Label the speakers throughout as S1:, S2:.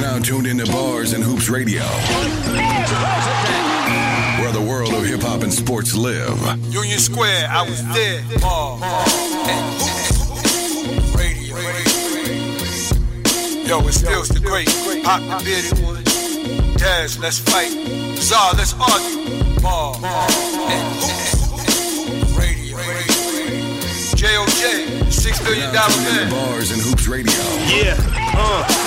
S1: now tuned into Bars and Hoops Radio, where the world of hip hop and sports live.
S2: Union Square, I was there. Ball, ball, and radio. Yo, it's still the great. Pop the bearded Dash, let's fight. Czar, let's argue. Ball, ball, and radio. JOJ, six billion
S1: Now
S2: dollar
S1: tuned into
S2: man.
S1: Bars and Hoops Radio.
S3: Yeah, uh.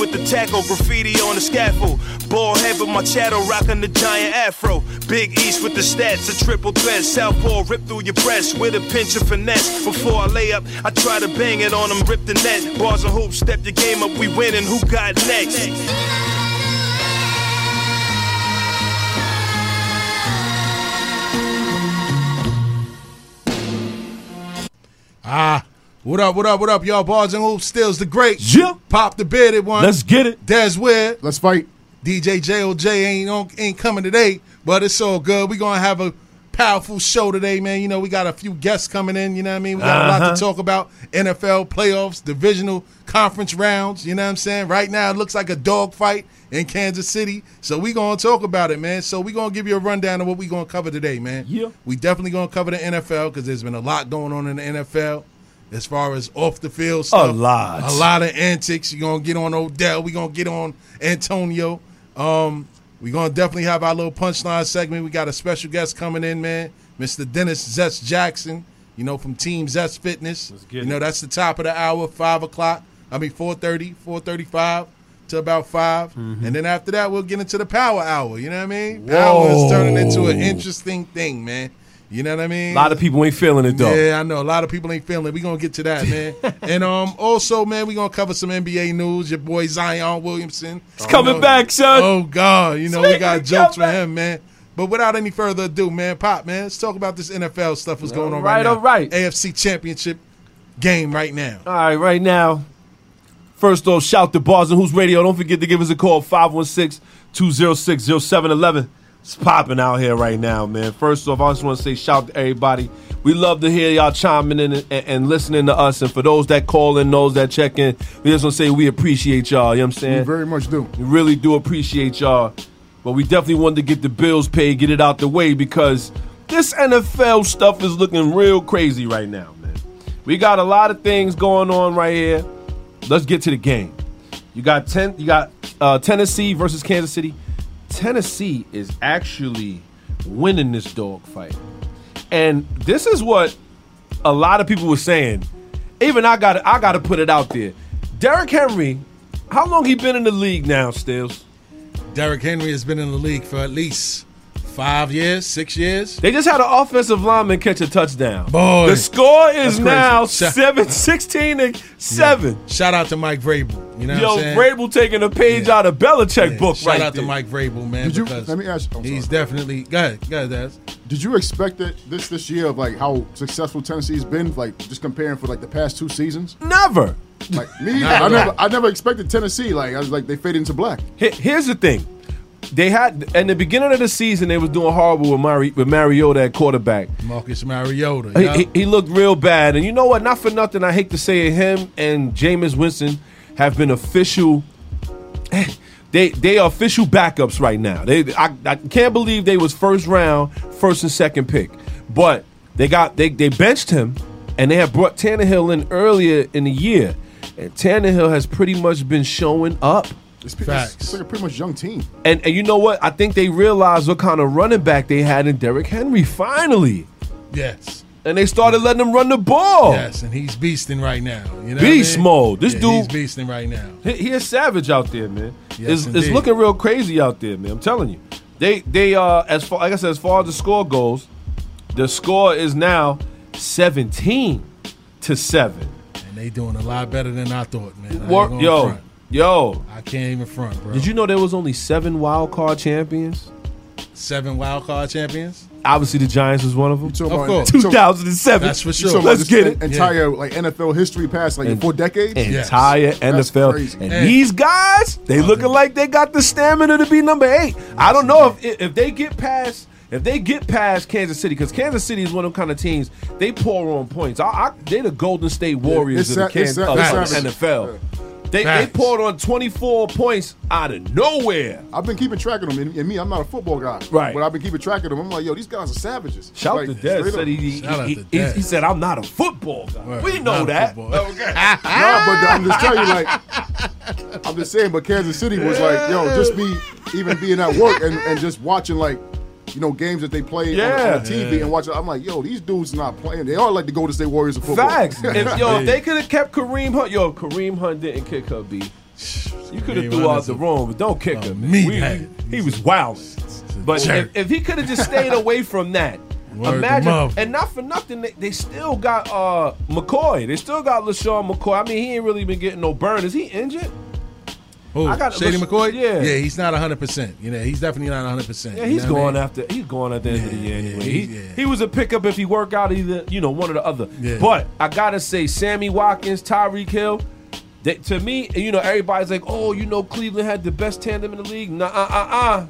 S3: with the tackle, graffiti on the scaffold. Ball head with my shadow, rocking the giant afro. Big East with the stats, a triple threat. Southpaw rip through your breast with a pinch of finesse. Before I lay up, I try to bang it on them, rip the net. Bars and hoops, step your game up, we winning. Who got next?
S4: Ah, what up, what up, what up, y'all? Bars and Hoops, Stills the Great.
S5: Yeah.
S4: Pop the bearded one.
S5: Let's get it.
S4: Des Weird.
S6: Let's fight.
S4: DJ JOJ ain't on, ain't coming today, but it's all good. We're gonna have a powerful show today, man. You know, we got a few guests coming in, you know what I mean? We got a
S5: Uh-huh.
S4: lot to talk about. NFL playoffs, divisional conference rounds, you know what I'm saying? Right now it looks like a dogfight in Kansas City. So we gonna talk about it, man. So we gonna give you a rundown of what we gonna cover today, man.
S5: Yeah.
S4: We definitely gonna cover the NFL because there's been a lot going on in the NFL. As far as off the field stuff,
S5: lot.
S4: a lot lot of antics. You're gonna get on Odell. We're gonna get on Antonio. Um, we're gonna definitely have our little punchline segment. We got a special guest coming in, man. Mr. Dennis Zest Jackson, you know, from Team Zest Fitness.
S5: get
S4: you know,
S5: it.
S4: that's the top of the hour, five o'clock. I mean 430, 435 to about 5
S5: Mm-hmm.
S4: And then after that, we'll get into the power hour. You know what I mean? Power is turning into an interesting thing, man. You know what I mean?
S5: A lot of people ain't feeling it though.
S4: Yeah, I know. A lot of people ain't feeling it. We're gonna get to that, man. and um also, man, we're gonna cover some NBA news. Your boy Zion Williamson. It's
S5: coming back, son.
S4: Oh God, you know, we
S5: Sweet,
S4: got
S5: he
S4: jokes for
S5: come back.
S4: him, man. But without any further ado, man, Pop, man, let's talk about this NFL stuff that's going on
S5: right,
S4: right now.
S5: all right.
S4: AFC championship game right now.
S5: All right, right now. First off, shout to Bars and Who's Radio. Don't forget to give us a call, 516-206-0711. It's popping out here right now, man. First off, I just want to say shout to everybody. We love to hear y'all chiming in and, and listening to us. And for those that call in, those that check in, we just want to say we appreciate y'all. You know what I'm saying?
S6: You very much do.
S5: We really do appreciate y'all. But we definitely wanted to get the bills paid, get it out the way because this NFL stuff is looking real crazy right now, man. We got a lot of things going on right here. Let's get to the game. You got ten, you got uh, Tennessee versus Kansas City. Tennessee is actually winning this dog fight. And this is what a lot of people were saying. Even I got I got to put it out there. Derrick Henry, how long he been in the league now, Stills?
S4: Derrick Henry has been in the league for at least five years, six years.
S5: They just had an offensive lineman catch a touchdown.
S4: Boy.
S5: the score
S4: That's
S5: is
S4: crazy.
S5: now
S4: Sha-
S5: seven, 16 and 7.
S4: Shout out to Mike Vrabel. You know what
S5: Yo,
S4: I'm saying?
S5: Vrabel taking a page
S4: Yeah.
S5: out of Belichick
S4: Yeah,
S5: book
S4: Shout
S5: right
S4: out
S5: there.
S4: to Mike Vrabel, man.
S6: Did you-
S4: because
S6: let me ask you- I'm
S4: he's
S6: sorry.
S4: definitely go ahead, go ahead, Daz.
S6: Did you expect that this this year of like how successful Tennessee's been? Like just comparing for like the past two seasons.
S5: Never.
S6: Like me,
S4: at
S6: I
S4: all.
S6: never I never expected Tennessee. Like I was like they faded into black.
S5: Here- Here's the thing. They had in the beginning of the season they was doing horrible with Mari, with Mariota at quarterback.
S4: Marcus Mariota.
S5: He,
S4: yeah.
S5: he, he looked real bad. And you know what? Not for nothing. I hate to say it. Him and Jameis Winston have been official. eh, They they are official backups right now. They I, I can't believe they was first round, first and second pick. But they got they they benched him, and they had brought Tannehill in earlier in the year, and Tannehill has pretty much been showing up.
S6: It's, pe-
S4: Facts.
S6: it's, it's like a pretty much young team.
S5: And and you know what? I think they realized what kind of running back they had in Derrick Henry finally,
S4: yes.
S5: and they started letting him run the ball.
S4: Yes, and he's beasting right now. You know
S5: Beast
S4: what I mean?
S5: mode. This
S4: Yeah,
S5: dude-
S4: He's beasting right now.
S5: He, he is savage out there, man.
S4: Yes,
S5: it's, it's
S4: indeed.
S5: looking real crazy out there, man. I'm telling you. They they uh as far like I said, as far as the score goes, the score is now 17 to 7.
S4: And they doing a lot better than I thought, man. I ain't
S5: Wor-
S4: gonna
S5: yo,
S4: front.
S5: Yo,
S4: I can't even front, bro.
S5: did you know there was only seven wild card champions?
S4: seven wild card champions?
S5: Obviously, the Giants was one of them.
S6: You talking
S4: Of
S6: about-
S4: course.
S6: you talking-
S5: 2007.
S4: That's for
S6: you
S4: sure.
S6: talking about this
S5: Let's get it.
S6: Entire like NFL history past like
S5: And-
S6: four decades.
S4: Yes.
S5: Entire
S6: That's
S5: NFL.
S6: crazy.
S5: And
S4: And-
S5: these guys, they looking like they got the stamina to be number eight. I don't know if if they get past if they get past Kansas City because Kansas City is one of them kind of teams they pour on points. I, I, they the Golden State Warriors
S6: it's
S5: of the,
S6: sa- it's
S5: Can-
S6: sa-
S5: of
S4: it's
S5: the
S6: savage.
S5: NFL. They, they
S4: Facts.
S5: poured on 24 points out of nowhere.
S6: I've been keeping track of them, and, and me, I'm not a football guy,
S5: Right.
S6: But I've been keeping track of them. I'm like, yo, these guys are savages.
S5: Shout
S6: like,
S5: to Dez
S6: straight
S5: said
S6: up.
S5: he, he,
S4: Shout out
S5: he,
S4: to
S5: he-
S4: Dez.
S5: he said I'm not a football guy. we know
S4: Not a
S5: that.
S4: football.
S6: Nah, but I'm just telling you, like, I'm just saying. But Kansas City was like, yo, just me, even being at work and, and just watching like, you know, games that they play on,
S5: Yeah.
S6: on the TV and watching. I'm like, yo, these dudes not playing. They are like the Golden State Warriors of football.
S5: Facts. If, yo, if they could have kept Kareem Hunt, yo, if Kareem Hunt didn't kick her B. You could have
S4: Kareem
S5: threw
S4: Hunt
S5: out
S4: is
S5: the
S4: a-
S5: wrong, but don't kick her. man.
S4: mean
S5: We-
S4: hat.
S5: he was wild. But
S4: jerk.
S5: if, if he could have just stayed away from that,
S4: Word to
S5: imagine.
S4: mouth.
S5: And not for nothing, they, they still got uh McCoy. They still got LaShawn McCoy. I mean, he ain't really been getting no burn. Is he injured?
S4: Who?
S5: I got-
S4: Shady
S5: let's-
S4: McCoy?
S5: yeah.
S4: Yeah, he's not 100%. You know, he's definitely not 100%.
S5: Yeah, he's
S4: you know what I
S5: going
S4: mean?
S5: after. He's going at the end of the year
S4: yeah,
S5: anyway.
S4: he-
S5: He,
S4: yeah.
S5: he was a pickup if he worked out either you know one or the other.
S4: Yeah.
S5: But I gotta say, Sammy Watkins, Tyreek Hill. They, to me, you know, everybody's like, "Oh, you know, Cleveland had the best tandem in the league." Nah, uh, uh, uh.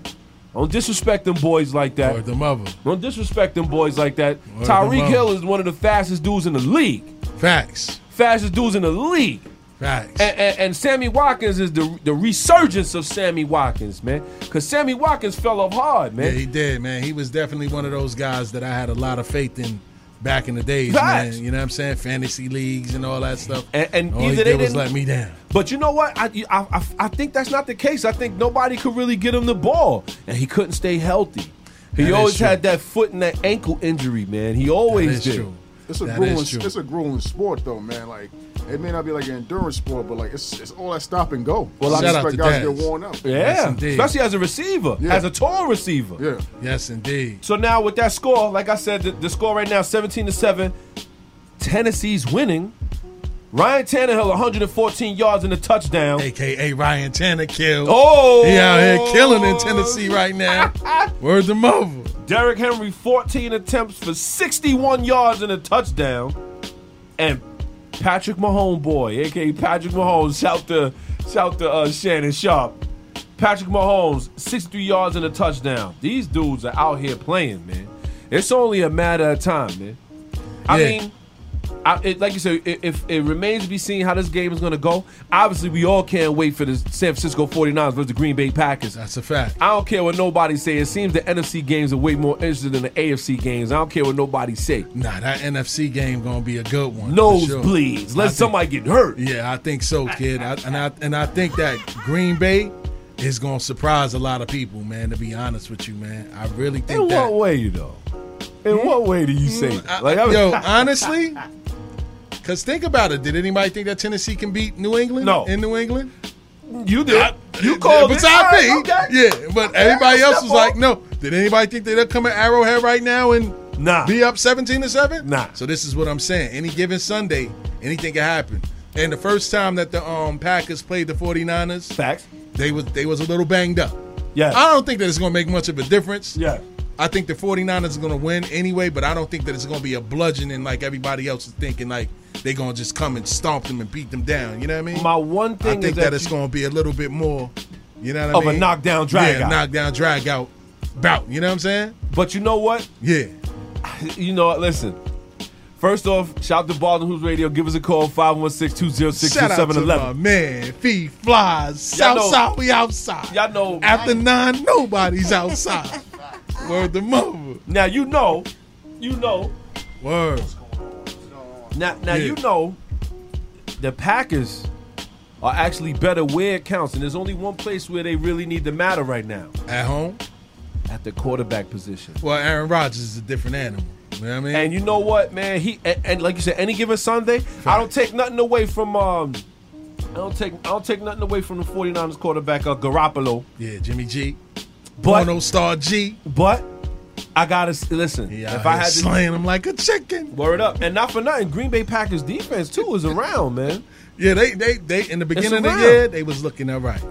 S5: Don't disrespect them boys like that.
S4: Or the mother.
S5: Don't disrespect them boys like that.
S4: Word to
S5: Tyreek
S4: mouth.
S5: Hill is one of the fastest dudes in the league.
S4: Facts.
S5: Fastest dudes in the league.
S4: Facts.
S5: And, and, and Sammy Watkins is the the resurgence of Sammy Watkins, man. Cause Sammy Watkins fell off hard, man.
S4: yeah, he did, man. He was definitely one of those guys that I had a lot of faith in back in the days,
S5: Facts.
S4: man. You know what I'm saying? Fantasy leagues and all that stuff.
S5: And- and
S4: all he
S5: either
S4: did
S5: they
S4: was
S5: didn't-
S4: let me down.
S5: But you know what? I, I, I, I think that's not the case. I think nobody could really get him the ball, and he couldn't stay healthy. He
S4: That is
S5: always
S4: true.
S5: had that foot and that ankle injury, man. He always
S4: That is
S5: did.
S4: true.
S6: It's a
S4: That
S6: grueling,
S4: is true.
S6: it's a grueling sport though, man. Like it may not be like an endurance sport, but like it's, it's all that stop and go.
S4: Well,
S6: I
S4: shout out
S6: expect
S4: to
S6: guys
S4: Dez.
S6: get worn out.
S4: Yes,
S5: Yeah,
S4: indeed.
S5: especially as a receiver,
S6: Yeah.
S5: as a tall receiver.
S6: Yeah.
S4: Yes, indeed.
S5: So now with that score, like I said, the, the score right now, seventeen to seven. Tennessee's winning. Ryan Tannehill, 114 yards and a touchdown.
S4: AKA Ryan Tannehill.
S5: Oh,
S4: He out here killing in Tennessee right now. Word the mother.
S5: Derrick Henry, 14 attempts for 61 yards and a touchdown. And Patrick Mahomes, boy, aka Patrick Mahomes, shout to shout to uh, Shannon Sharp. Patrick Mahomes, 63 yards and a touchdown. These dudes are out here playing, man. It's only a matter of time, man. I
S4: Yeah.
S5: mean, I, it, like you said, it, if it remains to be seen how this game is going to go. Obviously, we all can't wait for the San Francisco 49ers versus the Green Bay Packers.
S4: That's a fact.
S5: I don't care what nobody say. It seems the NFC games are way more interesting than the AFC games. I don't care what nobody say.
S4: Nah, that NFC game gonna be a good one. for sure.
S5: Nosebleeds.
S4: I
S5: Let
S4: think-
S5: somebody get hurt.
S4: Yeah, I think so, kid. I, and I and I think that Green Bay is gonna surprise a lot of people, man. To be honest with you, man, I really think
S5: In
S4: that. Hmm?
S5: what way, though? In what way do you say
S4: I-
S5: that? Like, I mean,
S4: yo, honestly, because think about it. Did anybody think that Tennessee can beat New England?
S5: No.
S4: in New England,
S5: you did. you called
S4: But
S5: it.
S4: I
S5: All right,
S4: think,
S5: okay.
S4: yeah. But everybody
S5: step
S4: else was like,
S5: up.
S4: no. Did anybody think they'd come at Arrowhead right now and
S5: Nah.
S4: be up seventeen to seven?
S5: Nah.
S4: So this is what I'm saying. Any given Sunday, anything can happen. And the first time that the um, Packers played the 49ers,
S5: Facts.
S4: they was they was a little banged up.
S5: Yes.
S4: I don't think that it's going to make much of a difference.
S5: Yes.
S4: I think the 49ers are going to win anyway, but I don't think that it's going to be a bludgeoning like everybody else is thinking like they're going to just come and stomp them and beat them down, you know what I mean?
S5: My one
S4: I
S5: thing
S4: think
S5: is
S4: that,
S5: that
S4: it's
S5: you-
S4: going to be a little bit more, you know what I
S5: Of a
S4: mean?
S5: knockdown, drag
S4: yeah,
S5: out.
S4: knockdown drag out bout, you know what I'm saying?
S5: But you know what?
S4: Yeah.
S5: You know what? Listen. First off, shout to Baldwin Hoops Radio. Give us a call, 516 206
S4: Shout out to my
S5: 2711.
S4: man, Fee Flies,
S5: Y'all know-
S4: Southside, we outside.
S5: Y'all know.
S4: After nine, nobody's outside. Word the mother.
S5: Now, you know. You know.
S4: Word.
S5: Now, now
S4: Yeah.
S5: you know, the Packers are actually better where it counts, and there's only one place where they really need to matter right now
S4: At home?
S5: at the quarterback position.
S4: Well, Aaron Rodgers is a different animal. You know what I mean?
S5: And you know what, man? He and, and like you said, any given Sunday, I don't take nothing away from um, I don't take I don't take nothing away from the 49ers quarterback uh, Garoppolo,
S4: yeah, Jimmy G.
S5: but
S4: Porno star G.
S5: but I gotta s- listen.
S4: Yeah,
S5: if I had to
S4: slaying him like a chicken.
S5: word up, and not for nothing, Green Bay Packers defense too is around, man.
S4: Yeah, they they they in the beginning of the
S5: around.
S4: year they was looking all right.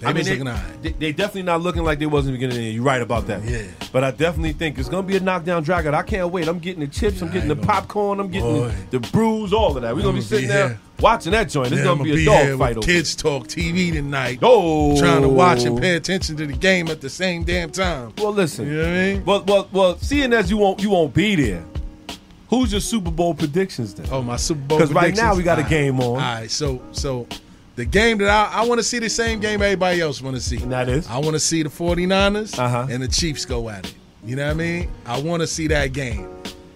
S4: They
S5: I mean,
S4: was
S5: they,
S4: looking all right.
S5: they, they definitely not looking like they wasn't beginning. of the year. You're right about that.
S4: Yeah.
S5: But I definitely think it's gonna be a knockdown drag out. I can't wait. I'm getting the chips. I'm getting the
S4: I ain't gonna-
S5: popcorn. I'm getting
S4: Boy.
S5: the brews. All of that. We're gonna be
S4: I'ma
S5: sitting
S4: be
S5: there
S4: here.
S5: watching that joint. It's
S4: Yeah,
S5: gonna
S4: I'ma
S5: be a dog
S4: here
S5: fight.
S4: with
S5: Over.
S4: Kids Talk TV tonight.
S5: Oh.
S4: Trying to watch and pay attention to the game at the same damn time.
S5: Well, listen.
S4: You know what I mean?
S5: Well, well, well. Seeing as you won't, you won't be there. Who's your Super Bowl predictions then?
S4: Oh, my Super Bowl.
S5: 'Cause right
S4: predictions.
S5: now we got a
S4: All
S5: game on.
S4: All right, so so the game that I, I want to see the same game everybody else want to see.
S5: And that is?
S4: I want to see the 49ers
S5: Uh-huh.
S4: and the Chiefs go at it. You know what I mean? I want to see that game.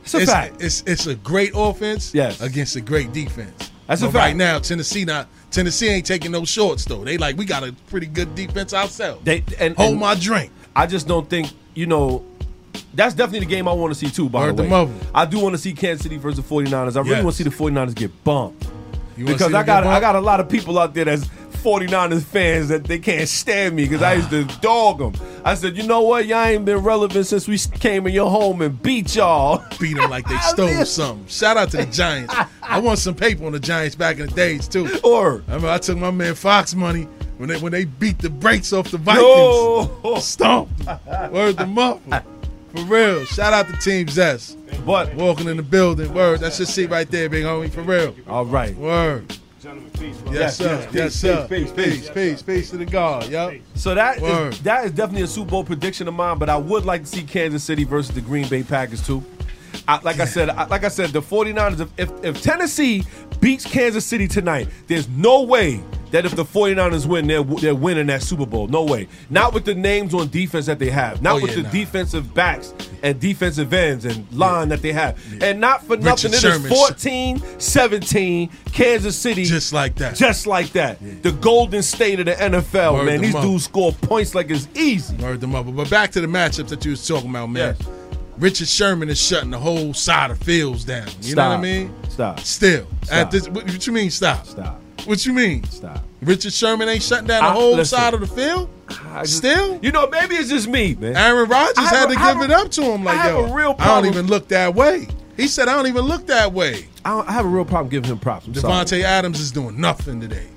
S5: It's a
S4: it's,
S5: fact.
S4: It's it's a great offense
S5: Yes.
S4: against a great defense.
S5: That's a
S4: But
S5: fact.
S4: Right now, Tennessee not Tennessee ain't taking no shorts though. They like we got a pretty good defense ourselves.
S5: They- and-
S4: hold
S5: and-
S4: my drink.
S5: I just don't think you know. That's definitely the game I want to see too. By
S4: Word to
S5: the way,
S4: mother.
S5: I do want to see Kansas City versus the 49ers. I really
S4: Yes.
S5: want to see the 49ers get bumped
S4: You wanna see
S5: because
S4: them
S5: I got
S4: get
S5: I
S4: bumped?
S5: got a lot of people out there that's 49ers fans that they can't stand me because I used to dog them. I said, you know what, y'all ain't been relevant since we came in your home and beat y'all.
S4: beat them like they stole something. Shout out to the Giants. I want some paper on the Giants back in the days too.
S5: or
S4: I remember I took my man Fox money when they when they beat the brakes off the Vikings.
S5: no,
S4: Stomp. Word the muffler. For real. Shout out to Team Zest.
S5: but
S4: Walking in the building. Word. That's your seat right there, big homie. For real.
S5: all right.
S4: Word. Yes, sir. Yes,
S5: Yes,
S4: sir.
S5: peace, peace,
S4: Peace, peace, peace to the God. Yep.
S5: So that
S4: Word.
S5: is, that is definitely a Super Bowl prediction of mine, but I would like to see Kansas City versus the Green Bay Packers too. I, like I said, I, like I said, the 49ers, if, if, if Tennessee beats Kansas City tonight, there's no way that if the 49ers win, they're, they're winning that Super Bowl. No way. Not with the names on defense that they have. Not
S4: Oh,
S5: with
S4: yeah,
S5: the
S4: nah.
S5: defensive backs and defensive ends and line that they have. And not for nothing, it is
S4: Sherman.
S5: 14 17 Kansas City.
S4: Just like that.
S5: Just like that. The golden state of the NFL,
S4: Word
S5: man.
S4: to
S5: These
S4: mother.
S5: dudes score points like it's easy.
S4: Word the mother. But back to the matchups that you was talking about, man.
S5: Yes.
S4: Richard Sherman is shutting the whole side of fields down. You know what I
S5: Stop.
S4: mean?
S5: Stop.
S4: Still.
S5: Stop.
S4: At this what, what you mean stop?
S5: Stop.
S4: What you mean?
S5: Stop.
S4: Richard Sherman ain't shutting down the
S5: I-
S4: whole
S5: listen.
S4: side of the field?
S5: I just-
S4: Still?
S5: You know, maybe it's just me, man.
S4: Aaron Rodgers
S5: I have
S4: had
S5: a-
S4: to
S5: I have
S4: give
S5: a-
S4: it up to him. Like,
S5: I have
S4: yo,
S5: a
S4: I
S5: real
S4: don't
S5: problem.
S4: even look that way. He said, I don't even look that way.
S5: I, don't- I have a real problem giving him props. I'm sorry.
S4: Devontae Adams is doing nothing today.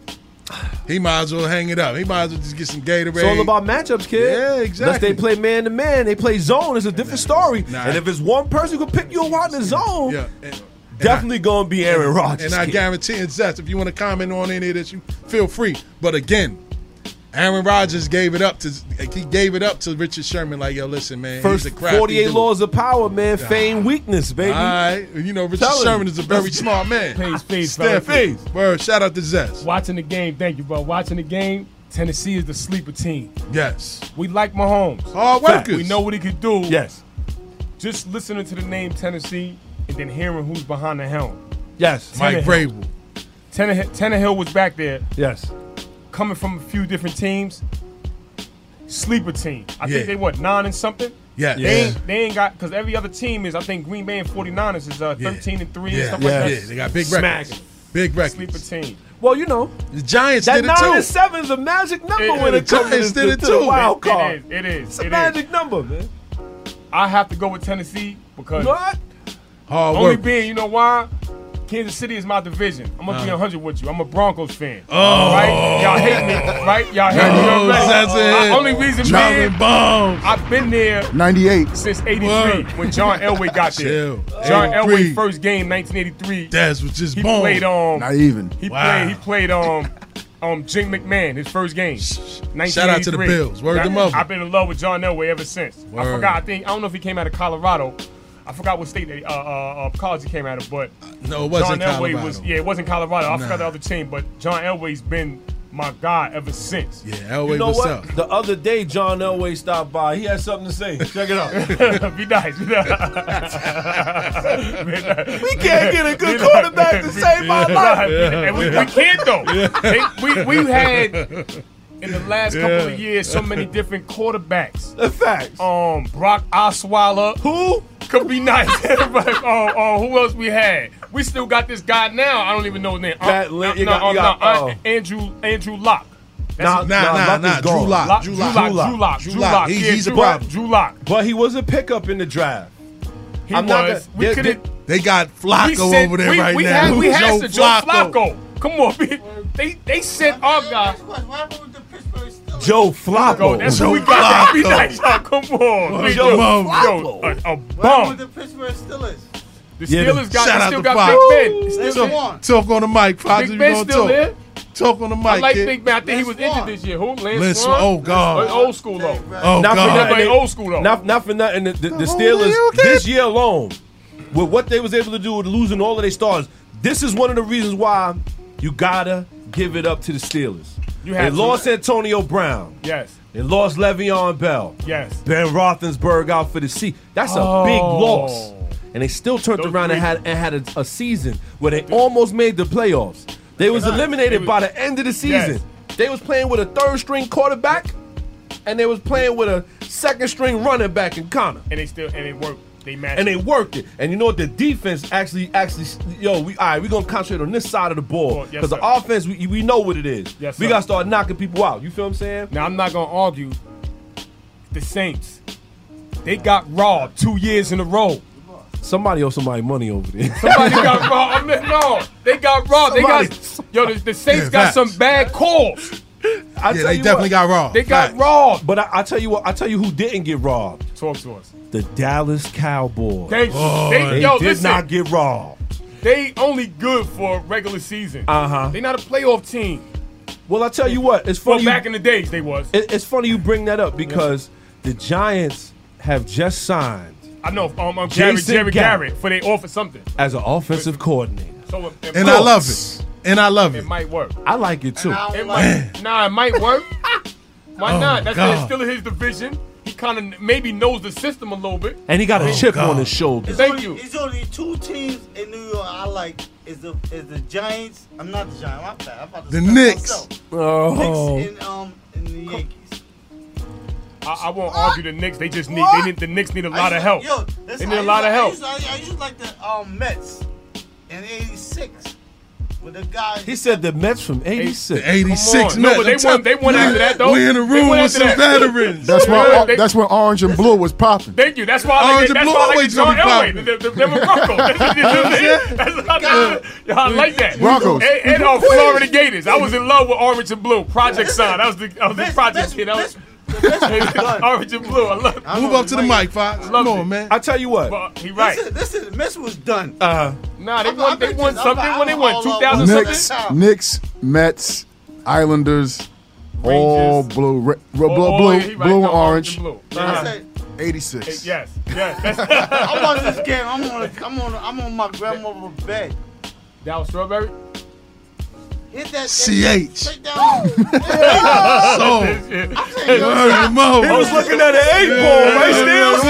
S4: He might as well hang it up. He might as well just get some Gatorade.
S5: It's all about matchups, kid.
S4: Yeah,
S5: Unless
S4: exactly.
S5: they play man to man, they play zone. It's a different story.
S4: nah.
S5: And if it's one person who can pick you out in the zone,
S4: yeah. And,
S5: definitely gonna be Aaron Rodgers.
S4: and I
S5: kid.
S4: guarantee and Zest, if you want to comment on any of this, you feel free. But again, Aaron Rodgers gave it up to he gave it up to Richard Sherman. Like, yo, listen, man,
S5: First
S4: he's a crafty
S5: 48
S4: dude.
S5: laws of power, man. Feign weakness, baby.
S4: All right, you know Richard
S5: Tell him.
S4: Sherman is a very smart man.
S7: Peace, peace,
S4: Steph,
S7: fella. Peace.
S4: Word, shout out to Zest.
S7: Watching the game, thank you, bro. Watching the game, Tennessee is the sleeper team.
S4: Yes,
S7: We like Mahomes.
S4: hard
S5: Fact.
S4: workers.
S7: We know what he could do.
S5: Yes.
S7: Just listening to the name Tennessee and then hearing who's behind the helm.
S5: Yes.
S4: Mike
S7: Tannehill.
S4: Vrabel.
S7: Tannehill, Tannehill was back there,
S5: Yes.
S7: coming from a few different teams. Sleeper team. I
S4: Yeah.
S7: think they what nine and something.
S4: Yes.
S7: They ain't, they ain't got because every other team is. I think Green Bay and 49ers is uh, 13 and three and
S4: Yeah,
S7: stuff
S4: yeah,
S7: like
S4: yeah.
S7: that.
S4: They got big
S5: Smack.
S4: records. Big
S7: Sleeper
S4: records.
S7: team.
S5: Well, you know,
S4: The Giants
S5: that
S4: did it
S5: 9
S4: too.
S5: and 7 is a magic number
S7: It-
S5: when
S7: it-
S5: it comes
S4: Giants
S5: to,
S4: did it
S5: to the
S4: too.
S5: wild card.
S7: It is. It is.
S5: It's a
S7: it is.
S5: magic number, man.
S7: I have to go with Tennessee because
S5: What?
S4: Hard
S7: Only
S4: workers.
S7: being, you know why? Kansas City is my division. I'm gonna be 100 with you. I'm a Broncos fan. Oh, right? Y'all hate me, right? Y'all hate me
S4: Oh,
S7: already.
S4: that's
S7: My
S4: it.
S7: only reason being,
S4: Dropping bombs.
S7: I've been there
S6: 98.
S7: since '83
S4: Word.
S7: when John Elway got there.
S4: Chill.
S7: John
S4: 83.
S7: Elway first game 1983.
S4: That's what just
S7: he
S4: bombed.
S7: played on.
S6: Not even.
S7: He
S4: Wow.
S7: played. He played um, um, Jim McMahon his first game.
S4: Shout out to the
S7: 1983.
S4: Bills. Word
S7: That-
S4: them up.
S7: I've been in love with John Elway ever since.
S4: Word.
S7: I forgot. I think I don't know if he came out of Colorado. I forgot what state they, uh, uh, uh, college he came out of, but
S4: No, it wasn't
S7: John Elway
S4: Colorado.
S7: was yeah, it wasn't Colorado. I
S4: Nah.
S7: forgot the other team, but John Elway's been my guy ever since.
S4: Yeah, Elway
S5: You know
S4: was
S5: what?
S4: up.
S5: The other day, John Elway stopped by. He had something to say. Check it out. we
S7: be nice. Be nice.
S5: can't get a good quarterback to save my life.
S7: And we, we can't though. They- we we had in the last couple of years so many different quarterbacks.
S5: The facts.
S7: Um, Brock Osweiler. Who? Could be nice. but, oh, oh, who else we had? We still got this guy now. I don't even know his name. Uh,
S5: Pat Lin- you got- you got- oh.
S7: Andrew Andrew Locke.
S5: Nah,
S4: Nah, nah,
S5: Luck
S4: nah,
S5: is
S4: Drew
S5: gone.
S4: Lock.
S7: Lock,
S4: Drew
S7: Drew
S4: Lock.
S7: Lock,
S5: Drew Lock.
S7: Drew Lock,
S4: Drew
S7: Drew
S4: Lock.
S7: Lock.
S4: He's-
S7: Yeah,
S4: he's the
S7: Drew Lock,
S4: problem.
S7: Drew Lock.
S5: But he was a pickup in the draft.
S7: He
S5: I'm not
S7: was.
S5: gonna-
S7: we
S5: there-
S7: couldn't.
S4: They got
S7: we
S4: Flacco
S7: sent-
S4: over there
S7: we,
S4: right
S7: we
S4: now.
S7: Had, we
S4: Joe
S7: had to Joe Flacco. Come on, B. They they sent our guy.
S8: Joe Flacco.
S7: Yo, that's who we got. That be nice. Yo, come on. B.
S8: Joe
S7: Oh, yo,
S8: Flacco.
S7: a, a bum. The
S8: Yeah, the-
S7: Steelers got.
S4: shout
S7: They
S4: out
S7: still
S4: to
S7: got
S4: Fox.
S7: Big Ben. Still there.
S4: Talk, talk on the mic, Pops.
S7: Big
S4: You
S7: Ben
S4: gonna
S7: still
S4: talk.
S7: there.
S4: Talk on the mic.
S7: I like
S4: kid.
S7: Big Ben. I think he was injured this year. Who? Lance,
S4: Lance
S7: Swan?
S4: Swan. Oh, God.
S7: That's Old school though.
S4: Oh
S5: not for
S4: God.
S7: Everybody
S5: nothing.
S7: old school, though.
S5: Not, not for nothing. The, the, the
S4: whole
S5: Steelers
S4: deal, kid.
S5: this year alone, with what they was able to do with losing all of their stars, this is one of the reasons why you gotta give it up to the Steelers.
S7: You
S5: they
S7: have to.
S5: lost Antonio Brown.
S7: Yes.
S5: They lost Le'Veon Bell.
S7: Yes.
S5: Ben Roethlisberger out for the season. That's a big
S7: Oh.
S5: loss. And they still turned
S7: Those
S5: around
S7: three-
S5: and had and had a, a season where they almost made the playoffs. They was eliminated by the end of the season. They was playing with a third string quarterback, and they was playing with a second string running back in Connor.
S7: And they still and they work. They match.
S5: And they worked it. And you know what? The defense actually, actually, yo, we all right. We gonna concentrate on this side of the ball
S7: Ball, yes,
S5: because
S7: sir.
S5: the offense, we, we know what it is.
S7: Yes,
S5: we
S7: sir.
S5: gotta start knocking people out. You feel what I'm saying?
S7: Now I'm not gonna argue. The Saints, they got robbed two years in a row.
S5: Somebody owe somebody money over there.
S7: Somebody got robbed. I mean, no, they got robbed. They got yo. The, the Saints
S4: Yeah,
S7: got
S4: facts.
S7: some bad calls.
S5: I
S4: Yeah,
S5: tell
S4: they
S5: you
S4: definitely
S5: what.
S4: got robbed.
S7: They got
S4: Facts.
S7: robbed.
S5: But I, I tell you what, I tell you who didn't get robbed:
S7: Talk to us.
S5: the Dallas Cowboys.
S7: They,
S5: They
S4: Oh,
S7: they, yo,
S5: did
S7: listen.
S5: not get robbed.
S7: they only good for a regular season.
S5: Uh-huh.
S7: They not a playoff team.
S5: Well, I tell you what, it's
S7: Well,
S5: funny.
S7: back
S5: you,
S7: in the days they was.
S5: it- it's funny you bring that up because the Giants have just signed
S7: I know. Um, um, Jerry,
S5: Jason
S7: Jerry
S5: Garrett.
S7: Garrett for they offer something.
S5: as an offensive coordinator.
S7: So it, it
S4: And
S7: might-
S4: I love it. And I love it.
S7: It might work.
S5: I like it too.
S7: It might. Nah, it might work. Why not? That's
S4: God.
S7: it's still in his division. He kind of maybe knows the system a little bit.
S5: And he got a chip
S4: God.
S5: on his shoulder.
S9: It's
S7: Thank
S9: only,
S7: you.
S9: It's only two teams in New York I like. Is the is the Giants? I'm not the Giants. I'm, bad. I'm about to
S4: The
S9: stop
S4: Knicks.
S9: myself.
S5: Oh.
S9: Knicks and um and the Yankees.
S7: I, I won't argue the Knicks. They just need. They need the Knicks need a lot
S9: I
S7: of
S9: used-
S7: help.
S9: Yo,
S7: They
S9: listen,
S7: need
S9: I
S7: a lot of help.
S9: used- I used, I used to like the um Mets in '86 with the guy.
S5: He said the Mets from
S4: The
S5: '86.
S4: 86
S7: Come on. No,
S4: Mets.
S7: but they
S4: I'm
S7: won- they won
S4: telling-
S7: after that, though.
S4: We in the
S7: They
S4: room
S7: won
S4: with some
S7: after that.
S4: veterans.
S6: That's
S7: Yeah,
S6: when
S7: they-
S6: that's when orange and blue was popping.
S7: Thank you. That's why I like.
S4: Orange and
S7: That's
S4: blue
S7: why I like
S4: always gonna
S7: John
S4: be
S7: Elway. The,
S4: popping.
S7: the, the, them and Bronco. That's what I, yeah, I like that.
S6: Broncos.
S7: And, and uh, Florida Gators. I was in love with Orange and Blue. Project Sign. That was the, I was the
S9: Best-
S7: project
S9: best-
S7: kid. I was
S9: best- the best was done.
S7: Orange and Blue. I love.
S9: I
S4: Move
S9: know
S4: up to the
S9: Mike-
S4: mic, Fox.
S7: Love
S4: Come
S7: it.
S4: on, man.
S5: I tell you what.
S7: But he right.
S9: Listen, listen, the Mess was done.
S5: Uh,
S7: Nah, they
S9: I'm-
S7: won.
S9: I'm
S7: They
S9: bitches.
S7: won
S9: I'm
S7: something
S9: about-
S7: when they
S9: I'm
S7: won
S9: all over.
S7: two thousand
S6: Knicks,
S7: something.
S9: Nah.
S6: Knicks, Mets, Islanders, all
S7: Rangers.
S6: blue, re- re- blue,
S7: Oh, oh,
S6: blue,
S7: yeah, he right.
S6: blue and
S7: No,
S6: orange,
S7: blue.
S9: I
S7: Uh-huh.
S9: said,
S6: eighty six.
S7: Yes, yes. That's-
S9: I watched this game. I'm on, a, I'm on, a, I'm on my grandmother's bed.
S7: That was strawberry.
S9: Hit that- that
S4: CH.
S9: Take down.
S4: So. Word,
S5: I was
S4: Mo.
S5: looking at an eight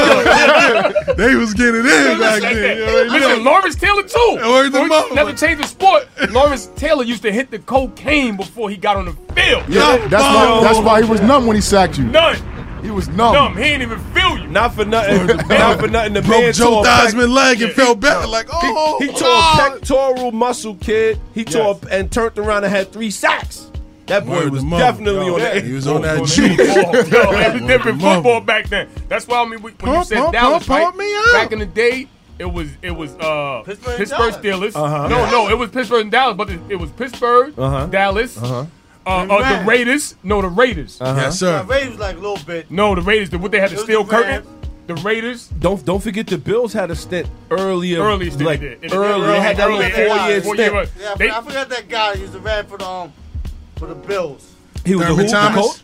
S5: ball right still.
S4: They was getting it in back then. You already know.
S7: Listen, Lawrence Taylor too.
S4: Word to
S7: We
S4: mama.
S7: Never changed the sport. Lawrence Taylor used to hit the cocaine before he got on the field.
S6: Yeah,
S4: Yo,
S6: that's why
S4: Bo.
S6: that's why he was numb when he sacked you.
S7: None,
S6: He was numb.
S7: dumb. He ain't even feel you.
S5: Not for nothing. not for nothing. The man
S4: Broke Joe
S5: tore a pec-
S4: Theismann's leg and felt better. Like, oh,
S5: He tore
S4: oh.
S5: a pectoral muscle, kid. He tore up and turned around and had three sacks. That boy
S4: Word
S5: was
S4: to mama.
S5: definitely on
S4: He
S5: that.
S4: was on that
S7: Football,
S4: juice.
S7: yo, it was different
S4: Mama.
S7: football back then. That's why I mean we- when you
S4: Pump,
S7: said
S4: pump,
S7: Dallas,
S4: pump, pump
S7: right?
S4: me up.
S7: Back in the day, it was it was uh,
S9: Pittsburgh and
S7: Pittsburgh
S9: Dallas.
S7: Steelers.
S4: Uh-huh.
S7: No, no, it was Pittsburgh and Dallas, but it, it was Pittsburgh, Dallas, uh uh, the
S9: Rams.
S7: Raiders. No, the Raiders.
S4: Uh-huh. Yes, sir.
S9: Ray was like a little bit.
S7: No, the Raiders. The, what they had the
S9: It was
S7: steel
S9: the
S7: curtain.
S9: Rams.
S7: The Raiders.
S5: Don't don't forget the Bills had a stint earlier,
S7: Early stint
S5: like
S7: they did. It-
S5: early. They had that
S7: early,
S5: little four
S9: early,
S5: year
S7: four-year
S5: stint.
S7: run.
S9: Yeah, I
S7: They-
S9: forgot- I forgot that guy used to ran for the um, for the Bills.
S5: He was a
S4: Thurman
S5: who, the
S4: Thomas?
S5: coach?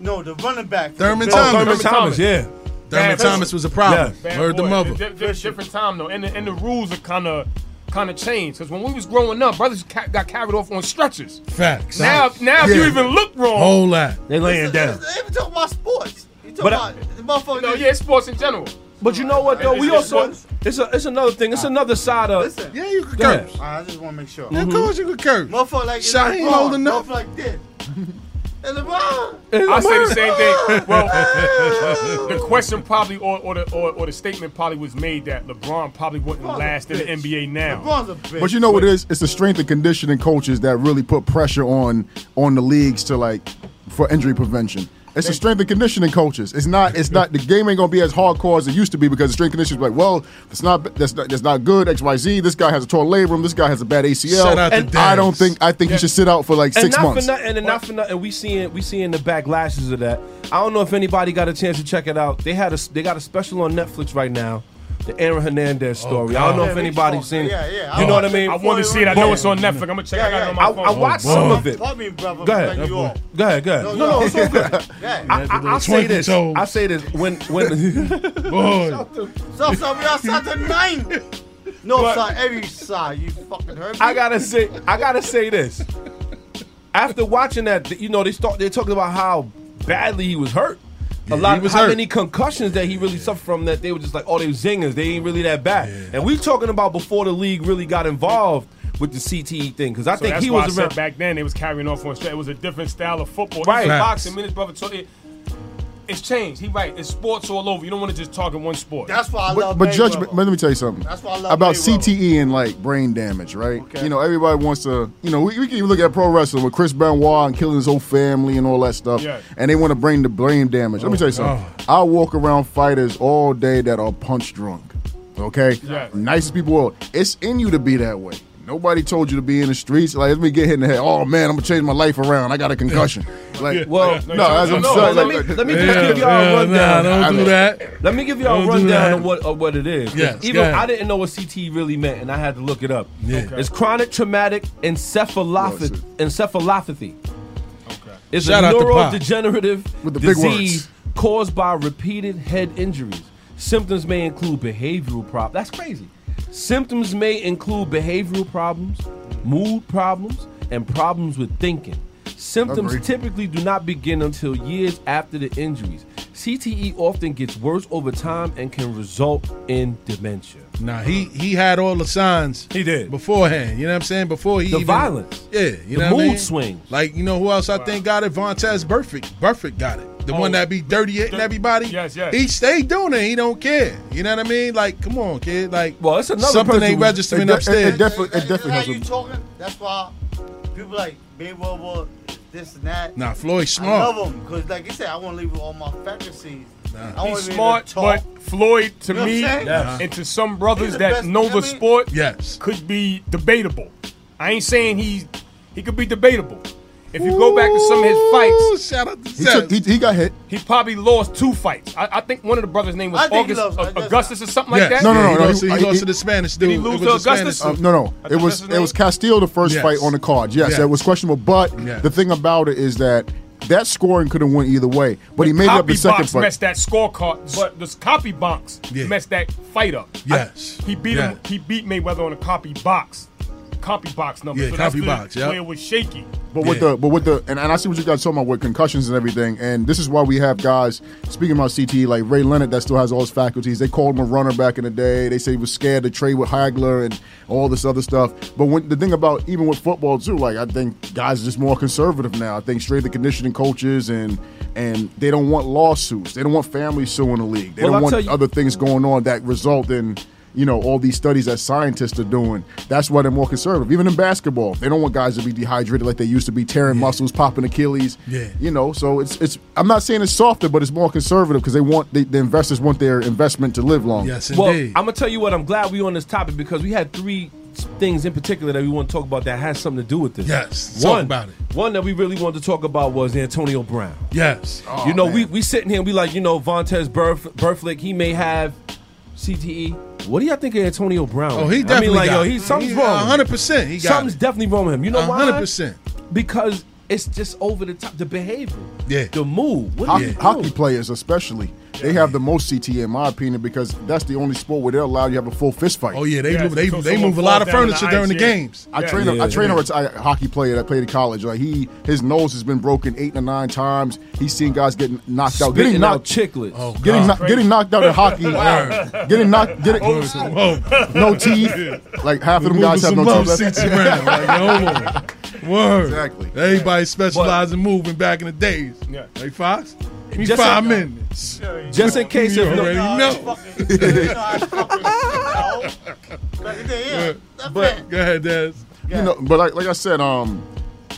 S9: No, the running back. for the
S4: Thurman
S9: Bills.
S5: Oh, Thurman,
S4: Thurman
S5: Thomas.
S7: Thomas.
S5: Yeah.
S4: Thurman
S7: Bad
S4: Thomas was a problem.
S7: Bad
S4: Word to
S7: boy.
S4: mother.
S7: Di- di- different time though, and the, and the rules are kind of kind of changed. Cause when we was growing up, brothers ca- got carried off on stretchers.
S4: Facts.
S7: Now, now if you
S4: Yeah.
S7: even look wrong,
S4: Whole lot.
S5: They laying
S9: Listen,
S5: down.
S9: listen, They even talking about sports. You talking
S5: But I-
S9: about the motherfucker.
S7: no, yeah, it's sports in general.
S5: But you know what though?
S7: It's-
S5: We
S7: it's-
S5: also it's a it's another thing. It's another side of
S9: Listen,
S4: Yeah, you could
S5: Go ahead.
S4: curse.
S9: I just want to make sure.
S4: Of course you could curse.
S9: Motherfucker like
S4: Shaheen
S9: LeBron,
S4: holding up.
S9: Motherfucker like this. And LeBron.
S7: I say the same thing. Well, the question probably, or, or, the, or, or the statement probably was made that LeBron probably wouldn't
S9: LeBron's a
S7: last in the
S9: bitch.
S7: NBA now.
S9: LeBron's a bitch.
S6: But you know what it is? It's the strength and conditioning coaches that really put pressure on on the leagues to like for injury prevention. It's the strength and conditioning coaches. It's not. It's not. The game ain't gonna be as hardcore as it used to be because the strength and conditioning is like, well, that's not. That's not. That's not good. X Y Z. This guy has a torn labrum. This guy has a bad ACL.
S5: Shout out to
S6: and I
S5: Dennis.
S6: don't think. I think he should sit out for like
S5: and
S6: six
S5: not
S6: months.
S5: For nothing, and then not for nothing, we seeing we seeing the backlashes of that. I don't know if anybody got a chance to check it out. They had a they got a special on Netflix right now, the Aaron Hernandez story. I don't know
S7: Oh, God.
S5: if anybody's seen it.
S7: Yeah, yeah.
S5: You know
S7: I-
S5: what I mean?
S7: I wanna see it. I know it's on Netflix. I'ma check it out. I got it on my
S5: I- I
S7: phone.
S5: watched
S7: Oh,
S5: some
S7: boy.
S5: of it.
S7: Pardon me, brother,
S5: Go
S7: for
S5: ahead.
S7: cutting you off.
S5: Go ahead. Go ahead. No, no, it's all good. I, I, I'll say this. I say this when when
S4: Boy.
S9: So, so we outside the nine. No,
S5: But-
S9: side, every side. You fucking heard me.
S5: I gotta say, I gotta say this. After watching that, th- you know, they start they're talking about how badly he was hurt. A lot
S4: he
S5: of
S4: was
S5: how
S4: hurt.
S5: many concussions that he really suffered from that they were just like, oh, they were zingers. They ain't really that bad. And we talking about before the league really got involved with the CTE thing because I
S7: So
S5: think
S7: that's
S5: he
S7: why I
S5: was
S7: said
S5: around.
S7: back then. They was carrying off on straight. It was a different style of football. Even
S5: Right.
S7: boxing, minutes, brother. So it, it's changed. He right. It's sports all over. You don't want to just talk in one sport.
S9: That's why I
S6: But,
S9: love
S6: but
S9: Mayweather.
S6: judgment. Let me tell you something.
S9: That's why I love
S6: about
S9: Mayweather.
S6: CTE and like brain damage, right? You know, everybody wants to. You know, we, we can even look at pro wrestling with Chris Benoit and killing his whole family and all that stuff,
S7: Yeah.
S6: and they want to bring the brain damage. let me
S9: Oh,
S6: tell you something. I walk around fighters all day that are punch drunk. Okay,
S7: Yeah.
S6: nicest people. in the world. It's in you to be that way. Nobody told you to be in the streets. Like, let me get hit in the head. Oh man, I'm gonna change my life around. I got a concussion. Like,
S5: Well,
S6: no, that's what I'm
S5: no,
S6: saying.
S5: let
S6: Like,
S5: me let me just
S4: Yeah,
S5: give y'all a
S4: yeah, nah,
S5: rundown.
S4: don't do that.
S5: Let me give y'all a
S4: Don't do
S5: rundown
S4: that.
S5: of what of what it is. 'Cause
S4: Yes,
S5: Even
S4: go ahead.
S5: I didn't know what CTE really meant, and I had to look it up. It's chronic traumatic encephalopathy. encephalopathy. It's
S4: Shout
S5: a
S4: out to Pop.
S5: neurodegenerative
S6: With the big
S5: disease
S6: words.
S5: caused by repeated head injuries. Symptoms may include behavioral problems. That's crazy. Symptoms may include behavioral problems, mood problems, and problems with thinking. Symptoms
S6: Agreed.
S5: typically do not begin until years after the injuries. CTE often gets worse over time and can result in dementia.
S4: Nah, he he had all the signs.
S5: He did.
S4: beforehand. You know what I'm saying? Before he
S5: The
S4: even-
S5: violence.
S4: Yeah, you
S5: The
S4: know what I
S5: mood
S4: mean?
S5: swings.
S4: Like you know who else I think got it? Vontez Burfict. Burfict got it. The one
S5: Oh.
S4: that be dirty hitting everybody.
S7: Yes, yes.
S4: He stayed doing it. He don't care. You know what I mean? Like, come on, kid. Like,
S5: Well, it's another
S4: something
S5: person
S4: ain't
S5: who's-
S6: it,
S4: registering
S6: de-
S4: upstairs.
S6: it, it definitely, it
S9: Is that
S6: definitely
S9: how
S6: helps.
S9: you talking? That's why people like Mayweather, this and that.
S4: nah, Floyd
S9: I
S4: smart.
S9: love him because, like you said, I want to leave with all my fantasies. I want
S7: He's
S9: to be able
S7: smart,
S9: to
S7: but
S9: talk.
S7: Floyd to
S9: You know what
S7: me
S9: I'm saying? Yes.
S7: and to some
S9: He's
S7: brothers
S9: the
S7: that
S9: best,
S7: know
S9: you know
S7: the
S9: what I mean?
S7: sport
S4: Yes.
S7: could be debatable. I ain't saying he's he could be debatable. If you go back to some of his
S4: Ooh,
S7: fights,
S4: shout out to
S6: He, took,
S4: Zez.
S6: he, he got hit.
S7: he probably lost two fights. I, I think one of the brothers' name was
S9: I think he
S7: August, uh,
S9: lost-
S7: Augustus,
S9: that's-
S7: or something
S4: Yes.
S7: like that.
S6: No, no, no,
S4: He
S6: no,
S4: lost,
S6: he-
S4: he
S6: he- Uh,
S4: lost to the Spanish dude.
S7: he lose
S4: It was
S7: to
S4: the
S7: Augustus?
S4: Spanish dude.
S6: No, no.
S7: I
S6: It
S7: think
S6: was
S7: that's
S6: it
S7: the
S6: was
S7: name.
S6: Castillo the first
S4: Yes.
S6: fight on the card. Yes,
S4: Yes.
S6: that was questionable. But
S4: Yes.
S6: the thing about it is that that scoring could have went either way. But he made it up
S7: copy
S6: the second
S7: box messed
S6: fight.
S7: that scorecard, but this copy box
S4: Yeah.
S7: messed that fight up.
S4: Yes.
S7: I- he beat him.
S4: Yeah.
S7: He beat Mayweather on a copy box, copy box number.
S4: Yeah,
S7: so
S4: copy
S7: that's
S4: box,
S7: The,
S4: yep.
S7: where it was shaky.
S6: But with
S4: Yeah.
S6: the but with the and, and I see what you guys talking about with concussions and everything. And this is why we have guys speaking about CTE like Ray Leonard that still has all his faculties. They called him a runner back in the day. They say he was scared to trade with Hagler and all this other stuff. But when the thing about even with football too, like I think guys are just more conservative now. I think straight the conditioning coaches and and they don't want lawsuits. They don't want families suing the league. They
S5: Well,
S6: don't
S5: I'll tell
S6: want
S5: you-
S6: other things going on that result in you know all these studies that scientists are doing. That's why they're more conservative. Even in basketball, they don't want guys to be dehydrated like they used to be, tearing muscles, popping Achilles.
S4: Yeah.
S6: you know. So it's it's. I'm not saying it's softer, but it's more conservative because they want the, the investors want their investment to live long.
S4: Yes,
S5: Well,
S4: indeed.
S5: I'm gonna tell you what. I'm glad we on this topic because we had three s- things in particular that we want to talk about that has something to do with this.
S4: Yes, talk
S5: one
S4: about it.
S5: One that we really wanted to talk about was Antonio Brown.
S4: yes.
S5: you know, we we sitting here, we like, you know, Vontez Burf, Burflick, he may have CTE. What do y'all think of Antonio Brown?
S4: Oh, he
S5: I
S4: definitely
S5: mean, like,
S4: got
S5: yo,
S4: it.
S5: he, something's
S4: He-
S5: wrong.
S4: 100%. He got
S5: something's
S4: it.
S5: definitely wrong with him. You know why?
S4: 100%.
S5: Because it's just over the top. The behavior,
S4: Yeah.
S5: the move. What
S6: Hockey,
S5: do you
S6: hockey
S5: do?
S6: players, especially, they have the most CTE in my opinion because that's the only sport where they allow you to have a full fist fight.
S4: Oh yeah, they
S7: Yeah,
S4: move- they
S7: so
S4: they
S7: someone
S4: move a lot of
S7: fall down
S4: furniture
S7: the
S4: during
S7: ice,
S4: the
S7: yeah.
S4: games.
S6: I
S7: Yeah.
S6: train a,
S5: Yeah.
S6: I train a retired hockey player that played in college. Like he, his nose has been broken eight or nine times. He's seen guys getting knocked out,
S5: Spitting
S6: getting
S5: out
S6: knocked,
S5: chicklets.
S4: Oh,
S6: getting
S4: God.
S6: knocked, getting knocked out in hockey, getting knocked, getting
S4: Whoa,
S6: no teeth. Like half of them
S4: moving
S6: guys have
S4: some
S6: no
S4: love,
S6: teeth. left.
S4: CT Brown. Like, yo, word.
S6: Exactly.
S4: Everybody specialized in moving back in the days.
S7: Yeah.
S4: Like Fox, give me
S5: Just
S4: five
S5: like-
S4: minutes.
S5: Just in case
S4: you
S5: if no,
S4: already know.
S9: Fucking, you know, I fucking, you know, like, yeah, that's
S4: But
S9: but,
S4: go ahead, Daz.
S6: You know, but like like I said, um,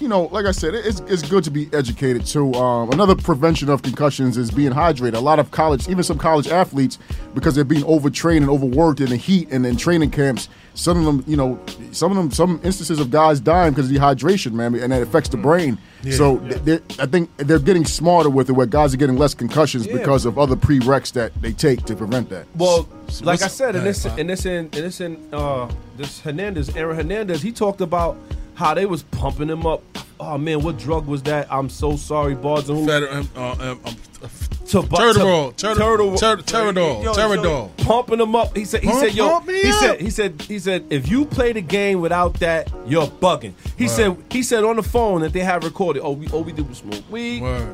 S6: you know, like I said, it- it's, it's good to be educated too. Um, another prevention of concussions is being hydrated. A lot of college, even some college athletes, because they're being overtrained and overworked in the heat and in training camps. Some of them, you know, some of them, some instances of guys dying because of dehydration, man, and that affects the brain.
S4: Mm. Yeah.
S6: So th- they're- I think they're getting smarter with it, where guys are getting less concussions
S5: Yeah.
S6: because of other prereqs that they take to prevent that.
S5: Well, like I
S6: what's-
S5: said,
S6: Go
S5: and this
S6: ahead, Pop.
S5: and this in and this in uh this Hernandez, Aaron Hernandez, he talked about how they was pumping him up. Oh man, what drug was that? I'm so sorry, Bards and who
S4: Feder- um, uh, um, um, uh,
S5: to,
S4: Turtle, turtle, turtle, turtle, turtle.
S5: pumping him up. He said, he
S4: Pump-
S5: said, yo,
S4: pump me
S5: he
S4: up.
S5: said, he said, he said, if you play the game without that, you're bugging. He said, he said on the phone that they have recorded. Oh, we, all we did was smoke weed
S4: Word.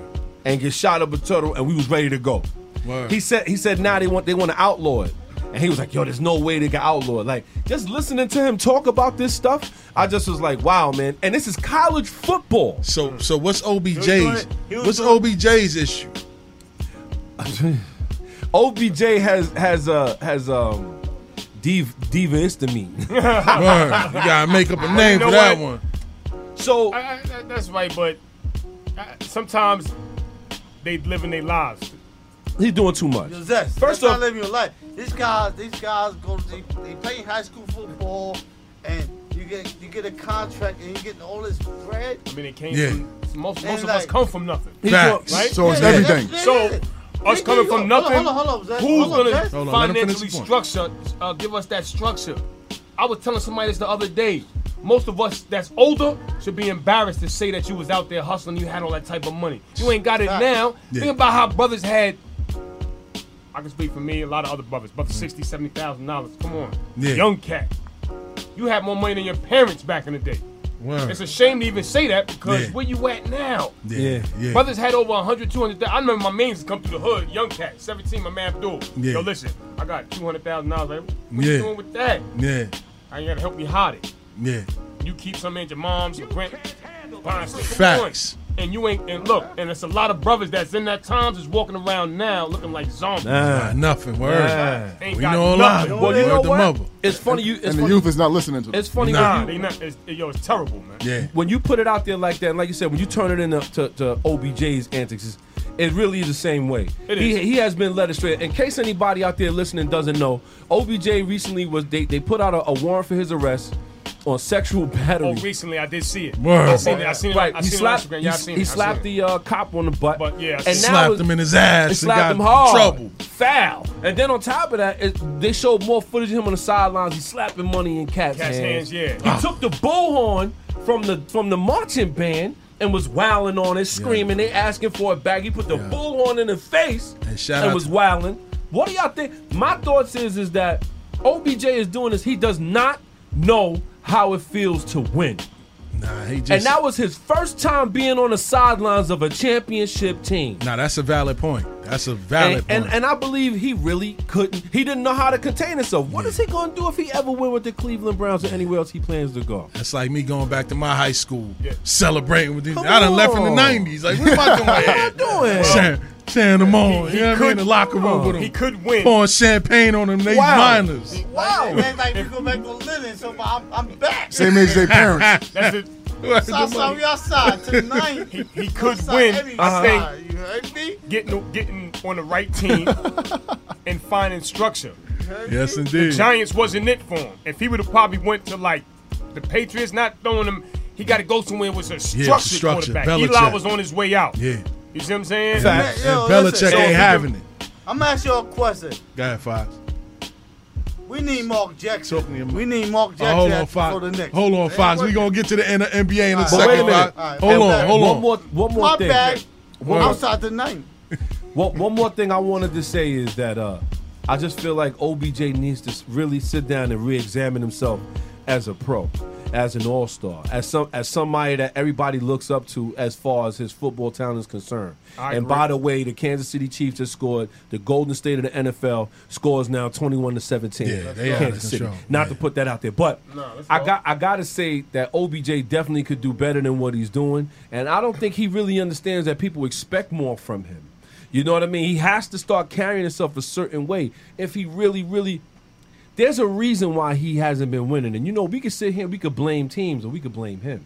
S5: and get shot up a turtle, and we was ready to go.
S4: Word.
S5: He said, he said, now they want they want to outlaw it. And he was like, yo, there's no way they got outlawed. Like, just listening to him talk about this stuff, I just was like, wow, man. And this is college football.
S4: So so what's
S9: doing
S4: OBJ's?
S9: it. He was
S4: What's
S9: doing it.
S4: OBJ's issue?
S5: OBJ has has uh has um div diva histamine.
S4: Word. You gotta make up a name
S7: know
S4: for that
S7: what?
S4: one.
S5: so
S7: I, I, that- that's right, but I, sometimes they living their lives.
S5: he's doing too much.
S9: Yo, Zest,
S5: First
S9: that's not
S5: off-
S9: living your life. These guys, these guys go, they, they play high school football, and you get you get a contract, and you getting all this bread.
S7: I mean, it came
S4: Yeah.
S7: from most most
S9: And
S7: of us
S9: like-
S7: come from nothing.
S5: He's doing-
S4: Facts.
S7: Right?
S6: So it's
S9: Yeah, yeah,
S6: everything.
S9: that's- yeah,
S7: So
S9: yeah.
S7: us
S9: They
S7: coming
S9: do.
S7: from
S9: Hold on,
S7: nothing,
S9: hold on, hold on, Zest.
S7: who's
S9: Hold on,
S7: gonna
S9: Zest.
S4: Hold on, let him finish
S7: financially
S4: his point.
S7: structure uh, give us that structure? I was telling somebody this the other day. Most of us that's older should be embarrassed to say that you was out there hustling, you had all that type of money. You ain't got it
S9: Facts.
S7: now.
S4: Yeah.
S7: Think about how brothers had I can speak for me, a lot of other brothers, but sixty, seventy thousand dollars. Come on.
S4: Yeah.
S7: Young cat. You had more money than your parents back in the day.
S4: Word.
S7: It's a shame to even say that because
S4: Yeah.
S7: where you at now?
S5: Yeah.
S4: yeah.
S7: Brothers had over 100, 200. I remember my mains come through the hood, young cat, 17, my man Abdul.
S4: Yeah.
S7: Yo, listen, I got $200,000. Like, what
S4: Yeah.
S7: you doing with that?
S4: yeah,
S7: I ain't got to help me hide it.
S4: yeah.
S7: You keep some in your mom's, your grand, buying stuff.
S4: Facts.
S7: And you ain't, and look, and it's a lot of brothers that's in that times is walking around now looking like zombies.
S4: Nah, nothing. Word.
S5: Nah.
S7: Ain't
S4: We
S7: got
S4: know a lot.
S7: nothing.
S5: Well, you
S4: Word
S5: know
S4: to
S5: what?
S4: mother.
S5: It's funny you. It's
S6: and the
S5: funny,
S6: youth is not listening to them.
S5: It's funny
S4: Nah.
S5: when
S7: They
S5: you
S7: not, it's, yo, it's terrible, man.
S4: Yeah.
S5: when you put it out there like that, and like you said, when you turn it into to, to OBJ's antics, it's, it really is the same way.
S7: It
S5: he,
S7: is.
S5: he has been led astray. In case anybody out there listening doesn't know, OBJ recently was they, they put out a, a warrant for his arrest on sexual battery.
S7: Oh, recently I did see it.
S4: Word.
S7: I seen it. I seen it.
S5: Right,
S7: I
S5: he
S7: seen
S5: slapped,
S7: it on Instagram.
S5: he,
S7: Yeah, I seen it.
S5: he
S7: I seen
S5: slapped
S7: it.
S5: the uh, cop on the butt.
S7: But, yeah, I seen
S5: and
S7: it.
S5: now
S4: slapped
S5: it-
S4: him in his
S5: They
S4: ass and
S5: slapped
S4: got
S5: him hard.
S4: trouble.
S5: Foul. And then on top of that, it, they showed more footage of him on the sidelines. He's slapping money in cat's,
S7: Cat's hands, yeah.
S5: He took the bullhorn from the from the marching band and was wailing on it, screaming. They asking for it back. He put the bullhorn in the face
S4: And shout out
S5: was
S4: to-
S5: wailing. What do y'all think? My thoughts is is that OBJ is doing this. He does not know how it feels to win.
S4: Nah, he just.
S5: And that was his first time being on the sidelines of a championship team.
S4: Nah, that's a valid point. That's a valid
S5: And,
S4: point.
S5: and and I believe he really couldn't. He didn't know how to contain himself. What is he gonna do if he ever win with the Cleveland Browns or anywhere else he plans to go?
S4: That's like me going back to my high school,
S7: Yeah.
S4: celebrating with these.
S5: Come
S4: I done left in the
S5: on.
S4: nineties. Like, what am I doing?
S5: What am I doing?
S4: Sharing, sharing them on.
S7: he
S4: you know what I mean? In
S7: could-
S4: the locker room with them.
S7: He could win.
S4: pouring champagne on them. They
S5: Wow.
S4: minors.
S5: Wow.
S9: Like, like we go back to Lennon, so I'm, I'm back.
S6: Same age they parents.
S7: That's it.
S4: Where's the
S9: Southside,
S4: money?
S9: we outside tonight. He,
S7: he could win, I
S9: think. You heard me?
S7: Getting getting on the right team and finding structure.
S4: Yes, indeed.
S7: Giants wasn't it for him. If he would have probably went to like the Patriots, not throwing him, he got to go somewhere with a structured
S4: structure,
S7: quarterback. Eli
S4: Belichick.
S7: was on his way out.
S4: Yeah.
S7: You see what I'm saying?
S5: Fact.
S4: And
S9: Yo,
S4: Belichick
S9: listen.
S4: ain't
S7: So-
S4: having it.
S9: I'm gonna ask you a question.
S4: Go ahead, Fox.
S9: We need Mark
S4: Talk to me,
S9: Jackson.
S4: Mark.
S9: We need Mark
S4: Oh, hold on,
S9: Jackson
S4: Fox.
S9: for the Knicks.
S4: Hold on,
S9: Hey,
S4: Fox.
S9: what-
S4: We gonna get to the N- NBA in a
S9: Alright,
S4: second.
S5: wait a minute.
S4: Fox.
S9: Alright,
S4: Hold
S9: I'm
S4: on,
S9: back.
S4: hold
S5: one
S4: on.
S5: more one more
S9: My
S5: thing.
S9: bag.
S4: Word.
S9: Outside tonight.
S5: One, one more thing I wanted to say is that uh, I just feel like OBJ needs to s- really sit down and re-examine himself as a pro, as an all-star, as some as somebody that everybody looks up to as far as his football talent is concerned.
S7: I
S5: and
S7: agree.
S5: by the way, the Kansas City Chiefs just scored. The Golden State of the NFL scores now twenty-one to seventeen.
S4: Yeah, they out of
S5: Kansas City.
S4: control.
S5: Not
S4: Yeah.
S5: to put that out there, but
S7: let's
S5: I
S7: go.
S5: got I gotta say that OBJ definitely could do better than what he's doing, and I don't think he really understands that people expect more from him. You know what I mean? He has to start carrying himself a certain way if he really, really. There's a reason why he hasn't been winning, and you know we could sit here, we could blame teams, or we could blame him.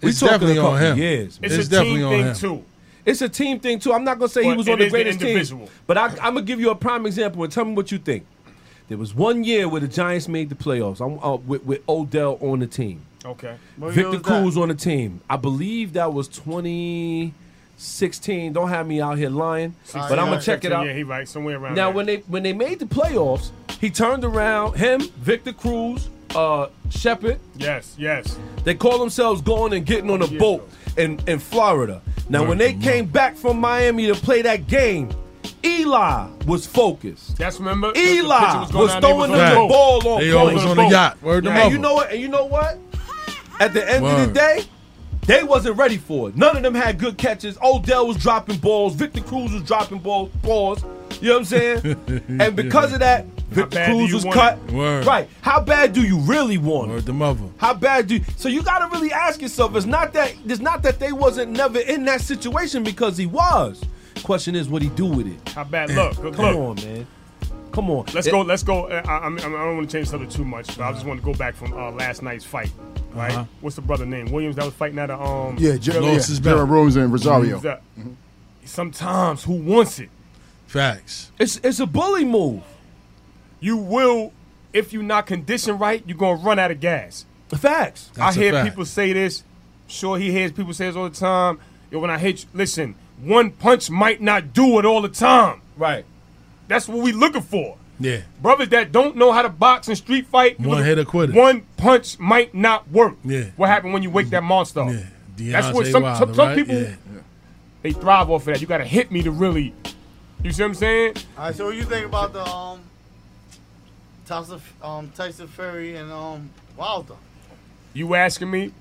S5: We
S4: It's
S5: talking a
S4: definitely on
S5: couple
S4: him.
S5: Years, man.
S4: It's It's a definitely team on thing, him.
S7: too.
S5: It's a team thing too. I'm not gonna say he
S7: But
S5: was
S7: it
S5: on the
S7: is the
S5: greatest team,
S7: individual.
S5: but I, I'm gonna give you a prime example and tell me what you think. There was one year where the Giants made the playoffs. I'm uh, with, with Odell on the team.
S7: Okay.
S5: Victor Cruz on the team. I believe that was 2016. Don't have me out here lying, but I'm gonna check it out.
S7: Yeah, he right somewhere around.
S5: Now,
S7: there.
S5: when they when they made the playoffs, he turned around. Him, Victor Cruz, uh, Shepard.
S7: yes, yes.
S5: They call themselves going and getting on a boat in, in Florida. Now, when they came back from Miami to play that game, Eli was focused.
S7: That's remember. the- the picture
S5: Eli was,
S7: going out, they
S5: throwing
S7: on
S5: them the
S7: boat.
S5: ball on
S4: They
S5: point.
S4: always on the yacht. Word to
S5: And
S4: mother.
S5: you know what? And you know what? At the end of the
S4: Word.
S5: day, they wasn't ready for it. None of them had good catches. Odell was dropping balls. Victor Cruz was dropping balls. balls. You know what I'm saying? and because of that, Victor
S7: bad do
S5: Cruz
S7: you
S5: was
S7: want
S5: cut.
S4: it? Word.
S5: Right. How bad do you really want it?
S4: Word to mother.
S5: How bad do you, so you gotta really ask yourself, it's not that it's not that they wasn't never in that situation because he was. Question is what he do with it.
S7: How bad? Look, look,
S5: Come
S7: look.
S5: on, man. Come on.
S7: Let's
S5: It-
S7: go. Let's go. uh, I, I, I don't want to change the subject too much, but I just want to go back from uh, last night's fight.
S4: Uh-huh.
S7: Right? What's the brother name? Williams that was fighting at a um.
S6: Yeah, Jer-
S4: Lost
S6: yeah,
S4: his belt.
S6: Jared Williams and Rosario. Mm-hmm.
S7: Is that- Sometimes who wants it?
S4: Facts.
S5: It's it's a bully move.
S7: You will, if you're not conditioned right, you're gonna run out of gas.
S5: Facts.
S4: That's
S7: I
S4: a
S7: hear
S4: fact.
S7: people say this. Sure, he hears people say this all the time. Yo, when I hit you, listen, one punch might not do it all the time.
S5: Right.
S7: That's what we looking for.
S4: Yeah.
S7: Brothers that don't know how to box and street fight, you
S4: One
S7: look-
S4: hitter quitter.
S7: One punch might not work.
S4: Yeah.
S7: What happened when you wake that monster? up?
S4: Yeah.
S7: That's what
S4: Deontay
S7: some,
S4: Wilder,
S7: some, some
S4: right?
S7: people
S4: Yeah.
S7: they thrive off of that. You gotta hit me to really. You see what I'm saying?
S9: All right, so what you think about the um, Tyson, um, Tyson Fury and um, Wilder?
S7: You asking me?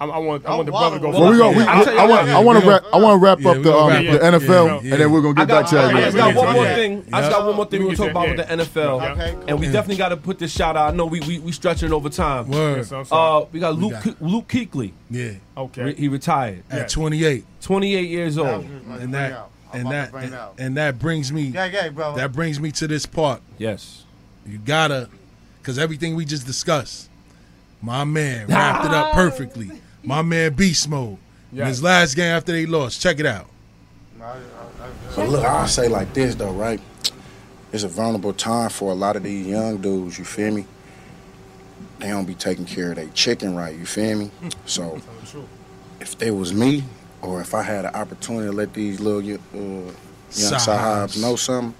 S7: I, I want. I
S9: Oh,
S7: want the
S9: wow,
S7: brother to go.
S9: wow.
S6: Well, we go.
S7: Yeah.
S6: We,
S5: I'll tell you
S6: I want.
S5: what,
S6: I want
S4: yeah,
S6: to wrap. I want to wrap
S4: yeah,
S6: up
S4: we
S6: the,
S4: gonna
S6: um,
S4: wrap
S7: up.
S6: the NFL,
S4: Yeah, yeah.
S6: and then we're gonna
S5: I
S6: get
S5: got,
S6: back to
S5: I,
S6: that.
S9: yeah,
S5: just
S9: we
S5: got
S9: can
S5: one
S9: do
S5: more
S9: that.
S5: thing. I just got one more thing
S7: We
S5: we
S7: can
S5: want to talk
S7: do that,
S5: about with the
S7: yeah.
S5: NFL.
S7: Yeah.
S9: Okay, cool.
S5: And we definitely got to put this shout out. I know we we, we stretching over time.
S4: Word.
S7: Yes, I'm sorry.
S5: Uh, we got Luke
S4: got it.
S5: Luke Kuechly.
S4: Yeah.
S7: okay.
S5: Re- He retired.
S4: At 28.
S5: 28 years
S9: That was
S5: old.
S9: just like
S4: And
S9: bring
S4: that
S9: out. I'm
S4: and
S9: about to
S4: that
S9: bring out.
S4: and that brings me
S9: yeah, yeah, bro.
S4: that brings me to this part.
S5: Yes.
S4: You gotta, because everything we just discussed, my man wrapped it up perfectly. My man Beast Mode. In his last game after they lost, check it out.
S10: But look, I'll say like this though, right? It's a vulnerable time for a lot of these young dudes, you feel me? They don't be taking care of their chicken right, you feel me?
S4: Hmm.
S10: So if they was me, or if I had an opportunity to let these little yo- uh, young
S4: Sahibs.
S10: Sahabs know something,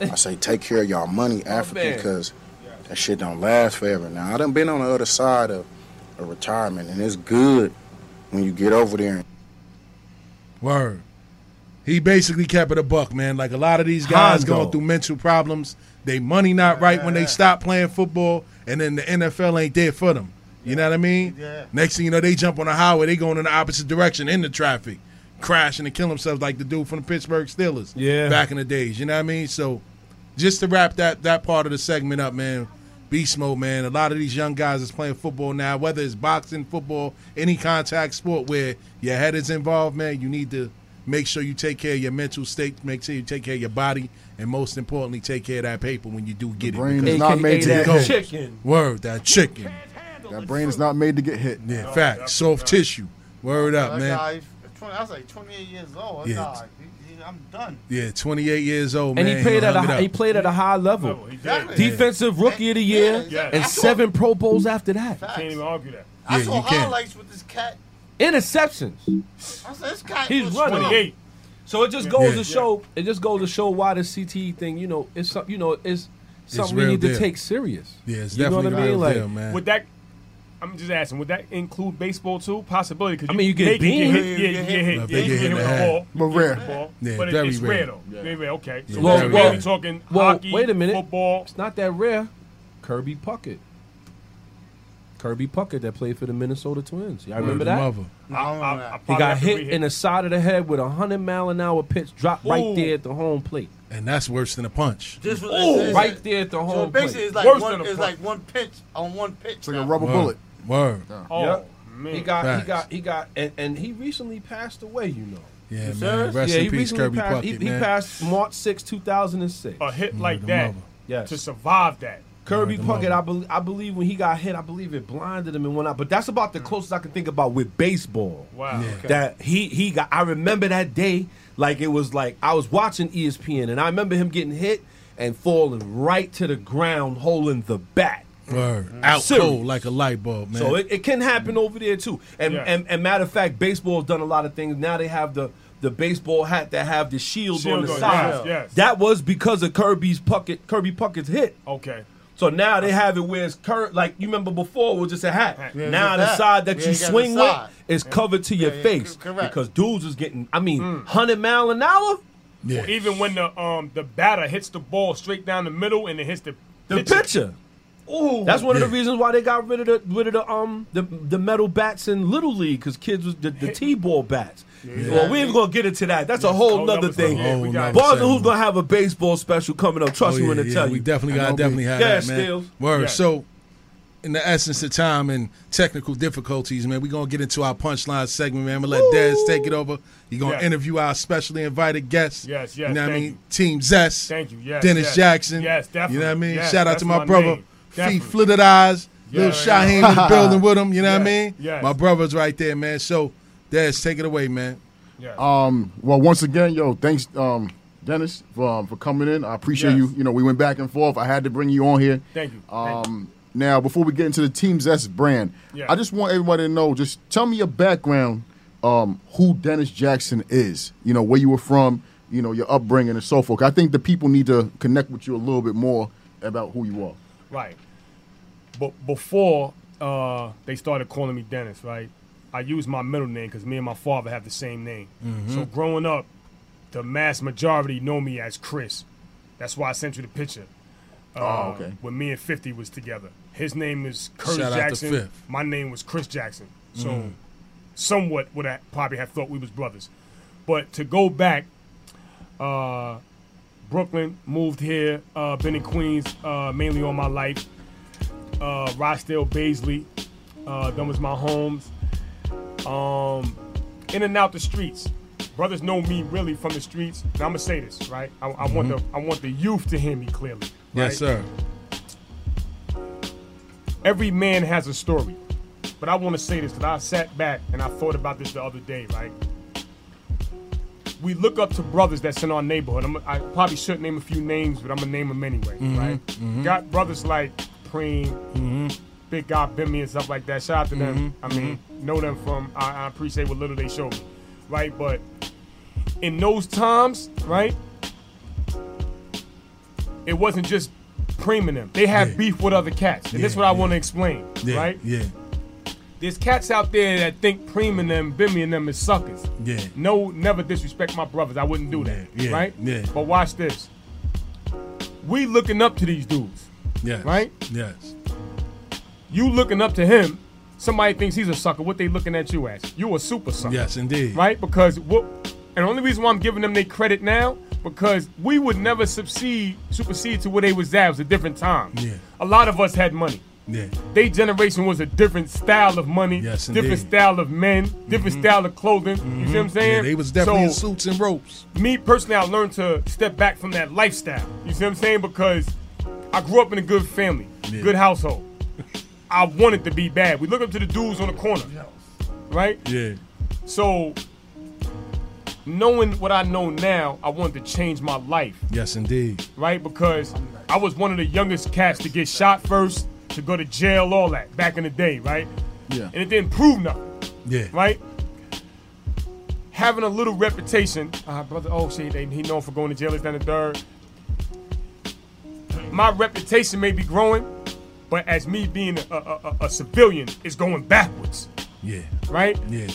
S10: I say take care of y'all money, African,
S5: man.
S10: because that shit don't last forever. Now I done been on the other side of a retirement, and it's good when you get over there and
S4: Word. He basically kept it a buck, man. Like a lot of these guys
S5: Hondo.
S4: going through mental problems. They money not right when they stop playing football, and then the NFL ain't there for them. You know what I mean?
S9: Yeah.
S4: Next thing you know, they jump on the highway. They going in the opposite direction in the traffic, crashing and killing themselves like the dude from the Pittsburgh Steelers.
S5: Yeah.
S4: Back in the days, you know what I mean? So, just to wrap that that part of the segment up, man. Beast mode, man. A lot of these young guys is playing football now, whether it's boxing, football, any contact sport where your head is involved, man. You need to make sure you take care of your mental state, make sure you take care of your body, and most importantly, take care of that paper when you do get it.
S6: Brain
S4: because-
S6: is not
S5: AKA
S6: made to
S5: that
S6: get hit.
S5: chicken.
S4: Word, that chicken.
S6: That brain is not made to get hit.
S4: Yeah, fact. Soft tissue. Word up,
S9: that
S4: man.
S9: guy, 20, I was like 28 years old. That
S4: Yeah.
S9: guy, he, he, I'm done.
S4: Yeah, 28 years old,
S5: And
S4: man.
S5: he played at a
S4: hung it
S5: hi-
S4: up.
S5: he played at a high level.
S7: Oh, he did.
S9: Exactly.
S5: Defensive Rookie of the Year
S9: Yeah, yeah.
S5: and seven Pro Bowls after that.
S9: Facts.
S7: Can't even argue that.
S9: I
S4: Yeah,
S9: saw
S4: you can.
S9: highlights with this cat.
S5: Interceptions.
S9: I said, this cat
S5: He's
S9: was
S5: running.
S9: strong.
S7: 28.
S5: So it just goes
S4: Yeah.
S5: to show. It just goes to show why the CTE thing. You know, it's some, you know, it's something we
S4: real
S5: need
S4: deal.
S5: to take serious.
S4: Yeah, it's
S5: you know what I
S4: definitely
S5: mean.
S4: real
S5: Like,
S4: deal, man.
S7: Would that? I'm just asking. Would that include baseball too? Possibility. 'cause
S5: I mean, you get
S7: make it,
S5: beamed.
S7: hit- Yeah, you get hit.
S4: If
S7: Yeah,
S4: they
S7: you
S4: get
S7: get
S4: hit
S7: hit
S4: in
S7: with the
S4: the head.
S7: ball.
S6: But
S7: You get hit
S6: rare.
S7: with the ball.
S4: Yeah,
S7: But it-
S4: very
S7: it's
S4: rare.
S7: rare though. Very rare. Okay. So
S5: Well,
S7: we're
S5: well,
S7: really talking
S5: well,
S7: hockey.
S5: wait a minute.
S7: Football.
S5: It's not that rare. Kirby Puckett. Kirby Puckett that played for the Minnesota Twins. Y'all
S4: Word to
S5: remember that?
S4: mother.
S9: I don't
S7: I-
S9: know
S7: I
S9: that.
S5: He
S7: probably
S5: got
S7: have to
S5: hit
S7: re-hit.
S5: in the side of the head with a hundred mile an hour pitch dropped right
S7: Ooh.
S5: there at the home plate.
S4: And that's worse than a punch.
S9: This was
S5: Oh,
S9: it's-
S5: right there at the
S9: So
S5: home
S9: basically,
S5: plate.
S9: it's like
S7: Worse
S9: one.
S7: than a
S9: It's
S7: front.
S9: like one pitch on one pitch.
S6: It's like a
S9: now.
S6: rubber bullet.
S4: Word.
S7: Oh
S5: Yep.
S7: man.
S5: He got,
S4: Facts.
S5: he got, he got, and, and he recently passed away. You know.
S4: Yeah, man.
S5: Serious?
S4: Rest
S5: yeah,
S4: in
S5: he
S4: peace,
S5: recently
S4: Kirby
S5: passed,
S4: Puckett,
S5: he, he
S4: man.
S5: passed March 6, 2006.
S7: a hit like that
S4: mother.
S5: Yes.
S7: to survive that.
S5: Kirby Puckett, I, bel I believe when he got hit, I believe it blinded him and went out. But that's about the closest I can think about with baseball.
S7: Wow. Yeah. Okay.
S5: That he he got. I remember that day, like it was like I was watching E ESPN, and I remember him getting hit and falling right to the ground, holding the bat.
S4: Word. Out
S5: Serious.
S4: cold like a light bulb, man.
S5: Mm. So it, it can happen over there too. And,
S4: Yeah.
S5: and and matter of fact, baseball's done a lot of things. Now they have the the baseball hat that have the shield,
S7: Shield
S5: on the
S7: on it,
S5: side.
S7: yes, yes.
S5: That was because of Kirby's Puckett, Kirby Puckett's hit.
S7: Okay.
S5: So now they have it where it's cur- like you remember before it was just a hat.
S7: Yeah, it's
S5: now
S7: a
S5: the
S7: hat.
S5: side that
S7: Yeah,
S5: you
S7: you got the
S5: swing with
S7: side.
S5: is covered to your
S7: yeah,
S5: face
S7: cor- correct. Mm.
S5: because dudes is getting I mean 100 mile an hour.
S7: Hmm. Or even when the um the batter hits the ball straight down the middle and it hits the
S5: The pitcher.
S7: Ooh.
S5: That's one of the reasons why they got rid of the rid of the um the, the metal bats in little league because kids was the, the t ball bats. Well, we ain't gonna get into that. That's a whole
S4: Oh, that
S5: nother
S4: was-
S5: thing.
S4: yeah, we got it.
S5: Bars and who's gonna have a baseball special coming up? Trust
S4: Oh,
S5: me when
S4: yeah,
S5: I
S4: yeah,
S5: tell you.
S4: We definitely got definitely have
S5: yeah,
S4: that, man.
S5: Steals.
S4: Word.
S5: Yeah.
S4: So, in the essence of time and technical difficulties, man, we're gonna get into our punchline segment, man. I'm gonna let Dez take it over. You're gonna
S7: Yes.
S4: interview our specially invited guests.
S7: Yes, yes,
S4: You know what I
S7: thank
S4: mean? Team Zest.
S7: Thank you, yes,
S4: Dennis
S7: yes.
S4: Jackson.
S7: Yes, definitely,
S4: You know what I mean?
S7: yes,
S4: Shout out
S7: that's
S4: to my,
S7: my
S4: brother,
S7: name,
S4: Fee
S7: definitely.
S4: Flitted Eyes,
S7: Yeah,
S4: Little
S7: yeah.
S4: Shaheem in the building with him. You know what I mean?
S7: yes.
S4: My brother's right there, man. So, Dez, take it away, man.
S6: Um, well, once again, yo, thanks, um, Dennis, for, um, for coming in. I appreciate you. You know, we went back and forth. I had to bring you on here.
S7: Thank you. Thank you.
S6: Um, now, before we get into the Team Zest brand,
S7: Yeah.
S6: I just want everybody to know. Just tell me your background, um, who Dennis Jackson is. You know, where you were from. You know, your upbringing and so forth. I think the people need to connect with you a little bit more about who you are.
S7: Right. But before uh, they started calling me Dennis, right? I used my middle name because me and my father have the same name.
S11: Mhm.
S7: So growing up, the mass majority know me as Chris. That's why I sent you the picture. Uh,
S11: Oh, okay.
S7: When me and Fifty was together, his name is Curtis
S11: Shout out to
S7: Jackson.
S11: Fifth.
S7: My name was Chris Jackson. So
S11: Mhm.
S7: somewhat would I probably have thought we was brothers. But to go back, uh, Brooklyn, moved here, uh, been in Queens uh, mainly all my life. Uh, Rochdale, Baisley, uh, them was my homes. Um, in and out the streets. Brothers know me really from the streets. Now I'm gonna say this, right? I, I want the
S4: Mhm.
S7: I want the youth to hear me clearly. right?
S4: Yes, sir.
S7: every man has a story. But I want to say this because I sat back and I thought about this the other day, right? We look up to brothers that's in our neighborhood. I'm, I probably should name a few names, but I'm going to name them anyway,
S4: Mm-hmm.
S11: Mhm,
S7: right?
S11: mhm.
S7: Got brothers like Preem, Big Guy Bimmy, and stuff like that. Shout out to them.
S4: Mm-hmm.
S11: Mhm,
S7: I mean, know them from, I, I appreciate what little they showed me, right? But in those times, right? It wasn't just Preem and them. They had beef with other cats. And this is what I want to explain,
S4: Yeah,
S7: right?
S4: Yeah.
S7: There's cats out there that think Preem and them, Bimmy and them is suckers.
S4: Yeah.
S7: No, never disrespect my brothers. I wouldn't do that.
S4: Yeah, yeah,
S7: right?
S4: yeah.
S7: But watch this. We looking up to these dudes.
S4: Yes.
S7: Right?
S4: Yes.
S7: You looking up to him. Somebody thinks he's a sucker. What they looking at you as? You a super sucker.
S4: Yes, indeed.
S7: Right? Because what? And the only reason why I'm giving them their credit now because we would never succeed, supersede to where they was at. It was a different time.
S4: Yeah.
S7: A lot of us had money.
S4: Yeah.
S7: They generation was a different style of money,
S4: Yes,
S7: different
S4: indeed.
S7: style of men, different style of clothing. You see what I'm
S4: Mhm.
S7: saying?
S4: Yeah, they was definitely
S7: So,
S4: in suits and ropes.
S7: Me personally, I learned to step back from that lifestyle. You see what I'm saying? Because I grew up in a good family,
S11: Yeah.
S7: good household. I wanted to be bad. We look up to the dudes on the corner, right?
S4: Yeah.
S7: So, knowing what I know now, I wanted to change my life
S4: Yes, indeed.
S7: right? Because I was one of the youngest cats to get shot first, to go to jail, all that back in the day, right?
S6: Yeah.
S7: And it didn't prove nothing,
S4: Yeah.
S7: right? Having a little reputation, uh, brother. Oh shit, they, he known for going to jail. Is down the third. My reputation may be growing, but as me being a, a, a, a civilian, it's going backwards,
S4: Yeah.
S7: right?
S4: Yeah.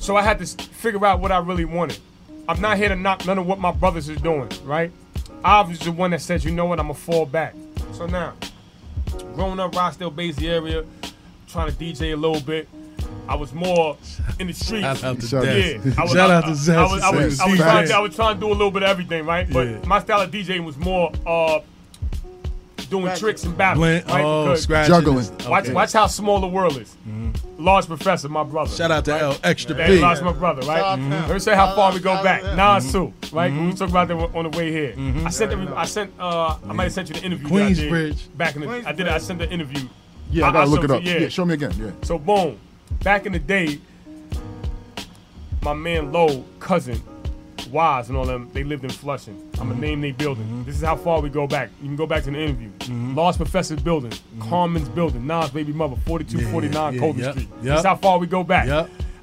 S7: So I had to s- figure out what I really wanted. I'm not here to knock none of what my brothers is doing, right? I was the one that says, you know what, I'm gonna fall back. So now, growing up Rossdale Basie area, trying to DJ a little bit. I was more in the streets.
S4: Shout out to
S7: yeah,
S4: Zest.
S7: I was,
S4: Shout
S7: I,
S4: out to Zest.
S7: I was, I was, I was,
S4: Zest.
S7: trying to, I was trying to do a little bit of everything, right? But
S4: Yeah.
S7: my style of DJing was more uh, doing tricks and battles,
S4: Blend-
S7: right?
S4: oh,
S7: Because-
S4: scratching Juggling. is-
S7: Watch,
S4: okay. Mm-hmm.
S7: watch how small the world is. Large Professor, my brother.
S4: Shout out to L Extra
S7: That
S4: P.
S7: Large, my brother, right?
S4: Shout out to him.
S7: Let me say how far we go
S4: Shout out
S7: back.
S4: to him.
S7: Nah,
S4: Mhm.
S7: Sue, right? We
S4: Mhm.
S7: talked about that on the way here.
S4: Mhm.
S7: I sent, every, I sent, uh, I might have sent you the interview. that I did
S6: Queensbridge.
S7: Back in the, I did, it. I sent the interview.
S6: Yeah, I, gotta look it
S7: showed
S6: up.
S7: you-
S6: Yeah. show me again. Yeah.
S7: So boom, back in the day, my man Low, cousin, Wise, and all them, they lived in Flushing. I'ma
S4: Mm-hmm.
S7: name they building. This is how far we go back. You can go back to the interview.
S4: Mm-hmm.
S7: Lost Professor's building, Carmen's building, Nas baby mother, 4249
S4: yeah,
S7: Colton
S4: yep,
S7: Street.
S4: yep.
S7: This is how far we go back.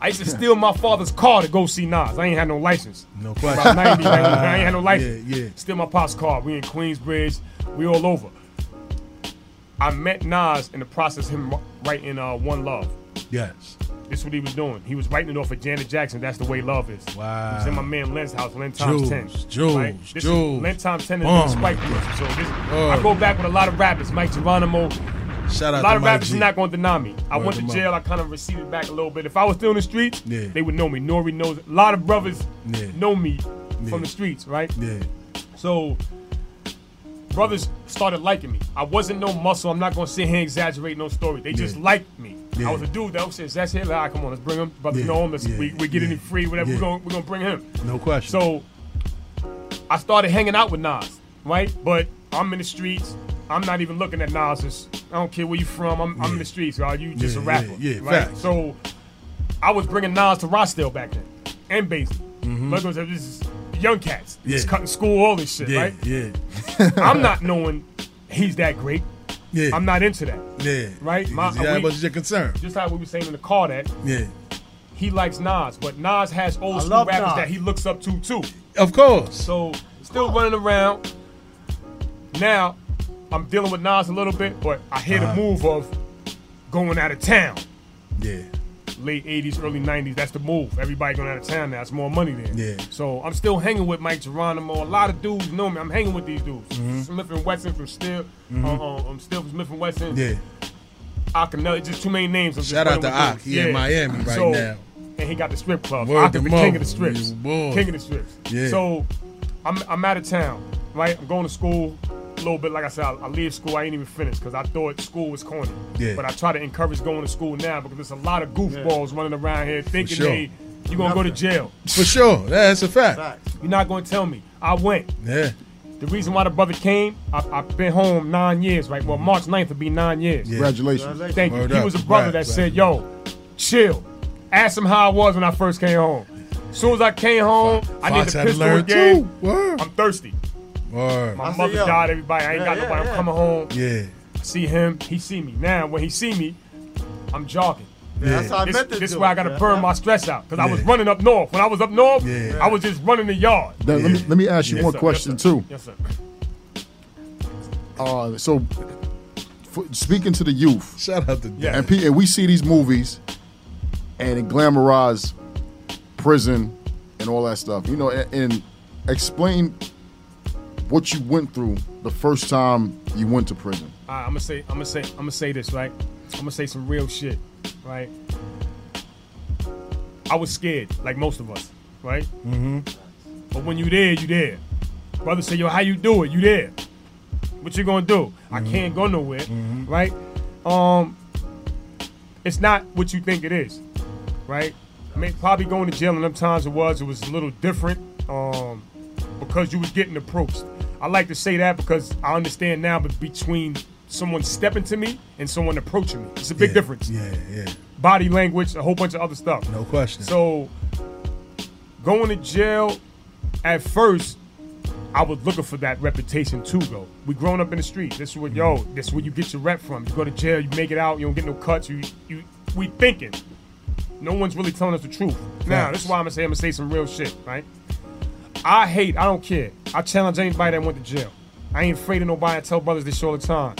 S7: I used to steal my father's car to go see Nas. I ain't had no license.
S4: No
S7: About
S4: question.
S7: 90, 91, I ain't had no license.
S4: Yeah, yeah.
S7: Steal my pop's car. We in Queensbridge. We all over. I met Nas in the process of him writing uh, One Love.
S4: Yes.
S7: This is what he was doing. He was writing it off of Janet Jackson. That's the way love is. Wow. He was in my man Len's house. Len times
S4: Jules,
S7: ten.
S4: Jules,
S7: This
S4: Jules.
S7: Is, Len times ten is
S4: Oh,
S7: oh Spike
S4: my
S7: Lee. So this,
S4: Oh.
S7: I go back with a lot of rappers. Mike Geronimo.
S4: Shout
S7: a
S4: out
S7: lot
S4: to
S7: of
S4: Mike
S7: rappers
S4: G.
S7: is not going to deny me. I
S4: Word
S7: went
S4: to
S7: to
S4: Mike.
S7: jail. I kind of receded back a little bit. If I was still in the streets,
S4: Yeah.
S7: they would know me. Nori knows. A lot of brothers
S4: Yeah.
S7: know me
S4: Yeah.
S7: from the streets, right?
S4: Yeah.
S7: So brothers started liking me. I wasn't no muscle. I'm not gonna sit here and exaggerate no story. They just
S4: Yeah.
S7: liked me.
S4: Yeah.
S7: I was a dude that was that's here. Like, all right, come on, let's bring him. Brothers
S4: Yeah.
S7: know him. Let's,
S4: Yeah.
S7: we, we're getting
S4: Yeah.
S7: him free. Whatever
S4: Yeah.
S7: we're gonna we're gonna bring him.
S4: No question.
S7: So I started hanging out with Nas, right? But I'm in the streets. I'm not even looking at Nas. As, I don't care where you from. I'm, I'm in the streets. Are you just a
S4: Yeah,
S7: rapper?
S4: yeah, yeah,
S7: right?
S4: facts.
S7: So I was bringing Nas to Rossdale back then, and Basie.
S4: Mhm.
S7: But it was- this is young cats. Just
S4: Yeah.
S7: cutting school, all this shit,
S4: yeah,
S7: right?
S4: yeah,
S7: I'm not knowing he's that great.
S4: Yeah.
S7: I'm not into that.
S4: yeah.
S7: Right? My,
S4: That
S7: we-
S4: was your concern.
S7: Just like we were saying in the car that
S4: Yeah.
S7: he likes Nas, but Nas has
S9: I
S7: old school
S9: love
S7: rappers
S9: Nas.
S7: that he looks up to too.
S4: Of course.
S7: So still running around. Now I'm dealing with Nas a little bit, but I hear
S4: Uh-huh.
S7: the move of going out of town.
S4: Yeah.
S7: Late 80s, early 90s, that's the move. Everybody going out of town now. It's more money there.
S4: Yeah.
S7: So I'm still hanging with Mike Geronimo. A lot of dudes know me. I'm hanging with these dudes.
S4: Mhm.
S7: Smith and Wesson from Still.
S4: Mhm.
S7: Uh, uh, I'm still from Smith and Wesson.
S4: Yeah.
S7: I can know just too many names. I'm just
S4: Shout
S7: running
S4: out to
S7: with
S4: Ak.
S7: dudes.
S4: He in Miami right
S7: So-
S4: now.
S7: And he got the strip club.
S4: Word
S7: Word
S4: to
S7: the
S4: mother.
S7: king of the strips.
S4: You boy.
S7: King of the strips.
S4: Yeah.
S7: So I'm, I'm out of town, right? I'm going to school a little bit. Like I said, I, I leave school. I ain't even finished because I thought school was corny.
S4: Yeah.
S7: But I try to encourage going to school now because there's a lot of goofballs running around here thinking
S4: sure.
S7: they you're going to go to jail.
S4: For sure. That's a fact.
S7: You're not going to tell me. I went.
S4: Yeah.
S7: The reason why the brother came, I, I've been home nine years, right? Well, March 9th will be nine years.
S6: Congratulations.
S7: Thank you.
S6: Word
S7: He
S6: up.
S7: was a brother that
S6: Congrats,
S7: said, yo, chill. Ask him how I was when I first came home. As soon as I came home, I need
S4: Fox
S7: the
S4: had to
S7: pistol
S4: learn
S7: again.
S4: too. Word.
S7: I'm thirsty.
S4: Word.
S7: My mother died, everybody. I ain't got nobody. I'm coming home.
S4: Yeah.
S7: I see him. He see me. Now, when he see me, I'm jogging.
S4: Yeah, that's how I
S7: this,
S4: meant to
S7: This
S4: do
S7: why I
S4: it.
S7: gotta
S4: Yeah.
S7: burn my stress out because I was
S4: Yeah.
S7: running up north. When I was up north, I was just running the yard.
S6: Now, let, me, let me ask you
S7: Yes,
S6: one
S7: sir.
S6: question
S7: Yes, sir.
S6: too.
S7: Yes, sir.
S6: Uh, so, for, speaking to the youth,
S4: shout out to
S7: yeah.
S6: and, pe- and we see these movies, and it glamorize prison and all that stuff. You know, and, and explain what you went through the first time you went to prison.
S7: All right, I'm gonna say, I'm gonna say, I'm gonna say this, right? I'm gonna say some real shit, right? I was scared, like most of us, right?
S4: Mm-hmm.
S7: But when you there, you there. Brother say, yo, how you do it? You there? What you gonna do? I can't go nowhere, right? Um, it's not what you think it is, right? I mean, probably going to jail in them times it was, it was a little different, um, because you was getting approached. I like to say that because I understand now, but between someone stepping to me and someone approaching me, it's a big difference.
S4: Yeah, yeah.
S7: Body language, a whole bunch of other stuff.
S4: No question.
S7: So going to jail at first, I was looking for that reputation too, though. We grown up in the street. This is what yo,
S4: Mm-hmm.
S7: this is where you get your rep from. You go to jail, you make it out, you don't get no cuts, you you we thinking. No one's really telling us the truth. Now, this is why I'm gonna say I'm gonna say some real shit, right? I hate, I don't care. I challenge anybody that went to jail. I ain't afraid of nobody. I tell brothers this all the time.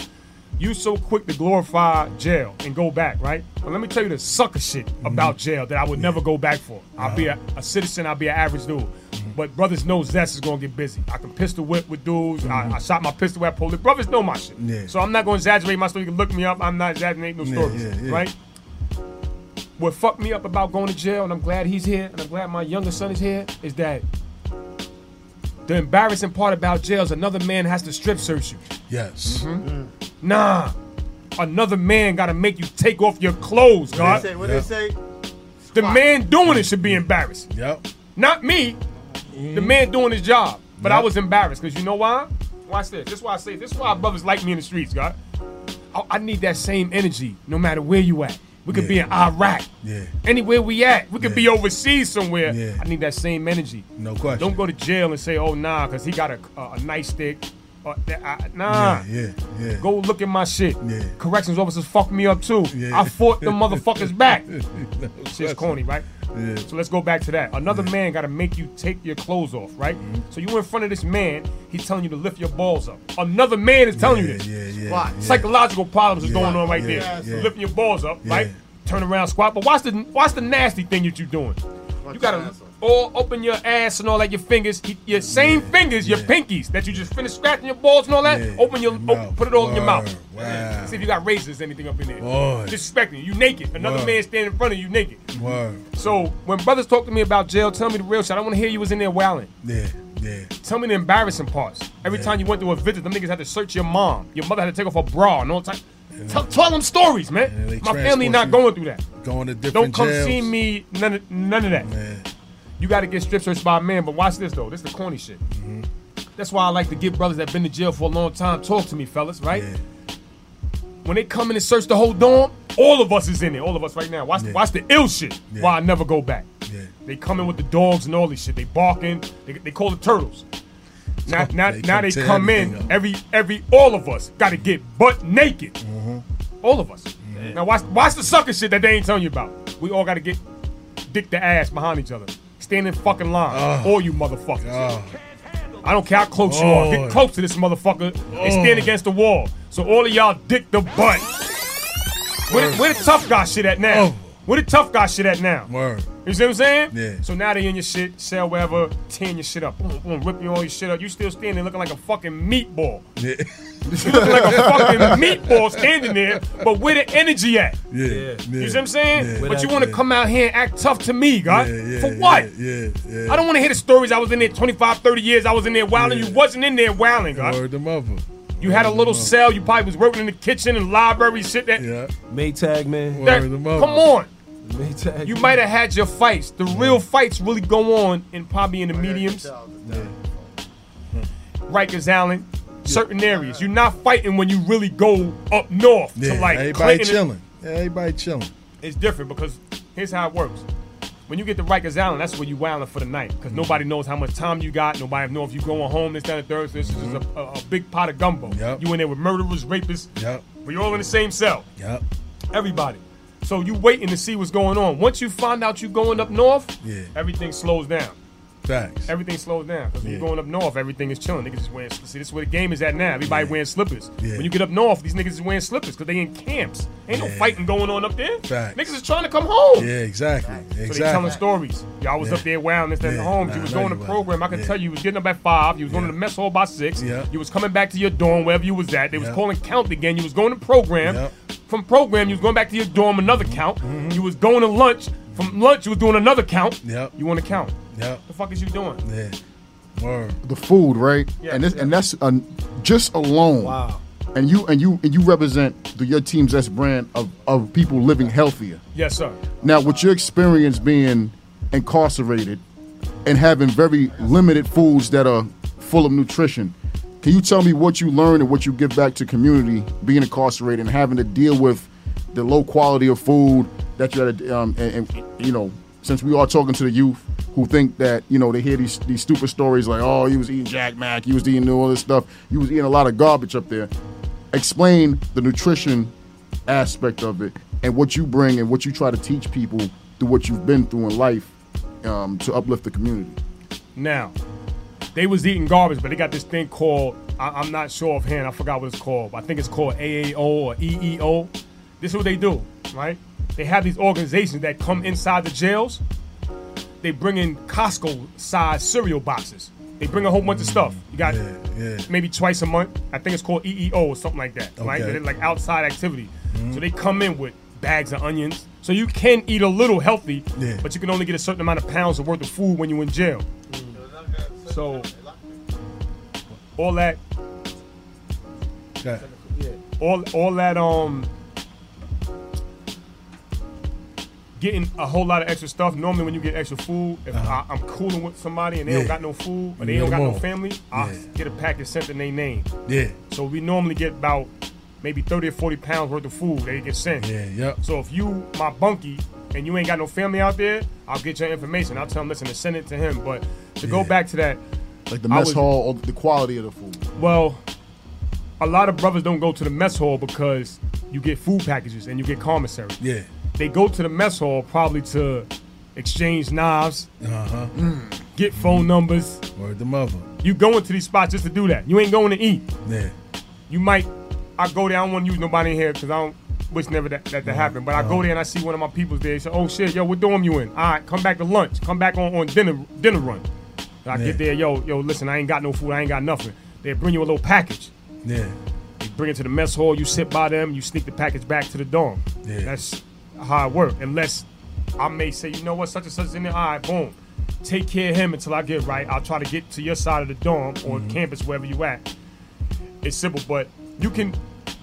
S7: You so quick to glorify jail and go back, right? But let me tell you the sucker shit
S4: Mm-hmm.
S7: about jail that I would never go back for. I'll be a, a citizen, I'll be an average dude. But brothers know Zest is gonna get busy. I can pistol whip with dudes. I, I shot my pistol at police. Brothers know my shit.
S4: Mm-hmm. Yeah.
S7: So I'm not gonna exaggerate my story. You can look me up. I'm not exaggerating no
S4: Yeah,
S7: stories,
S4: yeah, yeah.
S7: right? What fucked me up about going to jail, and I'm glad he's here, and I'm glad my younger son is here, is that the Mm-hmm. embarrassing part about jail is another man has to strip search you.
S4: Yes.
S7: Nah. another man got to make you take off your clothes,
S9: What
S7: God.
S9: they say? What they say?
S7: The man doing it should be embarrassed.
S4: Yep.
S7: Not me. The man doing his job. But I
S4: Yep.
S7: was embarrassed because you know why? Watch this. This is why I say this is why brothers like me in the streets, God. I, I need that same energy no matter where you at. We could be in Iraq.
S4: Yeah.
S7: Anywhere we at. We could be overseas somewhere.
S4: Yeah.
S7: I need that same energy.
S4: No question.
S7: Don't go to jail and say, oh, nah, because he got a, a, a nice stick. Uh, that, I, nah.
S4: Yeah, yeah, yeah.
S7: Go look at my shit.
S4: Yeah.
S7: Corrections officers fucked me up too. I fought the motherfuckers back. Shit's corny, right?
S4: Yeah.
S7: So let's go back to that. Another man got to make you take your clothes off, right?
S4: Mm-hmm.
S7: So you in front of this man, he's telling you to lift your balls up. Another man is telling you this.
S4: Yeah, yeah.
S7: Why? Psychological problems is going on right
S4: yeah,
S7: there.
S4: yeah.
S7: So lifting your balls up,
S4: Yeah.
S7: right? Turn around, squat. But watch the watch the nasty thing that you're doing. you gotta all open your ass and all that. Your fingers, he- your same fingers, your pinkies that you just finished scratching your balls and all that. Open your, open, put it all in your mouth. See if you got razors, anything up in there.
S4: Word.
S7: Disrespecting you, you naked. Another
S4: Word.
S7: man standing in front of you, naked.
S4: Word.
S7: So when brothers talk to me about jail, tell me the real shit. I don't want to hear you was in there wilding.
S4: Yeah, yeah.
S7: Tell me the embarrassing parts. Every time you went through a visit, them niggas had to search your mom. Your mother had to take off her bra and all type. Tell, tell them stories, man.
S4: they
S7: My family
S4: transport
S7: not
S4: you.
S7: going through that.
S4: Going to
S7: Don't
S4: different
S7: come
S4: jails.
S7: see me. None of, none of that. You got to get strip searched by a man. But watch this though. This is the corny shit.
S4: Mm-hmm.
S7: That's why I like to get brothers that been to jail for a long time talk to me, fellas. Right? When they come in and search the whole dorm, all of us is in there. All of us right now. Watch, watch the ill shit. Why I never go back. They come in with the dogs and all this shit. They barking. They, they call the turtles. Now, now,
S4: They
S7: now
S4: come
S7: they
S4: tear
S7: come in.
S4: everything up. Mm-hmm.
S7: Every, every, all of us got to get butt naked. All of us. Now watch, watch the sucker shit that they ain't telling you about. We all got to get dick the ass behind each other. Stand in fucking line.
S4: Ah.
S7: all you motherfuckers. I don't care how close you are. Get
S4: Lord. Oh.
S7: close to this motherfucker and stand against the wall. So all of y'all dick the butt. Where the, where the tough guy shit at
S4: Oh.
S7: now? Where the tough guy shit at now?
S4: Word.
S7: You see what I'm saying?
S4: Yeah.
S7: So now they in your shit, sell wherever, tearing your shit up, boom, boom, ripping all your shit up. You still standing looking like a fucking meatball.
S4: Yeah.
S7: You looking like a fucking meatball standing there, but where the energy at?
S4: Yeah.
S7: You
S4: yeah,
S7: see what I'm saying?
S4: yeah.
S7: But you want to come out here and act tough to me, God.
S4: Yeah, yeah,
S7: For what?
S4: Yeah, yeah. yeah.
S7: I don't want to hear the stories. I was in there 25, 30 years. I was in there wilding. You wasn't in there wilding, God.
S4: Word the mother.
S7: You had a little cell. You probably was working in the kitchen and library shit. That,
S4: Yeah.
S5: Maytag, man.
S7: that-
S4: Word the
S7: come
S4: mother.
S7: on.
S5: Maytag.
S7: You might have had your fights. The real fights really go on in probably in the mediums, Hmm. Rikers Island, certain areas. You're not fighting when you really go up north
S4: Yeah.
S7: to like
S4: everybody
S7: Clinton.
S4: chilling. Yeah, everybody chilling.
S7: It's different because here's how it works. When you get to Rikers Island, that's where you wilding for the night because nobody knows how much time you got. Nobody knows if you going home this, that, and third. So this is just a, a, a big pot of gumbo.
S4: Yep.
S7: You in there with murderers, rapists.
S4: Yep.
S7: We all in the same cell.
S4: Yep.
S7: Everybody. So you waiting to see what's going on. Once you find out you going up north,
S4: Yeah.
S7: everything slows down.
S4: Facts.
S7: Everything slows down because when you're
S4: Yeah.
S7: going up north, everything is chilling. Niggas is wearing. See, this is where the game is at now. Everybody wearing slippers.
S4: Yeah.
S7: When you get up north, these niggas is wearing slippers because they in camps. Ain't no
S4: Yeah.
S7: fighting going on up there.
S4: Facts.
S7: Niggas is trying to come home.
S4: Yeah, exactly. Exactly.
S7: So they telling stories. Y'all was
S4: Yeah.
S7: up there wowing this, that, and
S4: Yeah.
S7: the homes.
S4: Nah,
S7: you was
S4: I
S7: going
S4: know
S7: to
S4: you
S7: program. I
S4: wasn't.
S7: can
S4: Yeah.
S7: tell you, you was getting up at five. You was going
S4: Yeah.
S7: to the mess hall by six.
S4: Yeah.
S7: You was coming back to your dorm, wherever you was at. They was
S4: Yeah.
S7: calling count again. You was going to program.
S4: Yep.
S7: From program, you was going back to your dorm, another count.
S4: Mm-hmm.
S7: You was going to lunch. From lunch, you was doing another count.
S4: Yep.
S7: You want to count.
S4: Yep.
S7: The fuck is you doing?
S4: Yeah. Word.
S6: the food, right?
S7: Yeah,
S6: and this,
S7: yeah.
S6: and that's uh, just alone.
S5: Wow.
S6: And you and you and you represent the, your team's S brand of, of people living healthier.
S7: Yes, sir.
S6: Now, with your experience being incarcerated and having very limited foods that are full of nutrition, can you tell me what you learned and what you give back to community being incarcerated and having to deal with the low quality of food that you had? to, Um, and, and you know, since we are talking to the youth who think that you know they hear these these stupid stories like, oh, you was eating Jack Mac, you was eating all this stuff, you was eating a lot of garbage up there. Explain the nutrition aspect of it and what you bring and what you try to teach people through what you've been through in life um, to uplift the community.
S7: Now, they was eating garbage, but they got this thing called I, I'm not sure offhand. I forgot what it's called. But I think it's called AAO or EEO. This is what they do, right? They have these organizations that come inside the jails. They bring in Costco-sized cereal boxes. They bring a whole bunch of stuff. You got
S4: Yeah, yeah.
S7: maybe twice a month. I think it's called EEO or something like that, right?
S4: Okay.
S7: They're like outside activity. So they come in with bags of onions. So you can eat a little healthy,
S4: Yeah.
S7: but you can only get a certain amount of pounds of worth of food when you're in jail. So all that
S4: Okay.
S7: all all that um getting a whole lot of extra stuff. Normally, when you get extra food, if I, I'm cooling with somebody and they don't
S4: Uh-huh. Yeah.
S7: got no food or
S4: You
S7: they
S4: get
S7: don't got
S4: them
S7: no
S4: all.
S7: family, I
S4: Yeah.
S7: get a package sent in their name.
S4: Yeah.
S7: So we normally get about maybe 30 or 40 pounds worth of food that they get sent.
S4: Yeah, yep.
S7: So if you my bunkie and you ain't got no family out there, I'll get your information. I'll tell him listen to send it to him. But to go back to that,
S6: Like the
S7: I
S6: mess
S7: was-
S6: hall, or the quality of the food.
S7: well, a lot of brothers don't go to the mess hall because you get food packages and you get commissary.
S4: Yeah.
S7: They go to the mess hall probably to exchange knives,
S4: Uh-huh.
S7: get phone numbers.
S4: Word the mother.
S7: You going to these spots just to do that. You ain't going to eat.
S4: Yeah.
S7: You might, I go there, I don't want to use nobody in here because I don't wish never that, that to happen. But I go there and I see one of my people's there. He say, oh shit, yo, what dorm you in? All right, come back to lunch. Come back on, on dinner dinner run. And I
S4: Yeah.
S7: get there, yo, yo, listen, I ain't got no food. I ain't got nothing. They bring you a little package.
S4: Yeah.
S7: They bring it to the mess hall. You sit by them. You sneak the package back to the dorm.
S4: Yeah.
S7: That's how it work. Unless I may say, you know what, such and such is in there. All right, boom. Take care of him until I get right. I'll try to get to your side of the dorm or campus, wherever you at. It's simple, but you can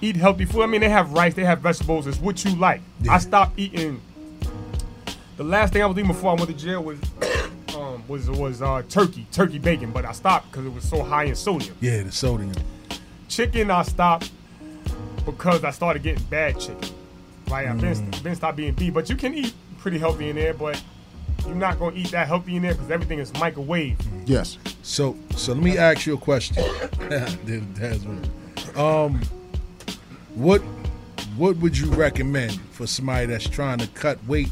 S7: eat healthy food. I mean, they have rice, they have vegetables. It's what you like. I stopped eating. The last thing I was eating before I went to jail was um, was was uh, turkey, turkey bacon. But I stopped because it was so high in sodium
S4: Yeah, the sodium.
S7: chicken I stopped because I started getting bad chicken. Right, I've been, been stopped being beef, but you can eat pretty healthy in there, but you're not gonna eat that healthy in there because everything is microwave.
S6: Yes.
S4: So so let me ask you a question. Dude, that's what- um what what would you recommend for somebody that's trying to cut weight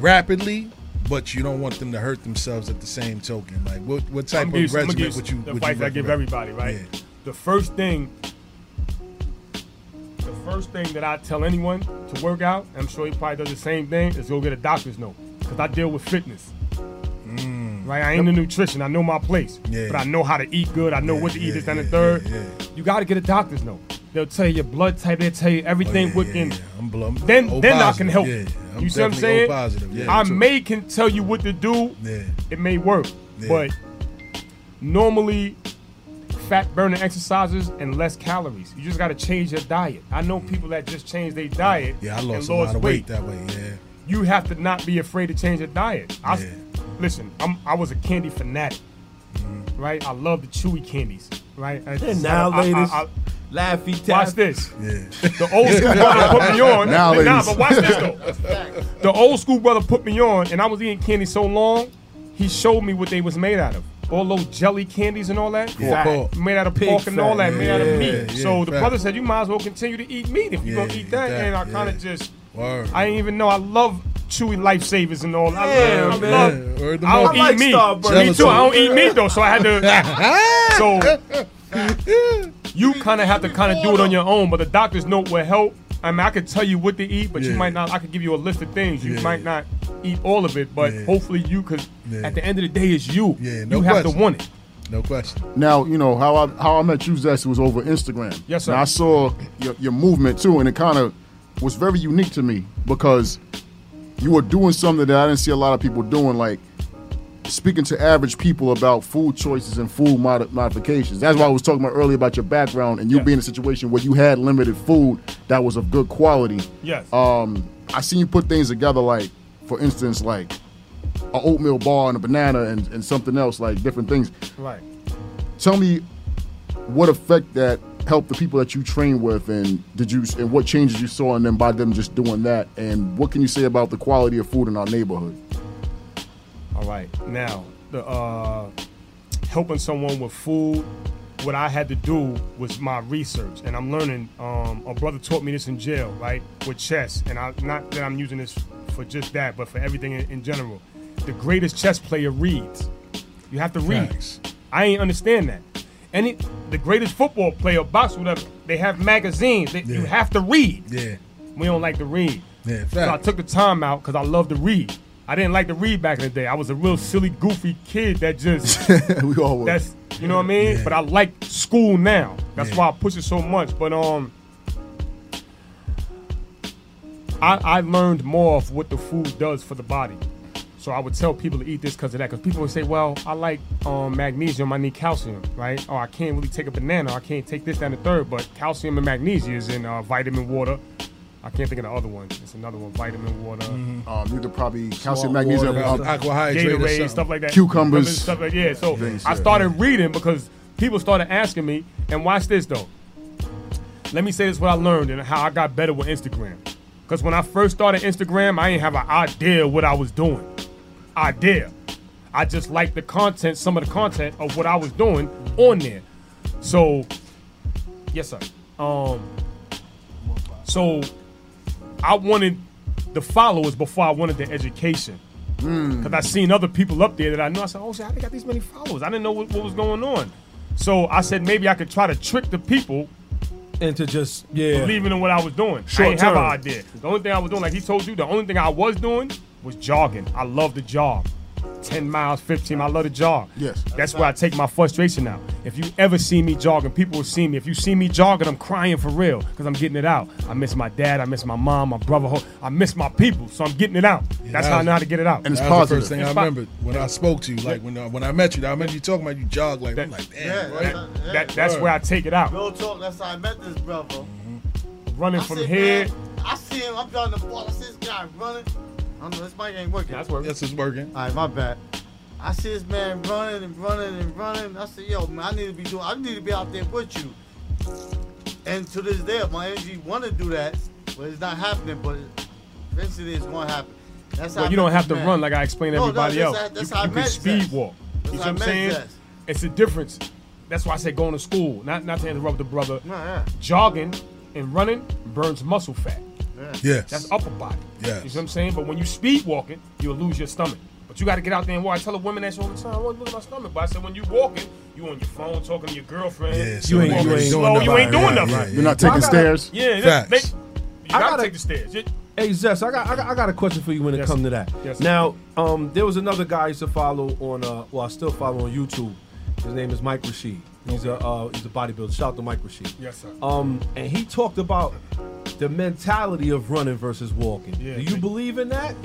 S4: rapidly, but you don't want them to hurt themselves at the same token? Like what what
S7: I'm
S4: type of
S7: gonna give you- I'm gonna
S4: regimen
S7: give
S4: would
S7: you
S4: you
S7: the
S4: would you
S7: advice I give
S4: recommend?
S7: everybody, right?
S4: Yeah.
S7: The first thing, the first thing that I tell anyone to work out, and I'm sure he probably does the same thing, is go get a doctor's note because I deal with fitness. Right, I ain't a nutrition. I know my place,
S4: Mm. Yeah.
S7: but I know how to eat good. I know what to eat. this and the third. You got to get a doctor's note. They'll tell you your blood type. They'll tell you everything.
S4: Oh, yeah,
S7: within.
S4: yeah. I'm blo- I'm
S7: then,
S4: O
S7: then I
S4: positive.
S7: can help.
S4: Yeah, I'm
S7: you see what I'm
S4: definitely O
S7: saying?
S4: positive. Yeah,
S7: I
S4: me too.
S7: may can tell you what to do.
S4: Yeah.
S7: It may work,
S4: Yeah.
S7: but normally fat burning exercises and less calories. You just got to change your diet. I know people that just change their diet
S4: Yeah, I lost
S7: and
S4: a lot of weight that way, yeah.
S7: You have to not be afraid to change your diet. I,
S4: Yeah. Mm-hmm.
S7: Listen, I'm, I was a candy fanatic, right? I love the chewy candies, right? I-
S5: And
S7: I-
S5: now,
S7: I- I-
S5: ladies,
S7: I-
S5: laughy
S7: watch
S5: tap.
S7: this.
S4: Yeah.
S7: The old school brother put me on.
S6: Now,
S7: nah,
S6: ladies.
S7: but watch this though. The old school brother put me on, and I was eating candy so long, he showed me what they was made out of. All those jelly candies and all that,
S4: Yeah. Pork.
S7: made out of
S5: Pig
S7: pork and
S5: fat.
S7: all that, made out of meat.
S4: Yeah, yeah,
S7: so the
S4: fact.
S7: brother said, "You might as well continue to eat meat if you
S4: Yeah,
S7: gonna eat that."
S4: that,
S7: and I
S4: yeah.
S7: kind of just,
S4: Word.
S7: I didn't even know. I love chewy lifesavers and all. I,
S5: Yeah,
S7: love, I
S5: man.
S7: love.
S4: Word the
S7: I don't
S4: mother.
S7: eat
S5: like
S7: meat.
S5: Starburst.
S7: Me too. I don't eat meat though, so I had to. So you kind of have to kind of do it on your own, but the doctor's note will help. I mean, I could tell you what to eat, but you
S4: Yeah.
S7: might not. I could give you a list of things. You
S4: Yeah.
S7: might not eat all of it, but
S4: Yeah.
S7: hopefully you, because
S4: Yeah.
S7: at the end of the day, it's you.
S4: Yeah, no
S7: you have to
S4: question.
S7: want it.
S4: No question.
S6: Now you know how I how I met you, Zest, was over Instagram.
S7: Yes, sir.
S6: And I saw your, your movement too, and it kind of was very unique to me because you were doing something that I didn't see a lot of people doing, like speaking to average people about food choices and food mod- modifications. That's why I was talking about earlier about your background and you
S7: Yeah.
S6: being in a situation where you had limited food that was of good quality.
S7: Yes.
S6: Um, I seen you put things together, like for instance, like a oatmeal bar and a banana and, and something else, like different things
S7: right.
S6: tell me what effect that helped the people that you train with and did you and what changes you saw in them by them just doing that and what can you say about the quality of food in our neighborhood
S7: All right. Now, the uh, helping someone with food, what I had to do was my research, and I'm learning. Um, a brother taught me this in jail, right, with chess, and I not that I'm using this for just that, but for everything in, in general. The greatest chess player reads. You have to read.
S4: Facts.
S7: I ain't understand that. Any the greatest football player, box, whatever, they have magazines. They, You
S4: Yeah.
S7: have to read.
S4: Yeah.
S7: We don't like to read.
S4: Yeah,
S7: So I
S4: facts.
S7: took the time out because I love to read. I didn't like to read back in the day. I was a real silly, goofy kid that just
S6: we all were
S7: that's you know what I mean. But I like school now. That's why I push it so much. But um, I I learned more of what the food does for the body. So I would tell people to eat this because of that. Because people would say, well, I like um, magnesium, I need calcium, right? Or I can't really take a banana, I can't take this, that, and the third. But calcium and magnesium is in uh, vitamin water. I can't think of the other one. It's another one, vitamin water.
S6: Um, you could probably calcium, magnesium,
S7: water,
S6: uh,
S4: aquahydrate or
S7: Gatorade,
S4: something.
S7: stuff like that.
S6: Cucumbers.
S7: stuff like yeah. So
S6: Things,
S7: I
S6: yeah.
S7: started reading because people started asking me. And watch this though. Let me say this: what I learned and how I got better with Instagram. Because when I first started Instagram, I didn't have an idea what I was doing. Idea. I just liked the content, some of the content of what I was doing on there. So, yes, sir. Um, so I wanted the followers before I wanted the education. Because I seen other people up there that I know. I said, oh, shit, how they got these many followers? I didn't know what, what was going on. So I said, maybe I could try to trick the people
S11: into just yeah.
S7: believing in what I was doing. I
S11: Short
S7: didn't have an
S11: term.
S7: idea. The only thing I was doing, like he told you, the only thing I was doing was jogging. I love to jog. 10 miles, 15, I love to jog.
S6: Yes.
S7: That's where I take my frustration out. If you ever see me jogging, people will see me. If you see me jogging, I'm crying for real because I'm getting it out. I miss my dad, I miss my mom, my brother, I miss my people, so I'm getting it out. That's
S4: that
S7: how I
S4: was-
S7: know how to get it out.
S4: that was the first thing I
S7: po-
S4: remembered when I spoke to you, like when I, when I met you. I remember you talking about you jog like I'm like damn.
S9: Yeah, that's, how- yeah.
S7: That, that's where I take it out.
S9: Real talk, that's how I met this brother.
S7: Running
S9: I
S7: from
S9: said,
S7: here.
S9: "Man, I see him. I'm down the ball. I see this guy running. I don't know. This mic ain't working.
S7: That's working.
S4: This is working.
S9: All right, my bad. I see this man running and running and running. I said, yo, man, I need to be doing. I need to be out there with you. And to this day, my energy want to do that, but it's not happening. But eventually, it's gonna happen. That's how.
S7: Well,
S9: I
S7: you
S9: met
S7: don't
S9: this
S7: have to
S9: man.
S7: run like I explained to
S9: No, no,
S7: everybody
S9: that's
S7: else.
S9: how- that's
S7: you
S9: how I
S7: you can
S9: met
S7: speed
S9: Zest.
S7: walk.
S9: That's
S7: you know
S9: how I
S7: what I'm
S9: met
S7: saying?
S9: Zest.
S7: It's a difference. That's why I said going to school. Not not to interrupt the brother.
S9: No, yeah.
S7: Jogging and running burns muscle fat.
S9: Yeah.
S4: Yes.
S7: That's upper body.
S4: Yes.
S7: You see what I'm saying? But when you speed walking, you'll lose your stomach. But you got to get out there and walk. I tell the women that shit all the time. I want to lose my stomach. But I said when you walking, you on your phone talking to your girlfriend.
S4: Yeah, so
S7: you
S4: you
S7: ain't,
S4: ain't
S7: walking
S4: doing
S7: slow. You
S4: nothing.
S7: ain't doing
S4: Right,
S7: nothing.
S4: right,
S6: You're not taking stairs.
S7: Yeah, that-
S5: Facts.
S7: they- you
S5: I
S7: gotta,
S5: gotta-
S7: take the stairs. You-
S5: Hey Zest, I got, I got I got a question for you when it
S7: Yes,
S5: comes
S7: sir.
S5: to that.
S7: Yes, sir.
S5: now, um, there was another guy I used to follow on uh, well, I still follow on YouTube. His name is Mike Rashid. He's a uh, he's a bodybuilder. Shout out to Mike Rashid.
S7: Yes, sir.
S5: Um, and he talked about the mentality of running versus walking.
S7: Yeah,
S5: Do you
S7: thank-
S5: believe in that?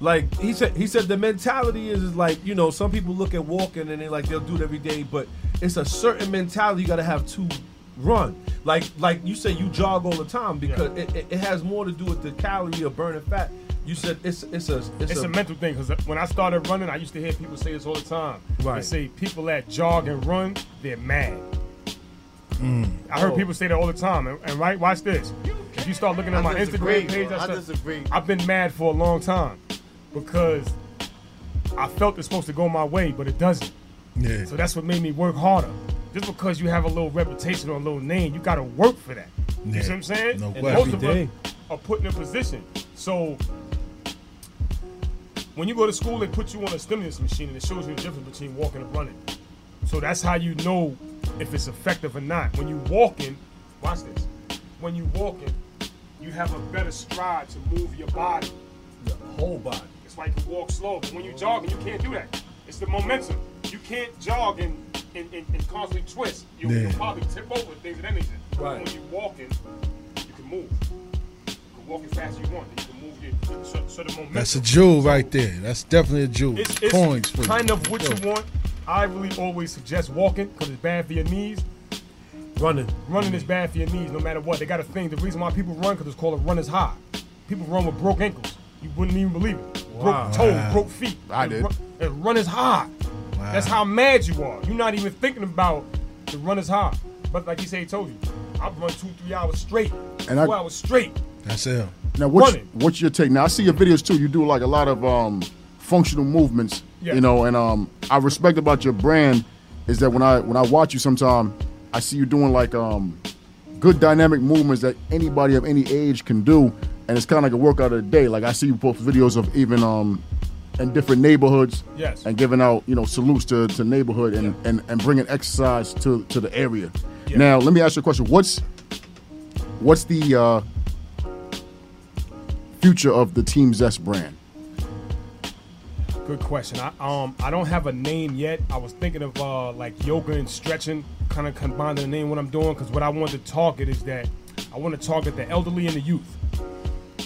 S5: Like he said, he said the mentality is, is like you know some people look at walking and they like they'll do it every day, but it's a certain mentality you got to have to run. Like like you said, you jog all the time because it, it, it has more to do with the calorie of burning fat. You said it's it's a it's,
S7: It's a mental thing because when I started running, I used to hear people say this all the time. They
S5: Right.
S7: say people that jog and run, they're mad. I heard
S5: Oh.
S7: people say that all the time. And, and right, watch this. If you start looking at
S9: I
S7: my
S9: disagree,
S7: Instagram page,
S9: bro. I
S7: said-
S9: disagree.
S7: I've been mad for a long time because I felt it's supposed to go my way, but it doesn't.
S4: Yeah.
S7: So that's what made me work harder. Just because you have a little reputation or a little name, you gotta work for that. You
S4: Yeah.
S7: see what I'm saying?
S4: No
S7: And
S4: question.
S7: most of
S5: Every
S7: us are put in a position. So when you go to school, they put you on a stimulus machine and it shows you the difference between walking and running. So that's how you know if it's effective or not. When you walking, watch this. When you walking, you have a better stride to move your body.
S5: the whole body.
S7: It's why you can walk slow, but when you jogging, you can't do that. It's the momentum. You can't jog and and, and, and constantly twist. You, will
S4: Yeah.
S7: probably tip over things and anything.
S5: Right.
S7: When you walking, you can move. You can walk as fast as you want. You can move your so, so the momentum.
S4: That's a jewel right there. That's definitely a jewel.
S7: It's, it's
S4: Coins for you.
S7: kind of what
S4: Yo.
S7: you want. I really always suggest walking because it's bad for your knees.
S5: Running.
S7: Running is bad for your knees, no matter what. They got a thing. The reason why people run because it's called a runner's high. People run with broke ankles. You wouldn't even believe it.
S5: Wow.
S7: Broke toes, broke feet.
S6: I
S7: The
S6: did.
S7: Run, the runner's high. That's how mad you are. You're not even thinking about the runner's high. But like you say, he told you, I've run two, three hours straight.
S6: And I-
S7: four hours straight.
S4: That's him.
S6: Now, what's,
S7: Running.
S6: what's your take? Now, I see your videos too. You do like a lot of um, functional movements,
S7: Yeah.
S6: you know. And um, I respect about your brand is that when I when I watch you, sometime I see you doing like um, good dynamic movements that anybody of any age can do, and it's kind of like a workout of the day. Like I see you post videos of even um, in different neighborhoods,
S7: Yes.
S6: and giving out you know salutes to, to neighborhood and, and and bringing exercise to to the area.
S7: Yeah.
S6: Now, let me ask you a question. What's what's the uh, future of the Team Zest brand?
S7: Good question. I um I don't have a name yet. I was thinking of uh like yoga and stretching, kind of combining the name what I'm doing because what I want to target is that I want to target the
S4: Mm-hmm.
S7: elderly and the youth.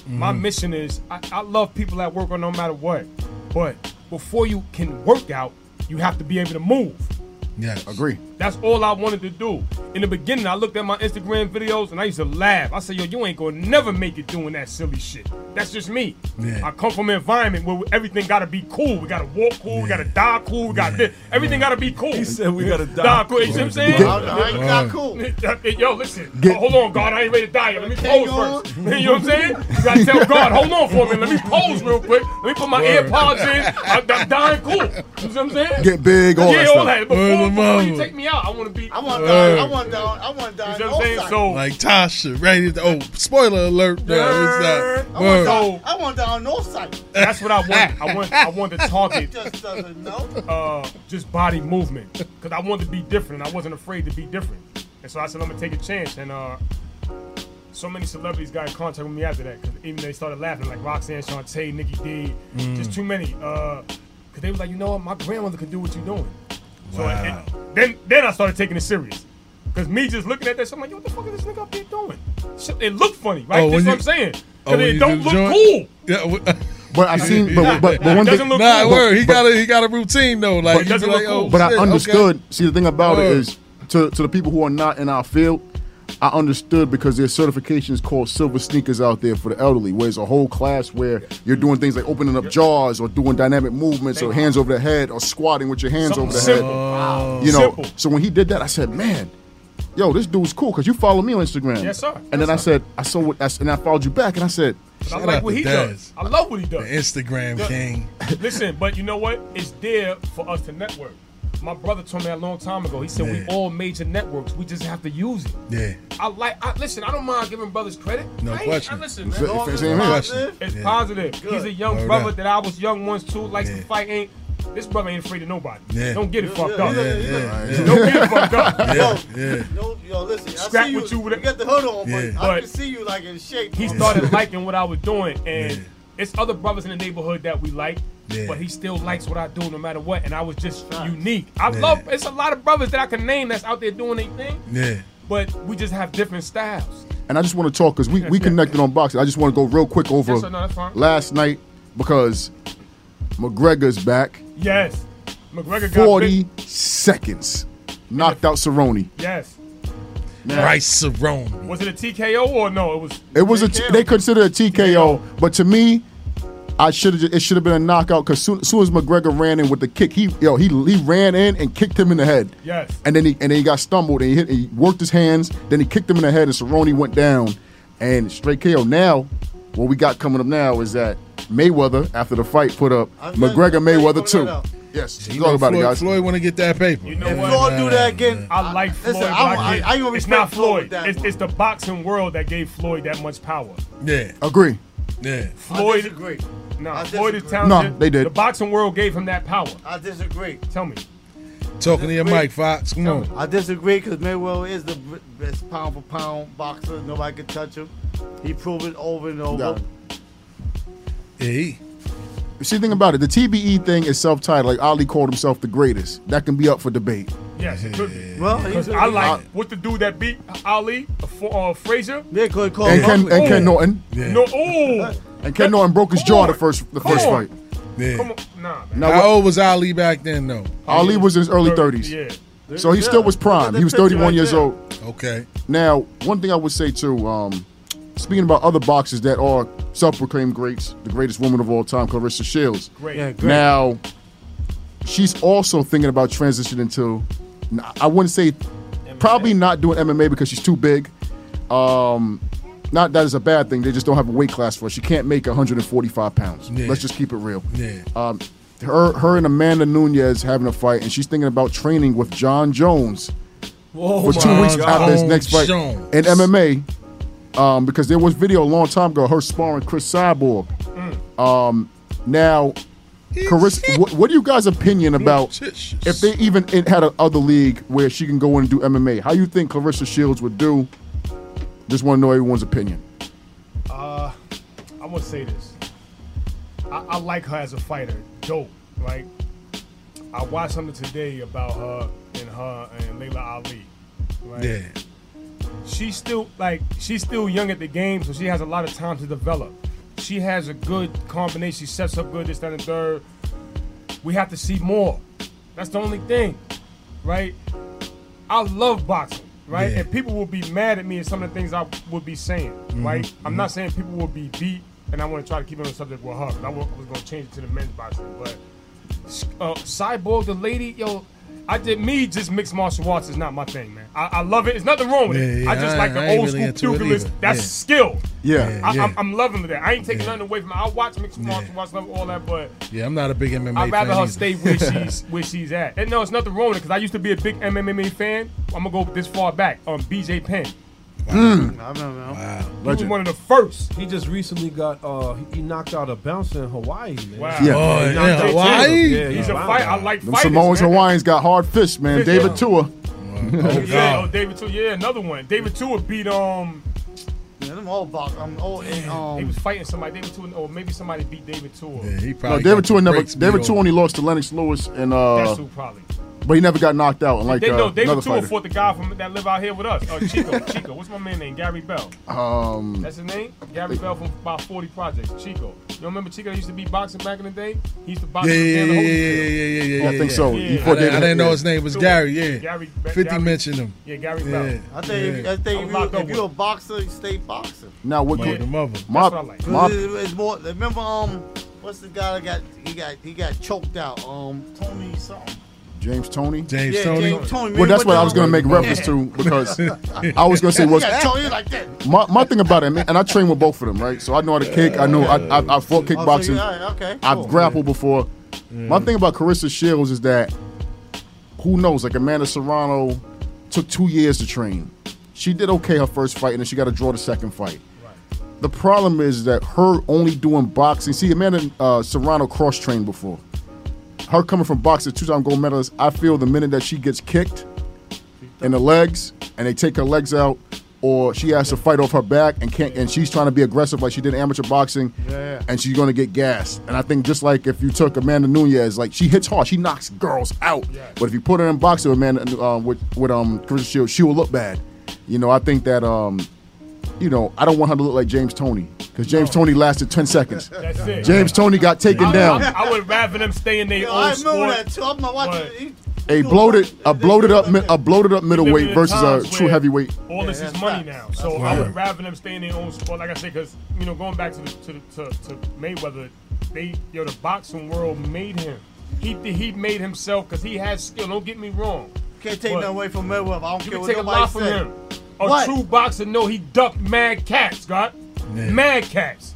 S7: My mission is I, I love people at work or no matter what. But before you can work out, you have to be able to move.
S4: Yes.
S6: Agree.
S7: That's all I wanted to do. In the beginning, I looked at my Instagram videos and I used to laugh. I said, yo, you ain't gonna never make it doing that silly shit. That's just me.
S4: Yeah.
S7: I come from an environment where everything gotta be cool. We gotta walk cool, we gotta die cool, we gotta this. Everything gotta be cool. He
S5: said we gotta die
S7: cool. You see what I'm
S5: cool.
S7: saying?
S5: Get- I ain't not
S7: cool. yo, listen.
S5: Get-
S7: hold on, God, I ain't ready to die yet. Let me
S5: Okay,
S7: pose first. you
S5: God.
S7: know what I'm saying? You gotta tell God, hold on for a minute. Let me pose real quick. Let me put my
S5: Word.
S7: AirPods in. I, I'm dying cool. You see what I'm saying?
S6: Get big, all
S7: yeah,
S6: that
S7: all
S6: stuff. Word
S7: that. Before,
S6: of
S7: before you
S6: mama.
S7: take me out, I want to be. I
S9: want
S4: Word.
S9: I want down. I want down.
S7: You know what I'm saying? So
S4: Like Tasha, right? It's- Oh, spoiler alert! No, it's not.
S9: I want
S4: Word.
S9: down. I want down north side.
S7: That's what I want. I want. I want to target
S9: Just doesn't know.
S7: uh, just body movement because I wanted to be different. and I wasn't afraid to be different, and so I said I'm gonna take a chance. And uh, so many celebrities got in contact with me after that because even they started laughing like Roxanne, Shantae, Nikki D,
S12: Mm.
S7: just too many. Because they was like, you know what, my grandmother can do what you're doing. So
S12: Wow.
S7: and- then then I started taking it serious. Cause me just looking at that, shit, I'm like, yo, what the fuck is this nigga up here doing? Shit, it look funny, right?
S4: Oh,
S7: That's what
S4: when you-
S7: I'm saying. Cause
S4: oh, when
S7: it
S4: you
S7: don't
S4: do
S7: look
S4: joint?
S7: cool.
S4: Yeah, w-
S6: But I seen, but but, but one
S4: Nah,
S6: thing,
S4: nah,
S6: but-
S4: word. He
S6: but-
S4: got a he got a routine though. Like,
S6: but,
S4: you be like, oh,
S6: but I
S4: shit,
S6: understood.
S4: okay.
S6: See, the thing about it
S4: Word.
S6: is, to, to the people who are not in our field, I understood because there's certifications called silver sneakers out there for the elderly, where it's a whole class where you're doing things like opening up jaws or doing dynamic movements or hands over the head or squatting with your hands
S7: Something
S6: over the
S7: simple.
S6: head. You know,
S7: Simple.
S6: so when he did that, I said, man. Yo, this dude's cool because you follow me on Instagram.
S7: Yes, sir.
S6: And then I said, I saw what, I s- and I followed you back, and I said,
S7: But I like what he does. I love what he does.
S4: Instagram
S7: Yeah.
S4: king.
S7: Listen, but you know what? It's there for us to network. My brother told me that a long time ago. He said we
S4: Yeah.
S7: all major networks. We just have to use it.
S4: Yeah.
S7: I like. I, listen, I don't mind giving brothers credit.
S4: No
S7: I ain't-
S4: question.
S7: I listen, man.
S4: It's- it's- it's- it's- Question.
S7: It's
S4: Yeah.
S7: positive.
S4: Good.
S7: He's a young
S4: Word
S7: brother
S4: up.
S7: that I was young once too. Likes to fight. Ain't this brother ain't afraid of nobody.
S4: Yeah.
S7: Don't get it
S4: Yeah,
S7: fucked
S4: yeah,
S7: up.
S4: yeah, yeah, yeah.
S7: Don't get it fucked up.
S4: Yeah,
S7: Yo,
S4: yeah.
S9: No, yo, listen. I
S7: Scrap
S9: see you.
S7: with you with
S9: you got the hood on,
S7: Yeah.
S9: but I
S7: But-
S9: can see you like in shape.
S7: he
S9: bro.
S7: started liking what I was doing, and it's other brothers in the neighborhood that we like,
S4: Yeah.
S7: but he still likes what I do no matter what, and I was just unique. I
S4: Yeah.
S7: love. It's a lot of brothers that I can name that's out there doing their thing,
S6: Yeah.
S7: but we just have different styles.
S6: And I just want to talk because we, we connected on boxing. I just want to go real quick over
S7: Yes, sir, no, that's fine.
S6: last night because McGregor's back.
S7: Yes, McGregor got
S6: 40
S7: big.
S6: seconds. Knocked out Cerrone.
S7: Yes,
S4: Rice Cerrone.
S7: was it a TKO or no? It was.
S6: It was a t- they consider it a TKO, but to me, I should have it should have been a knockout because soon, soon as McGregor ran in with the kick, he yo he he ran in and kicked him in the head.
S7: Yes.
S6: And then he and then he got stumbled and he hit he worked his hands, then he kicked him in the head and Cerrone went down and straight KO. Now, what we got coming up now is that Mayweather after the fight put up McGregor Mayweather too. Yes,
S4: You
S6: talk
S4: know,
S6: about
S4: Floyd,
S6: it, guys.
S4: Floyd want to get that paper. You
S7: know
S9: If Floyd do that again,
S7: I like Floyd.
S9: Listen,
S7: but
S9: I-
S7: get-
S9: I- I ain't gonna
S7: it's
S9: respect
S7: not
S9: Floyd
S7: Floyd.
S9: with that
S7: it's, it's the boxing world that gave Floyd that much power.
S4: Yeah.
S6: Agree.
S4: Yeah.
S7: Floyd No, Floyd is
S4: disagree.
S7: talented.
S4: No, they did.
S7: The boxing world gave him that power.
S9: I disagree.
S7: Tell me.
S4: Talking to your mic, Fox. Come on.
S9: I disagree because Mayweather is the b- best pound for pound boxer. Nobody can touch him. He proved it over and over.
S6: See, the thing about it, the TBE thing is self-titled. Like Ali called himself the greatest. That can be up for debate.
S7: Yes, it could be.
S9: Well,
S7: Because
S9: he's-
S7: I like
S6: I-
S7: what the dude that beat Ali, uh, F- uh, Frazier.
S9: Yeah, good call.
S6: and Ken and Ken Norton.
S7: No, oh,
S6: And Ken Norton broke his jaw the first the
S7: Come
S6: first
S7: on.
S6: fight.
S4: Yeah.
S7: Come on, nah, man.
S6: Now
S4: How
S6: what-
S4: old was Ali back then, though?
S6: Ali was in his early thirties. So he still was prime. He was thirty one years old.
S4: Okay.
S6: Now, one thing I would say too, um, speaking about other boxers that are self-proclaimed greats, the greatest woman of all time, Clarissa Shields.
S7: Great. Yeah, great.
S6: Now, she's also thinking about transitioning to, n- I wouldn't say, probably not doing MMA because she's too big. Um, not that is a bad thing. They just don't have a weight class for her. She can't make 145 pounds.
S4: Yeah.
S6: Let's just keep it real.
S4: Yeah.
S6: Um, her, her and Amanda Nunez having a fight, and she's thinking about training with John Jones
S7: Oh
S6: for two weeks after his next fight in MMA, um, because there was video a long time ago her sparring Chris Cyborg.
S7: Mm.
S6: Um, now, Carissa, what, what are you guys' opinion about if they even it had a other league where she can go in and do MMA? How you think Clarissa Shields would do? Just want to know everyone's opinion.
S7: Uh, I want to say this. I, I like her as a fighter. Dope, right? I watched something today about her and her and Layla Ali, right?
S4: Yeah.
S7: She's still like she's still young at the game, so she has a lot of time to develop. She has a good combination. She sets up good. This, that, and the third. We have to see more. That's the only thing, right? I love boxing, right?
S12: Yeah.
S7: And people will be mad at me at some of the things I would be saying,
S12: Mhm,
S7: right? I'm
S12: mhm.
S7: not saying people will be beat, and I want to try to keep it on the subject with her. 'cause I wa- I was going to change it to the men's boxing, but uh, Cyborg, the lady, yo, I did me just mixed martial arts is not my thing, man. I, I love it. There's nothing wrong with it.
S12: Yeah, yeah,
S7: I just
S12: I-
S7: like
S12: I
S7: the
S12: ain't
S7: old
S12: really
S7: school
S12: into it
S7: pugilist.
S12: either.
S7: That's
S12: Yeah.
S7: skill.
S4: Yeah, yeah.
S7: I, I'm, I'm loving that. I ain't taking nothing away from. Her. I watch mixed martial arts, love all that, but
S4: Yeah, I'm not a big MMA
S7: I'd rather
S4: fan
S7: her
S4: either.
S7: stay where she's where she's at. And no, it's nothing wrong with it because I used to be a big MMA fan. I'm gonna go this far back. Um, BJ Penn.
S12: Hmm.
S6: Mm.
S9: I remember. Wow.
S7: Mm. He was one of the first.
S5: He just recently got uh he- he knocked out a bouncer in Hawaii, man.
S7: Wow.
S6: Yeah. Oh,
S5: He
S6: yeah,
S5: knocked out
S6: Hawaii?
S5: Taylor. Yeah,
S7: He's
S5: yeah.
S7: a fight. I like
S6: Them
S7: fighters.
S6: Samoans
S7: man.
S6: and Hawaiians got hard fists, man.
S7: Fish,
S6: David
S7: yeah.
S6: Tua.
S7: Oh, yeah, oh, David Tua. Yeah, another one. David Tua beat um.
S9: Yeah, them all um, oh, box. I'm old.
S7: he was fighting somebody. David Tua, or maybe somebody beat David Tua. Yeah,
S4: he
S6: No, David Tua never. David Tua only lost to Lennox Lewis and uh.
S7: That's who probably.
S6: But he never got knocked out. Unlike
S7: they,
S6: uh,
S7: no, David
S6: another
S7: Tua
S6: fighter.
S7: fought the guy from that live out here with us. Oh, Chico, Chico. What's my man name? Gary Bell.
S6: um.
S7: That's his name? Gary Bell from about 40 Projects. Chico. You remember Chico that used to be boxing back in the day? He used to box
S4: Yeah,
S7: with
S4: yeah,
S7: Dan
S4: yeah, yeah,
S7: Holyfield.
S4: yeah, yeah, yeah, yeah.
S6: I think so.
S4: yeah.
S6: He
S4: I,
S6: fought
S4: didn't, I
S6: David-
S4: didn't know his name was
S7: Tua.
S4: Gary. Yeah,
S7: Gary,
S4: Fifty
S7: Gary-
S4: mentioned him.
S7: Yeah, Gary
S4: yeah.
S7: Bell.
S9: I think, I think if,
S7: locked
S9: you,
S7: up
S9: if
S7: with
S9: you're a boxer, you stay boxing.
S6: Now what?
S4: Mother, mother.
S6: My,
S9: That's what I like.
S6: my,
S9: It- it's more. Remember, um, what's the guy that got he got he got choked out? Um, Tony something.
S6: James Tony.
S4: James
S9: Yeah, Tony. James Tony, man,
S6: Well, that's
S9: what
S6: what
S9: the-
S6: I was going to make reference to because I was going to say
S9: He
S6: was
S9: got choked, he was like that.
S6: my, my thing about it, man, and I train with both of them, right? So I know how to kick. I know I I, I fought
S9: Oh, so
S6: kickboxing.
S9: you- all right, okay, cool.
S6: I've grappled before. My thing about Carissa Shields is that who knows? Like Amanda Serrano took two years to train. She did okay her first fight, and then she got to draw the second fight. The problem is that her only doing boxing. See, Amanda uh, Serrano cross trained before. Her coming from boxing, two time gold medalist, I feel the minute that she gets kicked in the legs and they take her legs out, or she has to fight off her back and can't, and she's trying to be aggressive like she did in amateur boxing,
S9: Yeah.
S6: and she's gonna get gassed. And I think just like if you took Amanda Nunez, like she hits hard, she knocks girls out. But if you put her in boxing with Amanda um, with with um Carissa Shields, she will look bad. You know, I think that um, you know, I don't want her to look like James Tony because James Tony lasted ten seconds.
S7: That's it.
S6: James Tony got taken
S7: I,
S6: down.
S7: I, I would rather them stay in their
S9: Yo,
S7: own
S9: I remember
S7: sport.
S9: that too. I'm not watching.
S7: but
S9: he-
S6: A bloated, a bloated up, mi- a bloated up middleweight versus a
S7: times
S6: true
S7: where
S6: heavyweight.
S7: All this is money now, so
S6: facts.
S7: I
S6: Yeah.
S7: would rather them stay in their own sport. Like I said, because you know, going back to the, to, the, to, to Mayweather, they yo the boxing world made him. He he made himself because he has skill. Don't get me wrong.
S9: Can't take
S7: But
S9: nothing away from Mayweather. I don't
S7: You
S9: care
S7: can
S9: what
S7: take a
S9: nobody
S7: lot from
S9: say.
S7: him. A
S9: What?
S7: true boxer know he ducked mad cats, God. Mad cats.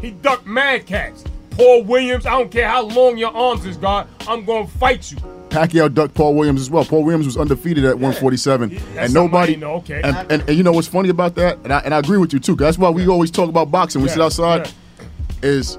S7: He ducked mad cats. Paul Williams, I don't care how long your arms is, God. I'm gonna fight you.
S6: Pacquiao ducked Paul Williams as well. Paul Williams was undefeated at 147,
S7: That's
S6: and nobody.
S7: somebody, no, okay.
S6: And, and, and you know what's funny about that, and I, and I agree with you too. 'cause That's why we always talk about boxing. We sit outside. Is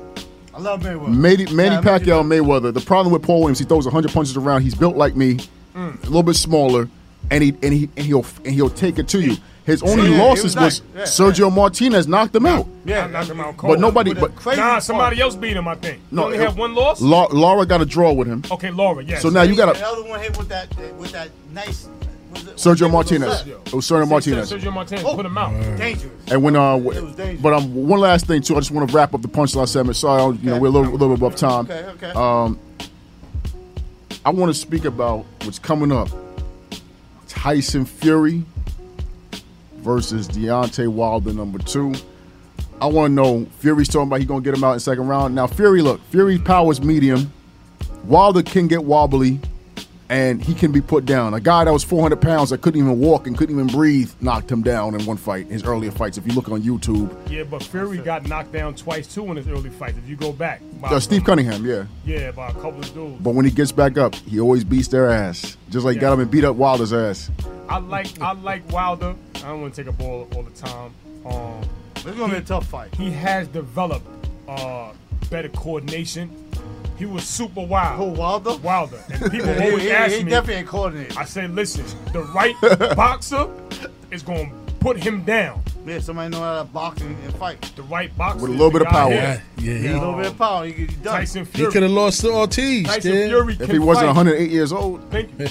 S9: I love Mayweather.
S6: Manny, Manny
S9: Yeah, I mean,
S6: Pacquiao Mayweather? The problem with Paul Williams, he throws 100 punches around. He's built like me, a
S13: Mm.
S6: little bit smaller, and he and he and he'll and he'll take it to you. His only
S7: Yeah, he
S6: losses
S7: was
S6: was,
S7: like- yeah,
S6: Sergio Martinez knocked him out.
S7: Yeah, knocked him
S6: But
S7: out cold.
S6: nobody- With a but- crazy
S7: nah, somebody else beat him. I think. No, only had
S6: it-
S7: one loss.
S6: La- Laura got a draw with him.
S7: Okay, Laura. Yes.
S6: So now you got
S9: The
S6: to
S9: other one hit with that with that nice. was it-
S6: Sergio
S9: was it-
S6: Martinez. It was Sergio Martinez.
S7: Sergio Martinez put him out.
S9: Oh, Dangerous.
S6: And when uh, w- but um, one last thing too, I just want to wrap up the punchline segment. Sorry, I, you know we're a little, a little bit above time.
S9: Okay, okay.
S6: Um, I want to speak about what's coming up: Tyson Fury versus Deontay Wilder number two. I want to know Fury's talking about he gonna get him out in second round. Now Fury, look, Fury powers medium. Wilder can get wobbly, and he can be put down. A guy that was 400 pounds that couldn't even walk and couldn't even breathe knocked him down in one fight. His earlier fights, if you look on YouTube,
S7: Yeah, but Fury got knocked down twice too in his early fights. If you go back, by
S6: uh, Steve Cunningham, yeah.
S7: Yeah, by a couple of dudes.
S6: But when he gets back up, he always beats their ass, just like he got him and beat up Wilder's ass.
S7: I like I like Wilder. I don't want to take up all all the time. Um,
S9: it's gonna be a tough fight.
S7: He has developed uh, better coordination. He was super wild. Who
S9: Wilder?
S7: Wilder. And people
S9: He-
S7: always
S9: he-
S7: ask
S9: he
S7: me.
S9: definitely ain't coordinated.
S7: I say, listen, the right boxer is gonna put him down.
S9: Yeah, somebody know how to box and, and fight.
S7: The right boxer
S6: With a little
S7: is the
S6: bit of
S7: guy
S6: power.
S7: here.
S4: Yeah,
S9: Yeah,
S4: he-
S9: a little bit of power. He, he done.
S7: Tyson
S4: He
S7: Fury.
S4: could have lost to Ortiz.
S7: Tyson
S4: dude.
S7: Fury
S6: If he wasn't
S7: fight.
S6: 108 years old,
S7: Thank you.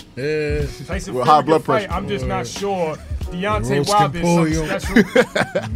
S7: Tyson
S6: With
S7: Fury
S6: high
S7: can
S6: blood
S7: fight.
S6: pressure.
S7: I'm just not sure. Deontay
S6: Roast
S7: Wilder is Mm-hmm.
S6: Emporio.
S7: something special.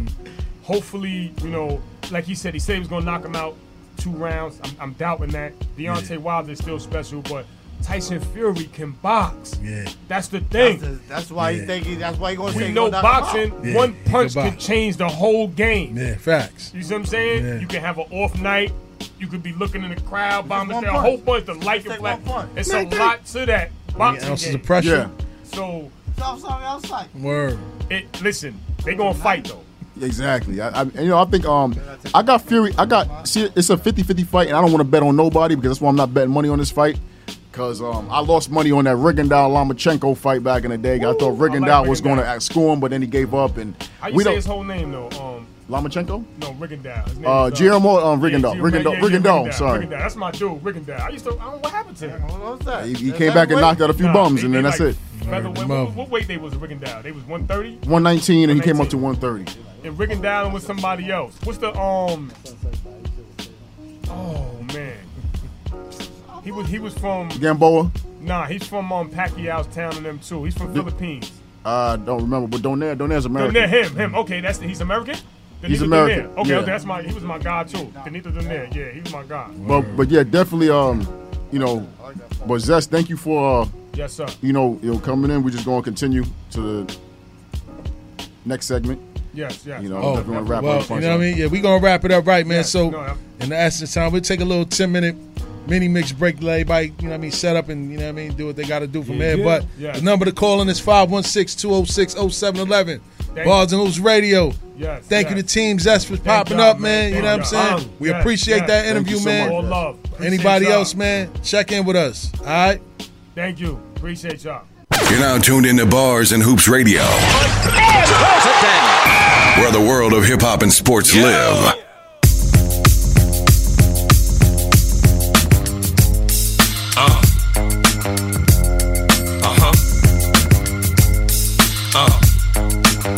S7: Hopefully, you know, like he said, he said he was gonna knock him out two rounds. I'm, I'm doubting that. Deontay Wilder is still special, but Tyson Fury can box. Yeah, that's the thing.
S9: That's, why he think he. That's why he gonna say
S7: We
S9: he
S7: know
S9: gonna knock him
S7: boxing.
S9: out.
S7: One punch could change the whole game.
S4: Yeah, facts.
S7: You see what I'm saying?
S4: Yeah.
S7: You can have an off night. You could be looking in the crowd, bombing
S9: one
S7: there, a
S9: punch.
S7: whole bunch of light and black. It's a
S9: Make that-
S7: lot to that boxing
S4: ounces
S7: game.
S4: of pressure.
S7: So
S9: outside, outside.
S4: Word.
S7: It, listen, they gonna fight though.
S6: Exactly. I, I and, you know I think um I got Fury. I got see it's a 50-50 fight, and I don't want to bet on nobody because that's why I'm not betting money on this fight. Cause um I lost money on that Rigondeaux Lomachenko fight back in the day. I thought
S7: like
S6: Rigondeaux was going
S7: Rigondeaux.
S6: to act score him, but then he gave up and
S7: How you
S6: we
S7: say
S6: don't.
S7: his whole name though? Um,
S6: Lomachenko?
S7: no, Rigondeaux. His name
S6: Uh,
S7: is,
S6: Guillermo, um, Rigondeaux.
S7: Guillermo-
S6: Rigondeaux.
S7: yeah, yeah,
S6: Rigondeaux, sorry.
S7: Rigondeaux. That's my dude, Rigondeaux. I used to. I don't know what happened to him. What was
S9: that?
S6: He- he came back and knocked out a few bums, and then that's it.
S7: Featherweight. What, what weight they was in Rigondeaux? They was 130,
S6: 119, and he came up to 130.
S7: and Rigondeaux was somebody else. What's the um? Oh man, he was he was from
S6: Gamboa.
S7: nah. He's from um Pacquiao's town and them too. He's from Philippines.
S6: I don't remember, but Donaire, Donaire's American.
S7: Donaire, him, him. Okay, that's he's American.
S6: He's
S7: Donita
S6: American,
S7: Donaire. Okay,
S6: yeah.
S7: okay, that's my. He was my guy too. Danita Donaire. Yeah, he was my guy.
S6: But but yeah, definitely. Um, you know, but Zest, thank you for. Uh,
S7: Yes, sir.
S6: You know, you know, coming in. We're just gonna continue to the next segment.
S7: Yes, yes.
S6: You know,
S4: Oh,
S6: definitely wanna wrap
S4: well,
S6: up.
S4: you know what I mean? Yeah, we gonna wrap it up right, man. so in the essence time, we'll take a little ten minute mini mix break, let everybody, you know what I mean, set up and you know what I mean, do what they gotta do from
S7: Yeah.
S4: there. But
S7: Yeah.
S4: the number to call in is 516-206-0711.
S7: Thank
S4: Bars and Hoops Radio.
S7: Yes,
S4: Thank you to Team Zest for popping
S7: y'all,
S4: up,
S7: man.
S4: man. You know
S7: Thank
S4: what I'm
S7: y'all.
S4: saying? We
S7: Yes,
S4: appreciate
S7: yes.
S4: that
S7: Thank
S4: interview,
S7: you so
S4: man.
S7: much. All love. Appreciate
S4: Anybody
S7: y'all.
S4: else, man, check in with us. All right?
S7: Thank you. Appreciate y'all.
S1: You're now tuned into Bars and Hoops Radio, where the world of hip hop and sports live.
S14: Uh. Uh-huh. Uh.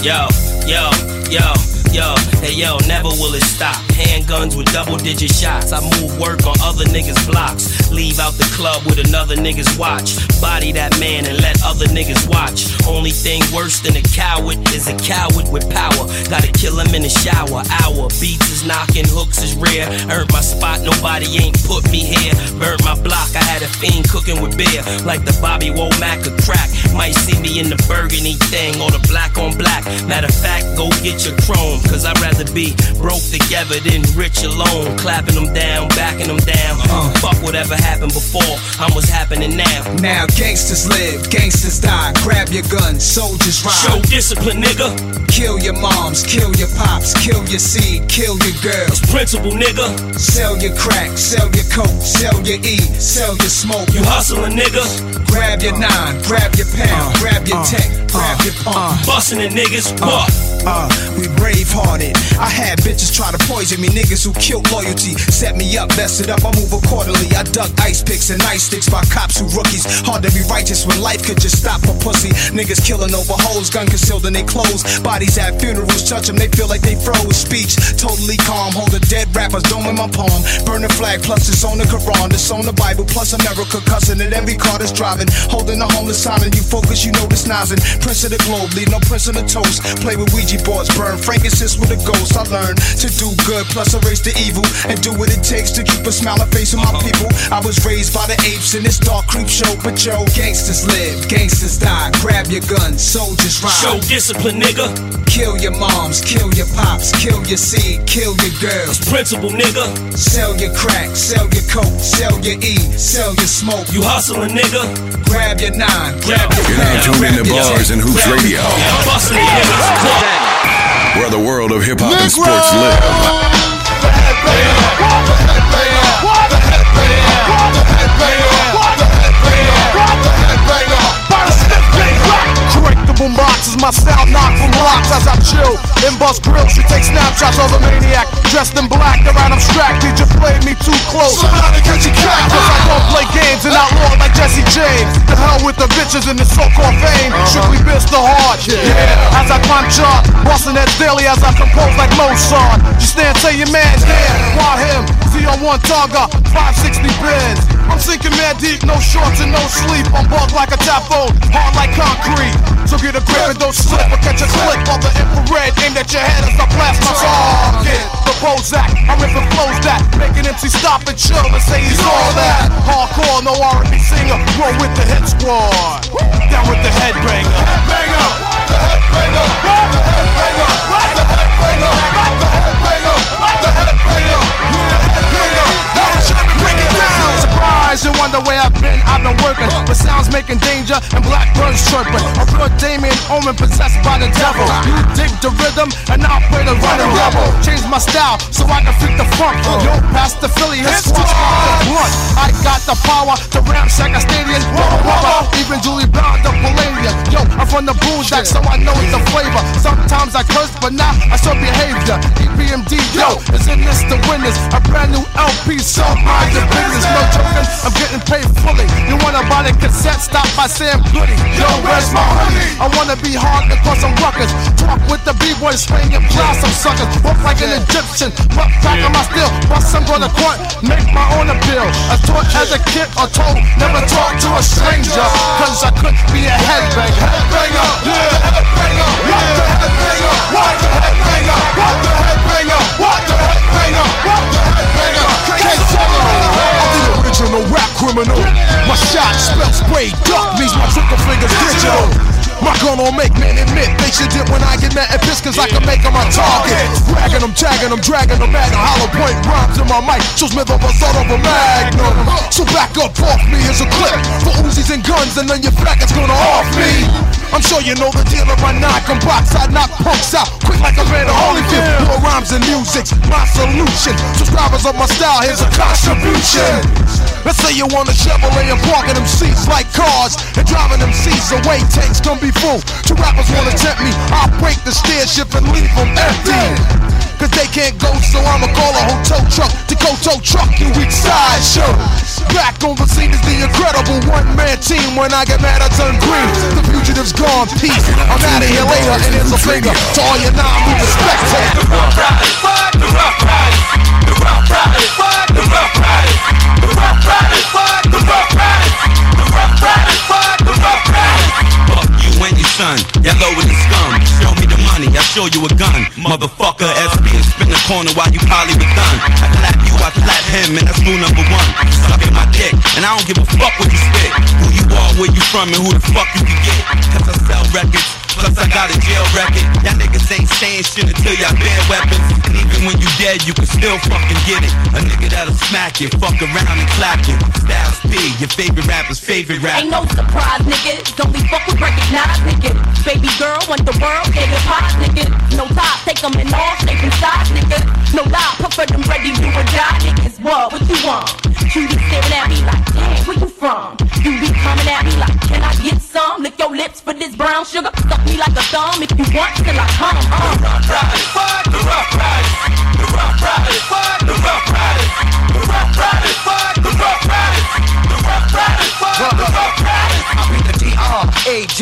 S14: Yo, yo, yo, yo, hey yo, never will it stop. Handguns with double digit shots. I move work on other niggas' blocks. Leave out the club with another niggas' watch. Body that man and let other niggas watch. Only thing worse than a coward is a coward with power. Gotta kill him in the shower. Hour beats is knocking, hooks is rare. Earned my spot, nobody ain't put me here. Burnt my block, I had a fiend cooking with beer. Like the Bobby Womack of crack. Might see me in the burgundy thing or the black on black. Matter of fact, go get your chrome. Cause I'd rather be broke together than rich alone. Clapping them down, backing them down.
S15: Uh.
S14: Fuck whatever happened before, I'm what's happening now.
S15: Now gangsters live, gangsters die. Grab your gun, soldiers ride.
S14: Show discipline, nigga.
S15: Kill your moms, kill your pops, kill your seed, kill your girls.
S14: principle, nigga.
S15: Sell your crack, sell your coke, sell your E, sell your smoke.
S14: You hustling, nigga. Uh,
S15: Grab your nine, grab your pound, grab your tech, grab your pump.
S14: Bustin' uh, the niggas,
S15: uh,
S14: what?
S15: Uh, we bravehearted. I had bitches try to poison me, niggas who killed loyalty. Set me up, messed it up, I move accordingly. I duck ice picks and ice sticks by cops who rookies. Hard to be righteous when life could just stop for pussy. Niggas killing over hoes, gun concealed in their clothes. Bodies at funerals, touch them, they feel like they froze. Speech totally calm, hold a dead rapper's dome in my palm. Burn the flag, plus it's on the Quran, it's on the Bible, plus America cussing at every car that's driving. Holding the homeless silent, you focus, you know this nozzin. Prince of the globe, leave no prince on the toast. Play with Ouija boards, burn frankincense with a ghost. I learned to do good, plus erase the evil, and do what it takes to keep a smiling face on my
S14: Uh-huh.
S15: people. I was raised by the apes in this dark creep show, but yo, gangsters live, gangsters die. Grab your gun, soldiers ride.
S14: Show discipline, nigga.
S15: Kill your moms, kill your pops, kill your seed, kill your girls.
S14: principle, nigga.
S15: Sell your crack, sell your coke, sell your E, sell your smoke.
S14: You hustling, nigga.
S15: Grab your nine, grab your
S1: You're now tuned into Bars and Hoops Radio,
S14: Bustin' the niggas, what?
S1: where the world of hip hop and sports live.
S16: Correctable box is my style, knock from blocks as I chill. In bus grills, she takes snapshots of a maniac. Dressed in black, around abstract, did you play me too close? Somebody catch a cat, cause I don't play games and outlaw like Jesse James. The hell with the bitches and the so-called fame. Strictly biz the hard, yeah. As I climb charts, busting heads daily as I compose like Mozart. You stand, say your man's there, why him? See on one tonga, 560 bins. I'm sinking mad deep, no shorts and no sleep. I'm bugged like a typhoon, hard like concrete. So get a grip and don't slip or catch a clip on the infrared aimed at your head as I blast my target. The Prozac, I'm ripping flows that make an MC stop and chill and say he's all that. Hardcore, no R&B singer, roll with the hit squad. Down with the headbanger. Headbanger, the headbanger, the headbanger, the headbanger, the headbanger, the headbanger. Surprise, you wonder where I've been, I've been working But sounds making danger and blackbirds chirping A pure Damien Omen possessed by the devil You dig the rhythm and I'll play the running rebel Change my style so I can freak the funk Yo, past the Philly, his squad's the blunt I got the power to ramsack a stadium Wubba wubba, even Julie Brown, the Palladian Yo, I'm from the boondock so I know it's the flavor Sometimes I curse but not I show behavior E EPMD, yo, is in this the winners A brand new LP, so mind your business No joking, I'm getting paid fully You wanna buy the cassette, stop by Sam Goody Yo, where's my honey? I wanna be hard because I'm ruckus Talk with the b-boy swing and blast some suckers Walk like an Egyptian, rough back on my steel Bust some going to court, make my own appeal I taught as a kid or told, never talk to a stranger Cause I could be a headbanger Headbanger, yeah, headbanger, what the headbanger, what the headbanger, what the headbanger, what the headbanger, what the headbanger, can't tell it. I'm the original rap criminal. My shot spell spray duck means my trigger finger's digital. My gun don't make men admit they should dip when I get mad at this cause I can make them my target. Ragging them, tagging them, dragging them at a hollow point rhymes in my mic. Shows me the result of a magnum. So back up off me is a clip for Uzis and guns and then your faggots gonna off me. I'm sure you know the deal of my knock and box. I knock punks out quick like a man of Holyfield. More rhymes and music's my solution. Subscribers of my style, here's a contribution. Let's say you want a Chevrolet and parking them seats like cars and driving them seats away. Tanks come be full. Two rappers wanna tempt me. I'll break the steership and leave them empty. Cause they can't go, so I'ma call a hotel truck to go tow truck you weak side show. Back on the scene is the incredible one man team. When I get mad, I turn green. The fugitive's gone, peace. I'm outta here later, and here's a finger to all your non-moving spectators. The rough riders, the rough riders, the rough riders, the rough riders, the rough riders, the rough riders, the rough riders.
S12: Fuck you and your son, yellow in the scum. Show me the money, I'll show you a gun. Motherfucker, SB and spin the corner while you probably begun. I clap you, I clap him, and that's rule number one. Suck in my dick, and I don't give a fuck what you spit. Who you are, where you from, and who the fuck you can get. Cause I sell records, plus I got a jail record. Y'all niggas ain't saying shit until y'all bear weapons. And even when you dead, you can still fucking get it. A nigga that'll smack you, fuck around and clap you. Styles P, your favorite rapper's favorite rapper.
S17: Ain't no surprise, nigga. Don't be fucking recognize, nigga. Baby girl, want the world, nigga. Pop, nigga. No top, take them in all shapes and size, nigga. No lie, prefer them ready, do or die, niggas. What, what you want? You be staring at me like, damn, where you from? You be coming at me like, can I get some? Lick your lips for this brown sugar. Suck me like a thumb if you want till I come. Uh. The rough riders, the rough riders, the rough riders, the rough riders, the rough riders, the rough riders, the rough riders, the rough riders.
S18: I be the D-R-A-G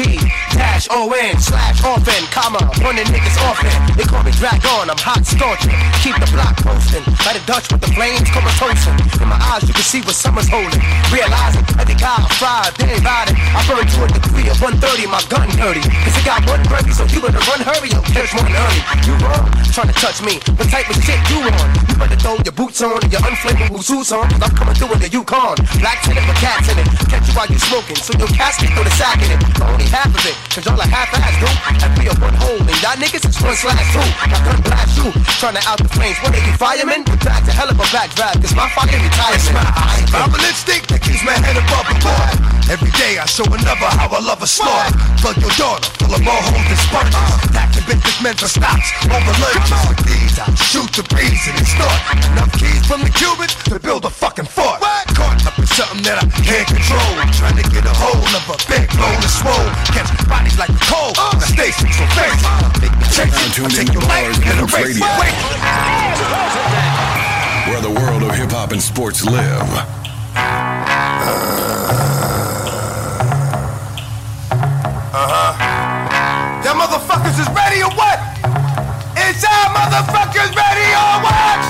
S18: dash O-N slash orphan, comma, running niggas orphan. They call me Dragon, I'm hot scorching. Keep the block posting, by the Dutch with the flames comatosing. In my eyes you can see what summer's holding. Realizing I think I fried, they ain't riding. I burn to a degree of 130, my gun dirty. Cause it got one burpee, so you better run hurry up, catch one early. You wrong, trying to touch me, what type of shit you on? You better throw your boots on and your unflammable suits on. Cause I'm coming through with the Yukon, black tenant with cats in it. Catch you while you smoking, so your casket throw the sack in it. But only half of it, cause y'all like half ass, dude. And we are one hole, and y'all niggas is one slash two. My gun blast you, trying to out the flames. What are you, firemen? Back to hell of a back drive, cause my fucking retirement.
S16: It's my eye, I'm an instinct that keeps my head above the water. Every day I show another how I love a slaughter. Plug your daughter, full of more holes than sparkers. Tax the bitches meant for stops, over lurches. With these I shoot the breeze and extort. Enough keys from the Cubans to build a fucking fort. Caught up in something that I can't control. Trying to get a hold of a big roll of swole. Catch bodies like a cold. I stay six or face. Make me chase it. I take your life and erase my weight.
S1: Where the world of hip hop and sports live.
S16: Uh-huh. Y'all motherfuckers is ready or what? Is y'all motherfuckers ready or what?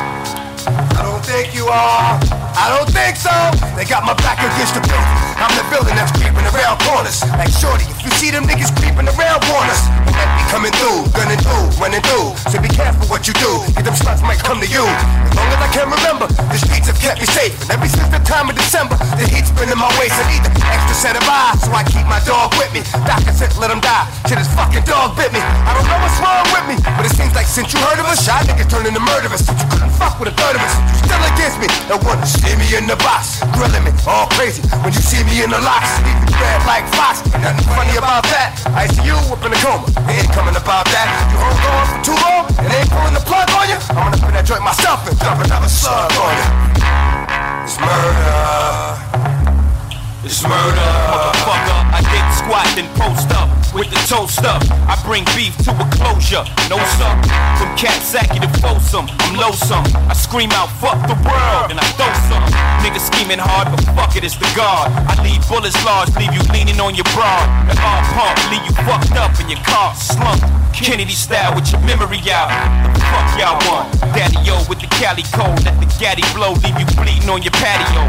S16: I don't think you are.
S13: I don't think so. They got my back against the building. I'm the building that's creeping around corners. Like shorty, if you see them niggas creeping around corners, when they be coming through, gunning through, running through. So be careful what you do. Get them sluts might come to you. As long as I can remember, the streets have kept me safe. And ever since the time of December, the heat's been in my waist. I need the extra set of eyes, so I keep my dog with me. Doctor said let him die. Shit, his fucking dog bit me. I don't know what's wrong with me, but it seems like since you heard of us, y'all niggas turning to murderers. Since you couldn't fuck with a third of us, you still against me. No wonder you see me in the box, grilling me all crazy. When you see me in the locks, leave me red like Fox. Ain't nothing funny about that. I see you up in a coma. It ain't coming about that. You hold on for too long, it ain't pulling the plug on you. I'm gonna put that joint myself and dump another slug on you. It's murder.
S12: It's murder, motherfucker. I get squat then post up with the toast up. I bring beef to a closure, no suck. From Capsacky to Folsom, I'm loathsome. I scream out, fuck the world, and I throw some. Niggas scheming hard, but fuck it, it's the guard. I leave bullets large, leave you leaning on your broad. That all pump, leave you fucked up in your car slumped. Kennedy style with your memory out. The fuck y'all want? Daddy yo with the Cali cold, let the Gaddy blow, leave you bleeding on your patio.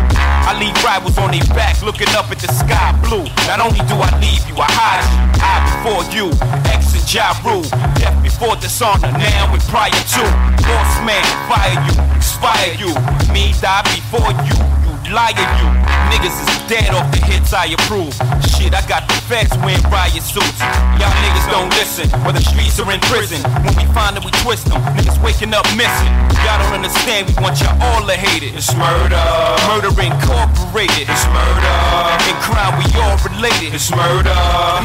S12: I leave rivals on their back, looking looking up at the sky blue. Not only do I leave you, I hide you. I before you, X and Ja Rule. Death before dishonor, now and prior to. Boss man, fire you, expire you. Me die before you, you liar you. Niggas is dead off the hits I approve. Shit, I got the feds wearing riot suits. Y'all niggas don't listen, whether streets are in prison. When we find it, we twist them. Niggas waking up missing. Y'all don't understand, we want y'all all to hate it. It's murder. Murder incorporated. It's murder. In crime, we all related. It's murder.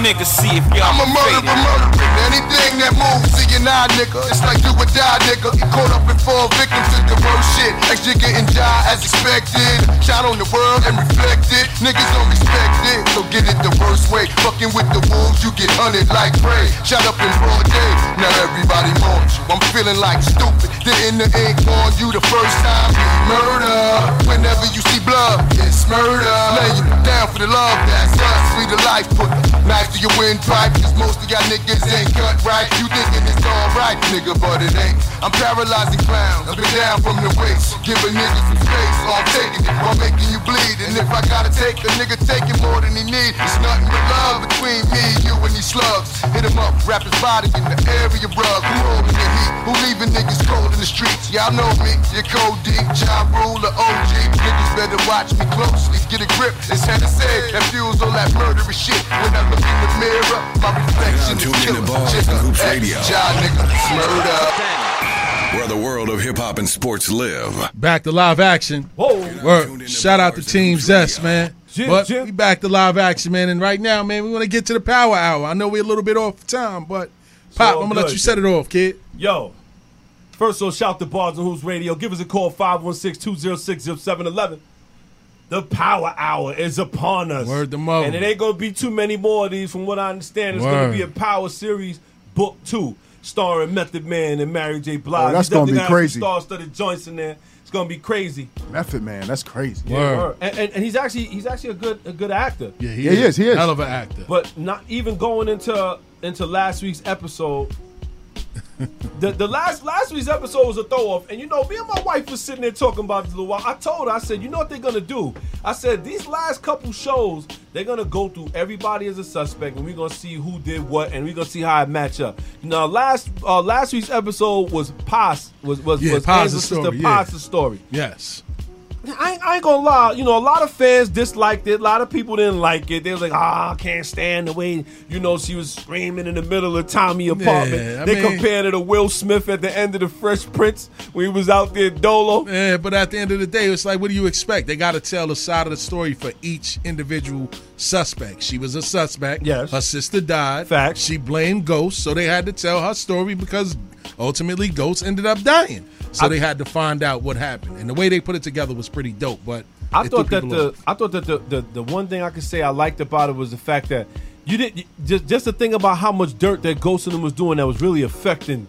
S12: Niggas see if y'all
S13: I'm a murderer,
S12: faded.
S13: murderer. Anything that moves to your nine, nigga, it's like do or die, nigga. You caught up in fall victim to the worst shit. Extra getting die as expected. Shot on the world and reflect it. Niggas don't respect it, so get it the worst way. Fucking with the wolves, you get hunted like prey. Shot up in broad day, now everybody mourns you. I'm feeling like stupid. Didn't the ink on you the first time? Murder. Whenever you see blood, it's murder. Lay you down for the love, that's us. Sweet of life, put knife to your windpipe. Cause most of y'all niggas ain't cut right. You thinking it's alright, nigga, but it ain't. I'm paralyzing clowns, up and down from the waist. Giving niggas some space, all taking it while making you bleed. And if I gotta take a nigga, take it more than he need. It's nothing but love between me, you, and these slugs. Hit him up, wrap his body in the area rug. Who holding the heat? Who leaving niggas cold in the streets? Y'all know me, your cold deep, job ruler, OG. Niggas better watch me closely, get a grip. It's had to say that fuels all that murderous shit. When I look in the mirror, my reflection is
S1: Tune in
S13: killer.
S1: to Bars
S13: Check
S1: and
S13: up,
S1: Hoops
S13: hey,
S1: Radio.
S13: y'all niggas, murder.
S1: Where the world of hip hop and sports live.
S4: Back to live action. Whoa. Word. Shout out to Team Zest, man. But we back to live action, man. And right now, man, we want to get to the power hour. I know we're a little bit off time, but Pop,
S5: all
S4: I'm gonna let
S5: good,
S4: you set it off, kid.
S5: Yo. First of all, shout to Bars and Hoops Radio. Give us a call, 516-206-0711. The power hour is upon us. Word
S4: the mother.
S5: And it ain't going to be too many more of these from what I understand. It's going
S4: Word.
S5: to be a power series, book two, starring Method Man and Mary J. Blige.
S6: Oh, that's
S5: We definitely
S6: gonna be
S5: gotta have
S6: crazy.
S5: some Star-studded joints in there. It's going to be crazy.
S6: Method man, that's crazy.
S5: Yeah, word. And, and, and he's actually he's actually a good a good actor.
S6: Yeah, he Yeah, he is. is, he is. Hell of an
S4: actor.
S5: But not even going into into last week's episode. the the last last week's episode was a throw off, and you know me and my wife was sitting there talking about it a little while. I told her I said, you know what they're gonna do? I said these last couple shows they're gonna go through everybody as a suspect, and we're gonna see who did what, and we're gonna see how it match up. Now last uh, last week's episode was Pos was was
S4: Yeah,
S5: was
S4: Paz's
S5: Angela's sister
S4: story, yeah.
S5: Paz's story.
S4: Yes.
S5: I ain't, I ain't gonna lie, you know, a lot of fans disliked it. A lot of people didn't like it. They was like, ah, I can't stand the way, you know, she was screaming in the middle of Tommy apartment.
S4: Yeah, I
S5: they
S4: mean-
S5: compared her to Will Smith at the end of the Fresh Prince when he was out there dolo.
S4: Yeah, but at the end of the day, it's like, what do you expect? They got to tell the side of the story for each individual suspect. She was a suspect. Yes. Her sister died. Fact. She blamed Ghost, so they had to tell her story because ultimately Ghost ended up dying. So they had to find out what happened, and the way they put it together was pretty dope. But
S5: I
S4: it
S5: thought
S4: threw
S5: that
S4: people
S5: the
S4: off.
S5: I thought that the, the the one thing I could say I liked about it was the fact that you didn't just just the thing about how much dirt that Ghost and them was doing that was really affecting